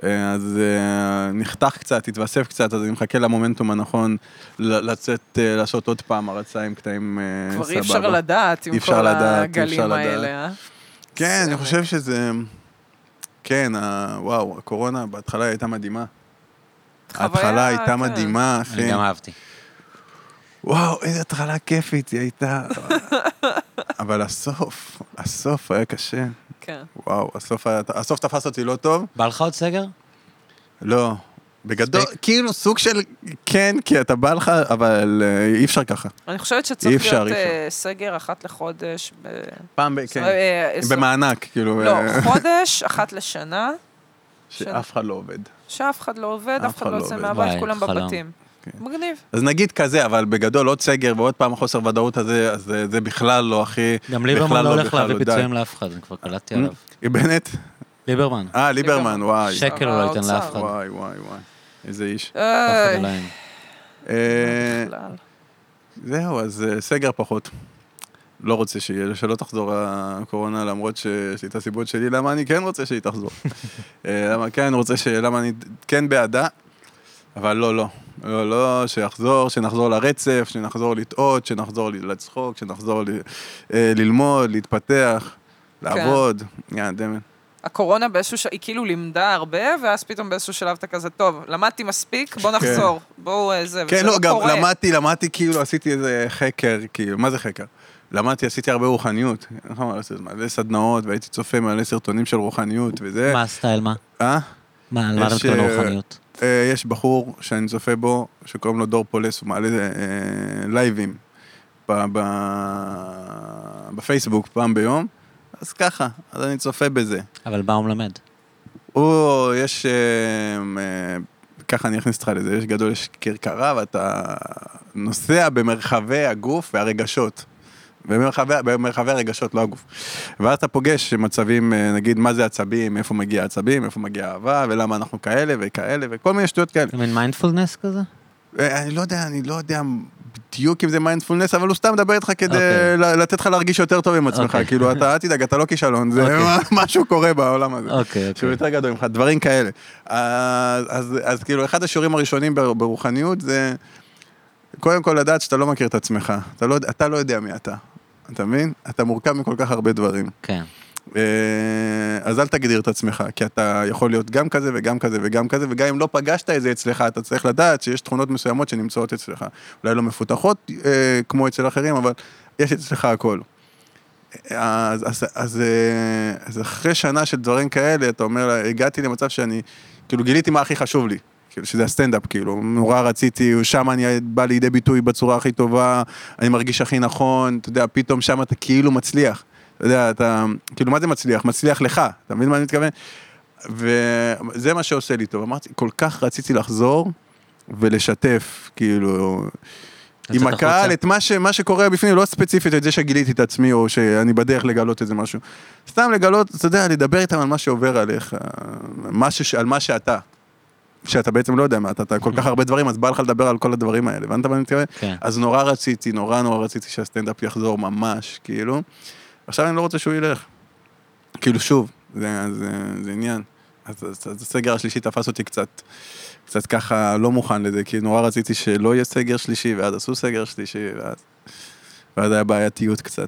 B: אה, אז אה, נחתך קצת, התווסף קצת, אז אני מחכה למומנטום הנכון ל- לצאת, אה, לעשות עוד פעם הרצה עם קטעים אה, סבבה.
C: כבר אי אפשר לדעת
B: אי
C: עם
B: אפשר
C: כל
B: לדעת, אי אפשר
C: הגלים
B: לדעת.
C: האלה, אה?
B: כן, אני
C: סרט.
B: חושב שזה... כן, ה- וואו, הקורונה בהתחלה הייתה מדהימה. ההתחלה
C: חוויה,
B: הייתה
C: כן.
B: מדהימה,
A: אני
B: אחי.
A: גם אהבתי.
B: וואו, איזה התחלה כיפית היא הייתה. אבל הסוף, הסוף היה קשה.
C: כן.
B: וואו, הסוף היה... הסוף תפס אותי לא טוב.
A: בא לך עוד סגר?
B: לא. בגדול,
A: ספק.
B: כאילו סוג של כן, כי אתה בא לך, אבל אה, אי אפשר ככה.
C: אני חושבת
B: אי
C: שצריך
B: אפשר,
C: להיות
B: אי אפשר.
C: אה, סגר אחת לחודש. ב-
B: פעם, ב-
C: אה,
B: כן.
C: אה, עשר-
B: במענק, כאילו,
C: לא,
B: אה,
C: חודש, אחת לשנה,
B: שאף אחד לא עובד.
C: שאף אחד לא עובד, אף אחד לא יוצא
B: עובד.
A: וואי,
C: מהבית, כולם
A: חלום.
C: בבתים.
B: כן.
C: מגניב.
B: אז נגיד כזה, אבל בגדול עוד סגר ועוד פעם החוסר ודאות הזה, אז זה, זה בכלל לא הכי...
A: גם
B: בכלל
A: ליברמן לא הולך
B: בכלל
A: להביא
B: די.
A: פיצויים לאף אחד, אני כבר קלטתי עליו.
B: אה, בנט?
A: ליברמן,
B: אה, ליברמן,
C: ליברמן.
B: וואי.
A: שקל הוא לא ייתן
C: האוצר.
A: לאף אחד.
B: וואי, וואי, וואי. איזה איש.
A: פחד
C: איי,
A: אלוהים.
B: אה,
C: בכלל.
B: זהו, אז אה, סגר פחות. לא רוצה שיהיה, שלא תחזור הקורונה, למרות שיש לי את הסיבות שלי, למה אני כן רוצה שהיא תחזור. אה, למה כן רוצה ש... למה אני כן בעדה, אבל לא, לא. לא, לא, שיחזור, שנחזור לרצף, שנחזור לטעות, שנחזור ל- לצחוק, שנחזור ל... אה, ללמוד, להתפתח, לעבוד. אה, יא, דמן.
C: הקורונה באיזשהו ש... היא כאילו לימדה הרבה, ואז פתאום באיזשהו שלב אתה כזה, טוב, למדתי מספיק, בוא נחזור. בואו אה, זה,
B: כן,
C: וזה
B: לא, גם
C: קורה.
B: למדתי, למדתי כאילו, עשיתי איזה חקר, כאילו, מה זה חקר? למדתי, עשיתי הרבה רוחניות. אין לך מה לעשות, מלא סדנאות, והייתי צופה מלא סרטונים של רוחניות וזה.
A: מה הסטייל, מה?
B: אה?
A: מה, על מה אתה
B: יש,
A: מתכוון
B: אה,
A: רוחניות?
B: אה, יש בחור שאני צופה בו, שקוראים לו דור פולס, הוא מעלה אה, לייבים ב- ב- בפייסבוק פעם ביום, אז ככה, אז אני צופה בזה.
A: אבל מה הוא מלמד?
B: הוא, יש, אה, אה, ככה אני אכניס אותך לזה, יש גדול, יש כרכרה, ואתה נוסע במרחבי הגוף והרגשות. במרחבי, במרחבי הרגשות, לא הגוף. ואז אתה פוגש מצבים, אה, נגיד, מה זה עצבים, מאיפה מגיע עצבים, מאיפה מגיע אהבה, ולמה אנחנו כאלה וכאלה, וכל מיני שטויות כאלה.
A: זה מין מיינדפולנס כזה?
B: אה, אני לא יודע, אני לא יודע בדיוק אם זה מיינדפולנס, אבל הוא סתם מדבר איתך כדי
A: אוקיי.
B: ל- לתת לך להרגיש יותר טוב עם עצמך.
A: אוקיי.
B: כאילו, אתה, אל תדאג, אתה לא כישלון, זה
A: אוקיי.
B: משהו קורה בעולם הזה.
A: אוקיי,
B: שהוא
A: אוקיי.
B: יותר גדול ממך, דברים כאלה. אז, אז, אז כאילו, אחד השיעורים הראשונים בר- ברוחניות זה קודם כל לדעת שאתה לא מכיר את עצמך. אתה לא, אתה לא יודע מי אתה. אתה מבין? אתה מורכב מכל כך הרבה דברים.
A: כן.
B: אה, אז אל תגדיר את עצמך, כי אתה יכול להיות גם כזה וגם כזה וגם כזה, וגם אם לא פגשת את זה אצלך, אתה צריך לדעת שיש תכונות מסוימות שנמצאות אצלך. אולי לא מפותחות אה, כמו אצל אחרים, אבל יש אצלך הכל. אז, אז, אז, אה, אז אחרי שנה של דברים כאלה, אתה אומר, לה, הגעתי למצב שאני, כאילו גיליתי מה הכי חשוב לי. כאילו שזה הסטנדאפ, כאילו, נורא רציתי, שם אני בא לידי ביטוי בצורה הכי טובה, אני מרגיש הכי נכון, אתה יודע, פתאום שם אתה כאילו מצליח. אתה יודע, אתה, כאילו, מה זה מצליח? מצליח לך, אתה מבין מה אני מתכוון? וזה מה שעושה לי טוב. אמרתי, כל כך רציתי לחזור ולשתף, כאילו, עם
A: לצאת
B: הקהל,
A: החוצה.
B: את מה, ש, מה שקורה בפנים, לא ספציפית את זה שגיליתי את עצמי, או שאני בדרך לגלות איזה משהו. סתם לגלות, אתה יודע, לדבר איתם על מה שעובר עליך, מה ש, על מה שאתה. שאתה בעצם לא יודע מה אתה, אתה כל
A: אוקיי.
B: כך הרבה דברים, אז בא לך לדבר על כל הדברים האלה, הבנת מה אני מתכוון?
A: כן.
B: אז נורא רציתי, נורא נורא רציתי שהסטנדאפ יחזור ממש, כאילו. עכשיו אני לא רוצה שהוא ילך. כאילו, שוב, זה, זה, זה עניין. אז, אז, אז הסגר השלישי תפס אותי קצת, קצת ככה לא מוכן לזה, כי נורא רציתי שלא יהיה סגר שלישי, ואז עשו סגר שלישי, ואז, ואז היה בעייתיות קצת.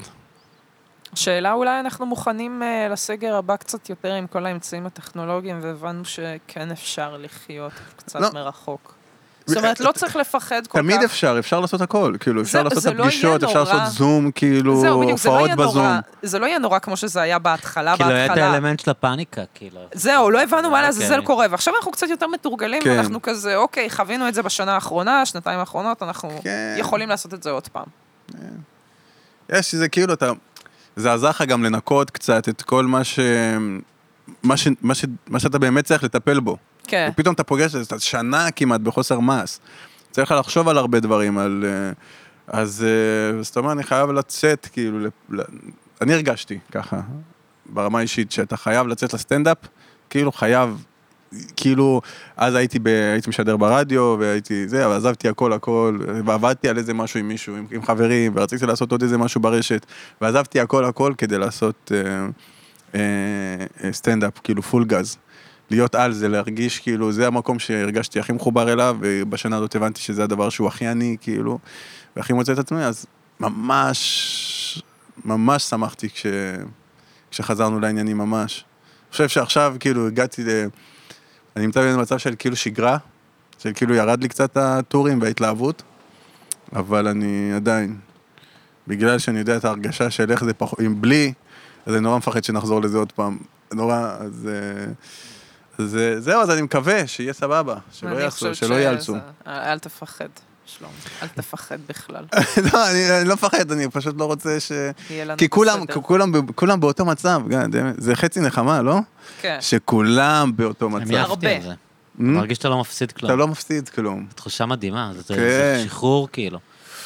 C: שאלה, אולי אנחנו מוכנים אה, לסגר הבא קצת יותר עם כל האמצעים הטכנולוגיים, והבנו שכן אפשר לחיות קצת
B: לא.
C: מרחוק. זאת אומרת, לא צריך לפחד כל כך.
B: תמיד אפשר, אפשר לעשות הכל, כאילו, אפשר
C: זה-
B: לעשות
C: זה
B: את
C: לא יהיה
B: הפגישות, אפשר
C: נורא.
B: לעשות זום, כאילו,
C: זהו, בדיוק, זה לא
B: הופעות
C: יהיה
B: בזום.
C: נורא, זה לא יהיה נורא כמו שזה היה בהתחלה,
A: כאילו, היה את
C: בהתחלה.
A: האלמנט של הפאניקה, כאילו.
C: זהו, לא הבנו מה לעזאזל
A: אוקיי.
C: קורה, ועכשיו אנחנו קצת יותר מתורגלים,
B: כן.
C: ואנחנו כזה, אוקיי, חווינו את זה בשנה האחרונה, שנתיים האחרונות, אנחנו
B: כן.
C: יכולים לעשות את זה עוד פעם.
B: יש, זה כאילו אתה... זה עזר לך גם לנקות קצת את כל מה ש... מה, ש... מה, ש... מה שאתה באמת צריך לטפל בו.
C: כן.
B: ופתאום אתה פוגש את זה, אתה שנה כמעט בחוסר מעש. צריך לחשוב על הרבה דברים, על... אה, אז אה, זאת אומרת, אני חייב לצאת, כאילו... לפ- ל- אני הרגשתי ככה, ברמה האישית, שאתה חייב לצאת לסטנדאפ, כאילו חייב... כאילו, אז הייתי, ב, הייתי משדר ברדיו, והייתי זה, אבל עזבתי הכל הכל, ועבדתי על איזה משהו עם מישהו, עם, עם חברים, ורציתי לעשות עוד איזה משהו ברשת, ועזבתי הכל הכל כדי לעשות אה, אה, אה, סטנדאפ, כאילו פול גז. להיות על זה, להרגיש כאילו, זה המקום שהרגשתי הכי מחובר אליו, ובשנה הזאת הבנתי שזה הדבר שהוא הכי עני, כאילו, והכי מוצא את עצמי, אז ממש, ממש שמחתי כש, כשחזרנו לעניינים ממש. אני חושב שעכשיו, כאילו, הגעתי ל... אני נמצא במצב של כאילו שגרה, של כאילו ירד לי קצת הטורים וההתלהבות, אבל אני עדיין, בגלל שאני יודע את ההרגשה של איך זה פחות, אם בלי, אז אני נורא מפחד שנחזור לזה עוד פעם. נורא, אז... אה, אז אה, זהו, אז אני מקווה שיהיה סבבה, שלא
C: אני
B: יעשו,
C: חושבת
B: שלא
C: שזה- אה,
B: יאלצו.
C: אל תפחד, שלום. אל תפחד בכלל.
B: לא, אני אני לא מפחד, אני פשוט לא רוצה ש...
C: יהיה לנו
B: כי כולם,
C: בסדר.
B: כולם, ב- כולם באותו מצב, God damn it. זה חצי נחמה, לא?
C: כן.
B: שכולם באותו
A: אני
B: מצב.
A: אהבתי על
C: הרבה.
A: זה.
B: Mm?
A: מרגיש שאתה לא מפסיד כלום.
B: אתה לא מפסיד כלום.
A: תחושה מדהימה, זה- זה
B: כן.
A: זה שחרור כאילו.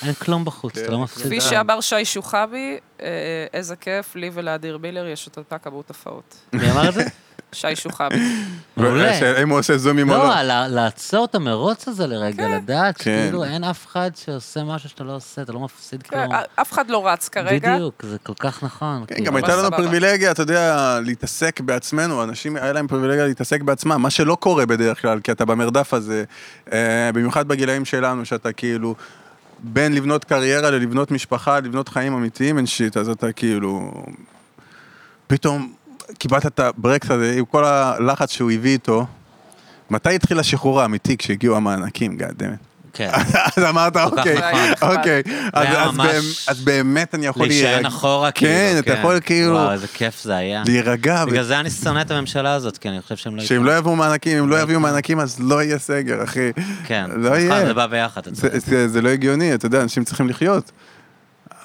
A: אין כלום בחוץ, אתה
B: כן.
A: לא מפסיד.
C: כפי
A: כלום.
C: שאמר שי אה, שוחבי, אה, איזה כיף, לי ולאדיר בילר יש את אותה כמות הופעות.
A: מי אמר את זה?
C: שי שוחבי.
A: מעולה.
B: אם הוא עושה זומים או לא.
A: לא, לה- לעצור את המרוץ הזה לרגע, לדעת
B: כן.
A: שכאילו אין אף אחד שעושה משהו שאתה לא עושה, אתה לא מפסיד
C: כן,
A: כלום.
C: אף אחד לא רץ כרגע.
A: בדיוק, זה כל כך נכון.
B: כן,
A: כאילו.
B: גם
C: אבל
B: הייתה לנו
C: סבבה.
B: פריבילגיה, אתה יודע, להתעסק בעצמנו, אנשים, היה להם פריבילגיה להתעסק בעצמם, מה שלא קורה בדרך כלל, כי אתה במרדף הזה, אה, במיוחד בגילאים שלנו, שאתה כאילו, בין לבנות קריירה ללבנות משפחה, לבנות חיים אמיתיים אין שיט, אז אתה כאילו, פתאום קיבלת את הברקס הזה עם כל הלחץ שהוא הביא איתו. מתי התחיל השחרור האמיתי כשהגיעו המענקים, גאדמת?
A: כן.
B: אז אמרת,
A: כך
B: אוקיי,
C: נכון."
B: אוקיי, אז-
A: היה
B: אז
A: ממש-
B: באמ- אז באמת אני יכול
A: להישען
B: להירג-
A: אחורה, כאילו.
B: כן, אתה יכול כאילו...
A: וואו, איזה כיף זה היה.
B: להירגע,
A: בגלל זה אני שונא את הממשלה הזאת, כי אני חושב שהם לא...
B: שאם
A: ייתנו.
B: לא יביאו מענקים, אם לא יביאו מענקים אז לא יהיה סגר, אחי.
A: כן.
B: לא
A: נכון,
B: יהיה.
A: זה בא ביחד. אתה
B: זה-
A: צודק.
B: זה- זה לא הגיוני, אתה יודע, אנשים צריכים לחיות.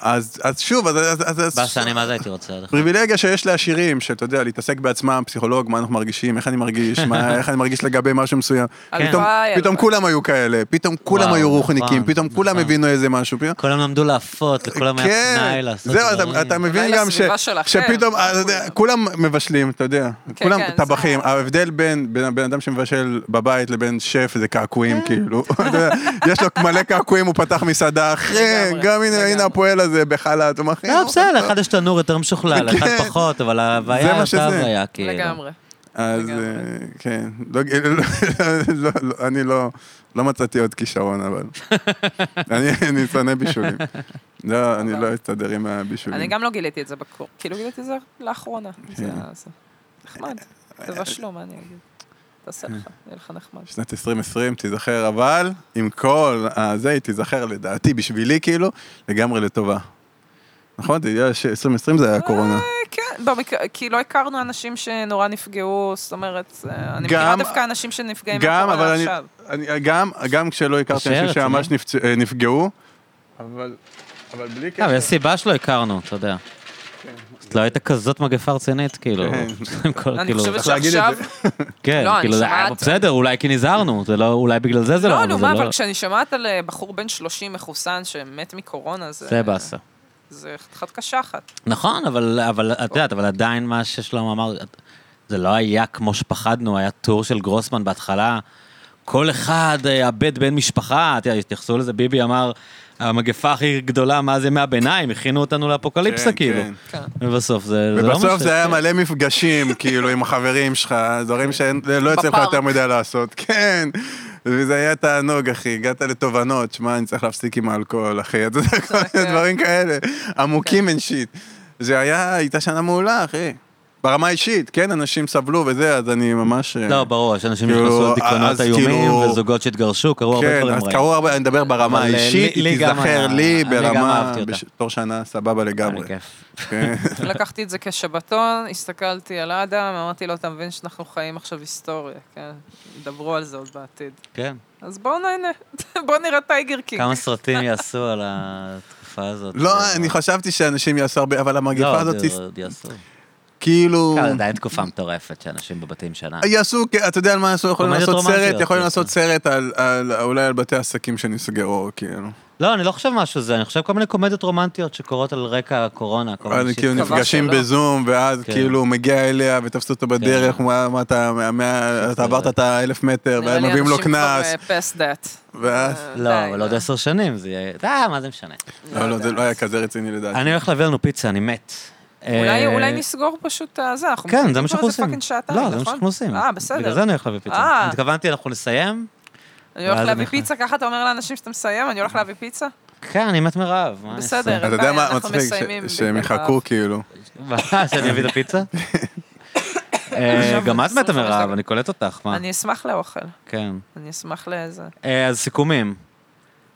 B: אז אז שוב, אז- אז... אז- אז-
A: באסה, אני מה זה הייתי רוצה עוד אחד.
B: פריבילגיה שיש לעשירים, שאתה יודע, להתעסק בעצמם, פסיכולוג, מה אנחנו מרגישים, איך אני מרגיש, מה- איך אני מרגיש לגבי משהו מסוים.
C: הלוואי,
B: פתאום-
C: הלוואי.
B: פתאום כולם היו כאלה, פתאום כולם
A: וואו,
B: היו רוחניקים,
A: נכון,
B: פתאום כולם
A: נכון.
B: הבינו איזה משהו. פתאום-
A: כולם למדו לעפות, לכולם היה פנאי לעשות
B: כן. זהו, אתה-
A: דברים.
B: אתה מבין
C: אולי
B: גם ש-
C: לסביבה שלכם.
B: שפתאום, אה, אתה יודע, כולם מבשלים, אתה יודע,
C: כן,
B: כולם
C: כן,
B: טבחים,
C: זה-
B: ההבדל בין בין הבן אדם שמבשל בבית לבין שף זה
C: כן.
B: קעקועים, כאילו, אתה יודע, יש לו מלא קעקועים, הוא פתח מסעדה, אחי,
C: לגמרי,
B: גם הנה,
C: לגמרי.
B: הנה הפועל הזה בחל"ת, הוא מכין.
A: לא, בסדר, אחד יש תנור יותר משוכלל, אחד
B: כן.
A: פחות, אבל
B: זה
A: ההוויה
B: מה
A: אותה
B: שזה.
A: הוויה, כאילו.
C: לגמרי.
B: אז
C: לגמרי.
B: אה, כן, לא- לא- לא- אני לא לא מצאתי עוד כישרון, אבל אני אני שונא בישולים. לא, אני לא אסתדר עם הבישולים.
C: אני גם לא גיליתי את זה בקור. כאילו גיליתי את זה לאחרונה.
B: כן.
C: זה- זה נחמד. תבשלו, מה אני אגיד? תעשה לך, יהיה לך נחמד.
B: שנת 2020 תיזכר, אבל עם כל הזה היא תיזכר לדעתי, בשבילי כאילו, לגמרי לטובה. נכון? זה היה ש- 2020 זה היה הקורונה.
C: כן, במקרה, כי לא הכרנו אנשים שנורא נפגעו, זאת אומרת, אה, אני
B: גם-
C: מכירה דווקא אנשים שנפגעים
B: גם, אבל
C: מהקורונה
B: אני,
C: עכשיו.
B: אני, גם, גם כשלא הכרתי
A: קשה,
B: אנשים
A: אתה
B: שממש נפצ... אה, נפגעו, אבל, אבל בלי
A: כן, אבל
B: קשר.
A: יש סיבה שלא הכרנו, אתה יודע. לא הייתה כזאת מגפה רצינית, כאילו.
B: כן.
A: עם כל-
C: אני
A: כאילו-
C: חושבת
B: צריך להגיד את
C: שעכשיו...
B: זה.
A: כן,
C: לא, אני
A: כאילו, זה-
C: שומעת-
A: אבל בסדר, אולי כי נזהרנו, זה לא, אולי בגלל זה זה לא,
C: לא,
A: אבל
C: נו,
A: זה
C: מה, אבל
A: לא...
C: כשאני שומעת על אה, בחור בן 30 מחוסן שמת מקורונה, זה...
A: זה באסה.
C: זה חתיכת קשחת.
A: נכון, אבל, אבל את יודעת, אבל עדיין מה ששלום אמר, זה לא היה כמו שפחדנו, היה טור של גרוסמן בהתחלה, כל אחד אה, אבד בן משפחה, אתה יודע, התייחסו לזה, ביבי אמר, המגפה הכי גדולה מאז ימי הביניים, הכינו אותנו לאפוקליפסה,
B: כן,
A: כאילו.
B: כן.
C: כן.
A: ובסוף זה, זה לא מה
B: ובסוף
A: ש-
B: זה היה מלא מפגשים, כאילו, עם החברים שלך, דברים שלא יוצא לך
C: בפארק.
B: יותר מדי לעשות, כן. וזה היה תענוג, אחי, הגעת לתובנות, שמע, אני צריך להפסיק עם האלכוהול, אחי, אתה יודע, כל מיני
C: כן.
B: דברים כאלה, עמוקים אין שיט. זה היה, הייתה שנה מעולה, אחי. ברמה האישית, כן, אנשים סבלו וזה, אז אני ממש... אה,
A: לא, ברור, יש אנשים
B: כאילו,
A: שנכנסו לדיכאונות
B: אז
A: איומים,
B: כאילו-
A: וזוגות שהתגרשו, קרו הרבה
B: כן,
A: דברים
B: אז
A: רעים.
B: קרו הרבה, אני מדבר ברמה
A: אבל, אה,
B: האישית,
A: לי-
B: היא
A: לי גם
B: תיזכר
A: היה-
B: לי
A: אני גם
B: ברמה,
A: אהבתי אותה.
B: בתור שנה סבבה לגמרי.
A: היה אה, כיף.
B: כן.
C: לקחתי את זה כשבתון, הסתכלתי על אדם, אמרתי לו, אתה מבין שאנחנו חיים עכשיו היסטוריה, כן? ידברו על זה עוד בעתיד.
A: כן.
C: אז בואו נהנה, בואו נראה טייגר קינג.
A: כמה סרטים יעשו על התקופה הזאת.
B: לא, אני חשבתי שאנשים יעשו הרבה, אבל המגפה הזאת,
A: לא, עוד- עוד יעשו.
B: כאילו...
A: כן, עדיין תקופה מטורפת שאנשים בבתים שנה.
B: יעשו, כי- אתה יודע על מה עשו, יכולים
A: קומדיות
B: לעשות סרט,
A: רומנטיות,
B: יכולים
A: כן.
B: לעשות סרט על, על, אולי על בתי עסקים שנסגרו, כאילו.
A: לא, אני לא חושב משהו זה, אני חושב כל מיני קומדיות רומנטיות שקורות על רקע הקורונה. כל מיני
B: אבל
A: שיט.
B: כאילו
C: חבל
B: נפגשים
C: שלא.
B: בזום, ואז
A: כן.
B: כאילו הוא מגיע אליה ותפסו אותו בדרך, מה מה אתה, מה- מה-
A: אה,
B: אתה עברת את האלף מטר,
C: נראה
B: ואז
C: לי
B: מביאים לו
C: אנשים כבר,
B: קנס,
C: אה, past that.
B: ואז...
C: אה,
A: לא,
C: די,
A: אבל עוד עשר שנים זה יהיה... אה, מה זה משנה.
B: לא, לא, זה לא היה כזה רציני לדעתי.
A: אני הולך להביא לנו פיצה, אני מת.
C: אולי,
A: אה,
C: אולי נסגור פשוט את זה, אנחנו
A: כן, זה
C: מקליטים
A: מה
C: כבר
A: שאנחנו
C: איזה
A: עושים.
C: פאקינג שעתיים,
A: לא,
C: נכון?
A: זה מה שאנחנו עושים.
C: אה,
A: בגלל זה
C: בסדר.
A: אני הולך להביא פיצה.
C: אה.
A: אני התכוונתי, אנחנו נסיים.
C: אני הולך
A: ואז
C: להביא
A: אנחנו- אה,
C: פיצה, ככה אתה אומר לאנשים שאתה מסיים, אני הולך להביא פיצה?
A: כן, אני מת מרעב. מה אני אעשה?
C: בסדר.
B: אתה יודע
C: די,
B: מה
C: אה, אנחנו
B: מצחיק? ש-
C: מסיימים
B: שהם
C: בדיוק
B: יחכו
C: רב.
B: כאילו.
A: מה, שאני אביא את הפיצה? אה, גם את מתה מרעב, אני קולט אותך, מה?
C: אני אשמח לאוכל,
A: כן.
C: אני אשמח לאיזה...
A: אה, אז סיכומים.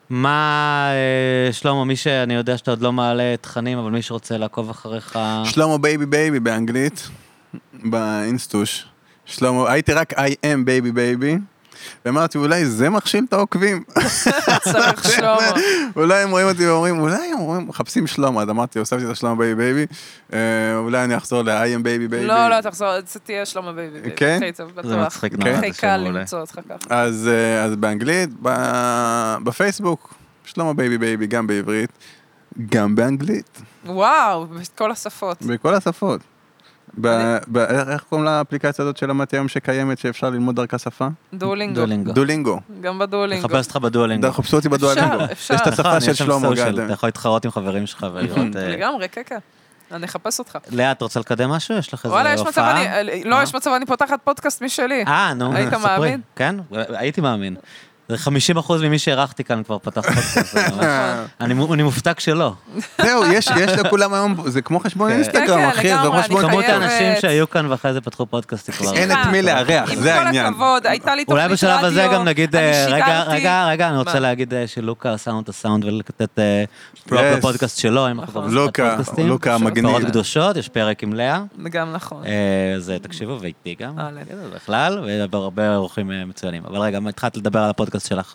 A: מה, אה, שלמה, מי שאני יודע שאתה עוד לא מעלה תכנים, אבל מי שרוצה לעקוב אחריך...
B: שלמה בייבי בייבי באנגלית, באינסטוש. שלמה, הייתי רק I am בייבי בייבי, ואמרתי אולי זה מכשיל את העוקבים.
C: צריך שלמה.
B: אולי הם רואים אותי ואומרים, אולי הם רואים, מחפשים שלמה, אז אמרתי, הוספתי את השלמה בייבי בייבי, אה, אולי אני אחזור ל-I am בייבי בייבי.
C: לא, לא, תחזור, זה תהיה שלמה בייבי בייבי.
B: כן?
C: הכי טוב, בטוח.
A: זה מצחיק נורא,
B: כן.
A: זה שם
C: הכי אוקיי. קל
A: מעולה.
C: למצוא אותך ככה.
B: אז, אה, אז באנגלית, ב- בפייסבוק, שלמה בייבי בייבי, גם בעברית, גם באנגלית,
C: וואו, בכל השפות.
B: בכל השפות. ב- ב- איך איך קוראים לאפליקציה הזאת שלמדתי היום שקיימת, שאפשר ללמוד דרכה שפה?
C: דולינגו.
A: דולינגו.
B: דולינגו.
C: גם בדולינגו.
A: נחפש אותך בדואלינגו.
B: די, חפשו אותי בדואלינגו.
C: אפשר.
B: יש את השפה
A: נכון,
B: של
A: יש שם
B: שלמה,
A: social,
B: גאדם.
A: אתה יכול להתחרות עם חברים שלך ולראות... אה,
C: לגמרי, כן, כן. אני אחפש אותך.
A: לאה, את רוצה לקדם משהו? יש לך איזה
C: וואלה,
A: הופעה?
C: יש מצב אני... לא,
A: אה?
C: יש מצב אני פותחת פודקאסט משלי.
A: אה, נו,
C: היית
A: ספרי.
C: מאמין?
A: כן, הייתי מאמין. זה 50 אחוז ממי שאירחתי כאן כבר פתח פודקאסט. זה ממש- אני מו- אני מופתע כשלא.
B: אה, זהו, יש יש לכולם היום, זה כמו חשבון
A: כן.
B: אינסטגרם,
C: כן,
B: אחי, זה
C: לגמרי,
B: חשבון...
C: אני
A: כמות
C: חייבת.
A: האנשים שהיו כאן ואחרי זה פתחו פודקאסט כבר.
B: אין את מי לארח,
C: עם
B: זה
C: כל
B: העניין.
C: הכבוד, הייתה לי תוכנית
A: אולי
C: רדיו,
A: בשלב הזה גם נגיד,
C: אני
A: אה, רגע,
C: שידרתי.
A: רגע, רגע, אני
C: מה?
A: רוצה להגיד אה, שלוקה עשה לנו את הסאונד ולתת אה, פרופ
B: Yes.
A: לפודקאסט שלו, אם אנחנו כבר בשיחת
B: לוקה,
A: פודקאסטים.
B: לוקה המגניב.
A: פרות קדושות, יש פרק עם לאה.
C: גם נכון.
A: אה, אז אה, תקשיבו, ואיתי גם,
C: אהלן.
A: אה, בכלל, והרבה אורחים אה, מצוינים. אבל רגע, מה, התחלת לדבר על הפודקאסט שלך.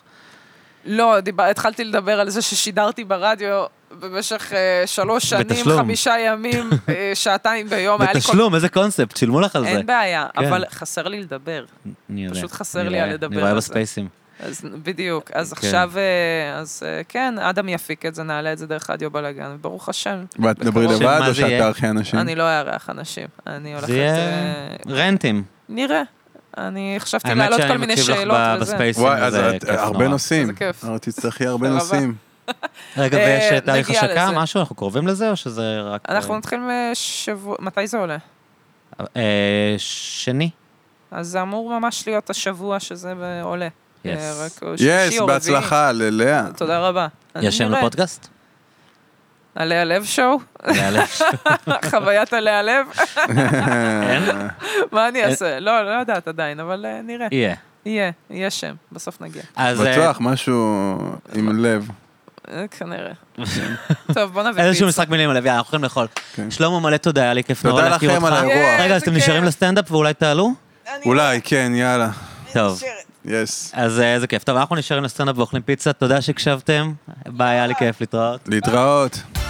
C: לא, דיבר, התחלתי לדבר על זה ששידרתי ברדיו במשך אה, שלוש שנים,
A: בתשלום.
C: חמישה ימים, אה, שעתיים ביום. היה לי כל-
A: בתשלום, איזה קונספט, שילמו לך על זה.
C: אין בעיה,
A: כן.
C: אבל חסר לי לדבר.
A: אני יודע,
C: פשוט חסר
A: אני
C: לי
A: רואה,
C: היה לדבר
A: אני רואה
C: על זה.
A: בספייסים.
C: אז בדיוק, אז
A: כן.
C: עכשיו, אה, אז אה, כן, אדם יפיק את זה, נעלה את זה דרך רדיו בלאגן, ברוך השם.
B: ואת תדברי
C: בקרוב.
A: שמה
B: לבד
A: כן, זה
B: או
A: יהיה?
B: שאתה ארכי אנשים?
C: אני לא אארח אנשים, אני הולכת...
A: כן. זה יהיה
C: אה,
A: רנטים.
C: נראה. אני חשבתי
A: האמת
C: לעלות כל
A: שאני
C: מיני
A: מקשיב לך
C: שאלות
A: ב-
C: וזה.
A: בספייסים,
B: וואי, אז
A: זה
B: את-
A: כיף
B: הרבה
A: נורא.
B: נוסעים.
C: איזה כיף.
B: אבל תצטרכי הרבה
C: תודה רבה.
B: נוסעים.
A: רגע,
C: אה,
A: ויש תהליך
C: נגיע
A: השקה,
C: לזה.
A: משהו? אנחנו קרובים לזה, או שזה רק...
C: אנחנו נתחיל משבוע, מתי זה עולה?
A: אה, שני.
C: אז זה אמור ממש להיות השבוע שזה ב- עולה.
A: Yes.
C: אה, רק או
B: יס,
C: שלישי או רביעי.
B: בהצלחה, ללאה.
C: תודה רבה.
A: יש שם
C: נראה.
A: לפודקאסט?
C: עלי הלב שואו,
A: לאלף.
C: חוויית עלי הלב, כן.
A: אין?
C: מה
A: אה.
C: אני אעשה? לא, לא יודעת עדיין, אבל אה, נראה.
A: יהיה.
C: יהיה, יהיה שם, בסוף נגיע.
A: אז אה,
B: בטוח, משהו עם לב.
C: אה, כנראה. טוב, בוא נביא
A: איזשהו
C: פיצה.
A: משחק מילים עליו, יאללה, אנחנו יכולים לאכול.
B: כן.
A: שלמה, מלא תודה, היה לי כיף
B: תודה
A: נורא להכיר
B: לכם
A: אותך.
B: על האירוע.
C: יאללה,
A: רגע, אז
C: איזה
A: אתם
C: כיף.
A: נשארים לסטנדאפ ואולי תעלו?
B: אולי, כן, יאללה.
A: טוב.
B: יס.
A: אז אה, איזה כיף. טוב, אנחנו נשארים לסטנדאפ ואוכלים פיצה, תודה שהקשבתם. ביי, היה לי כיף להתראות.
B: להתראות.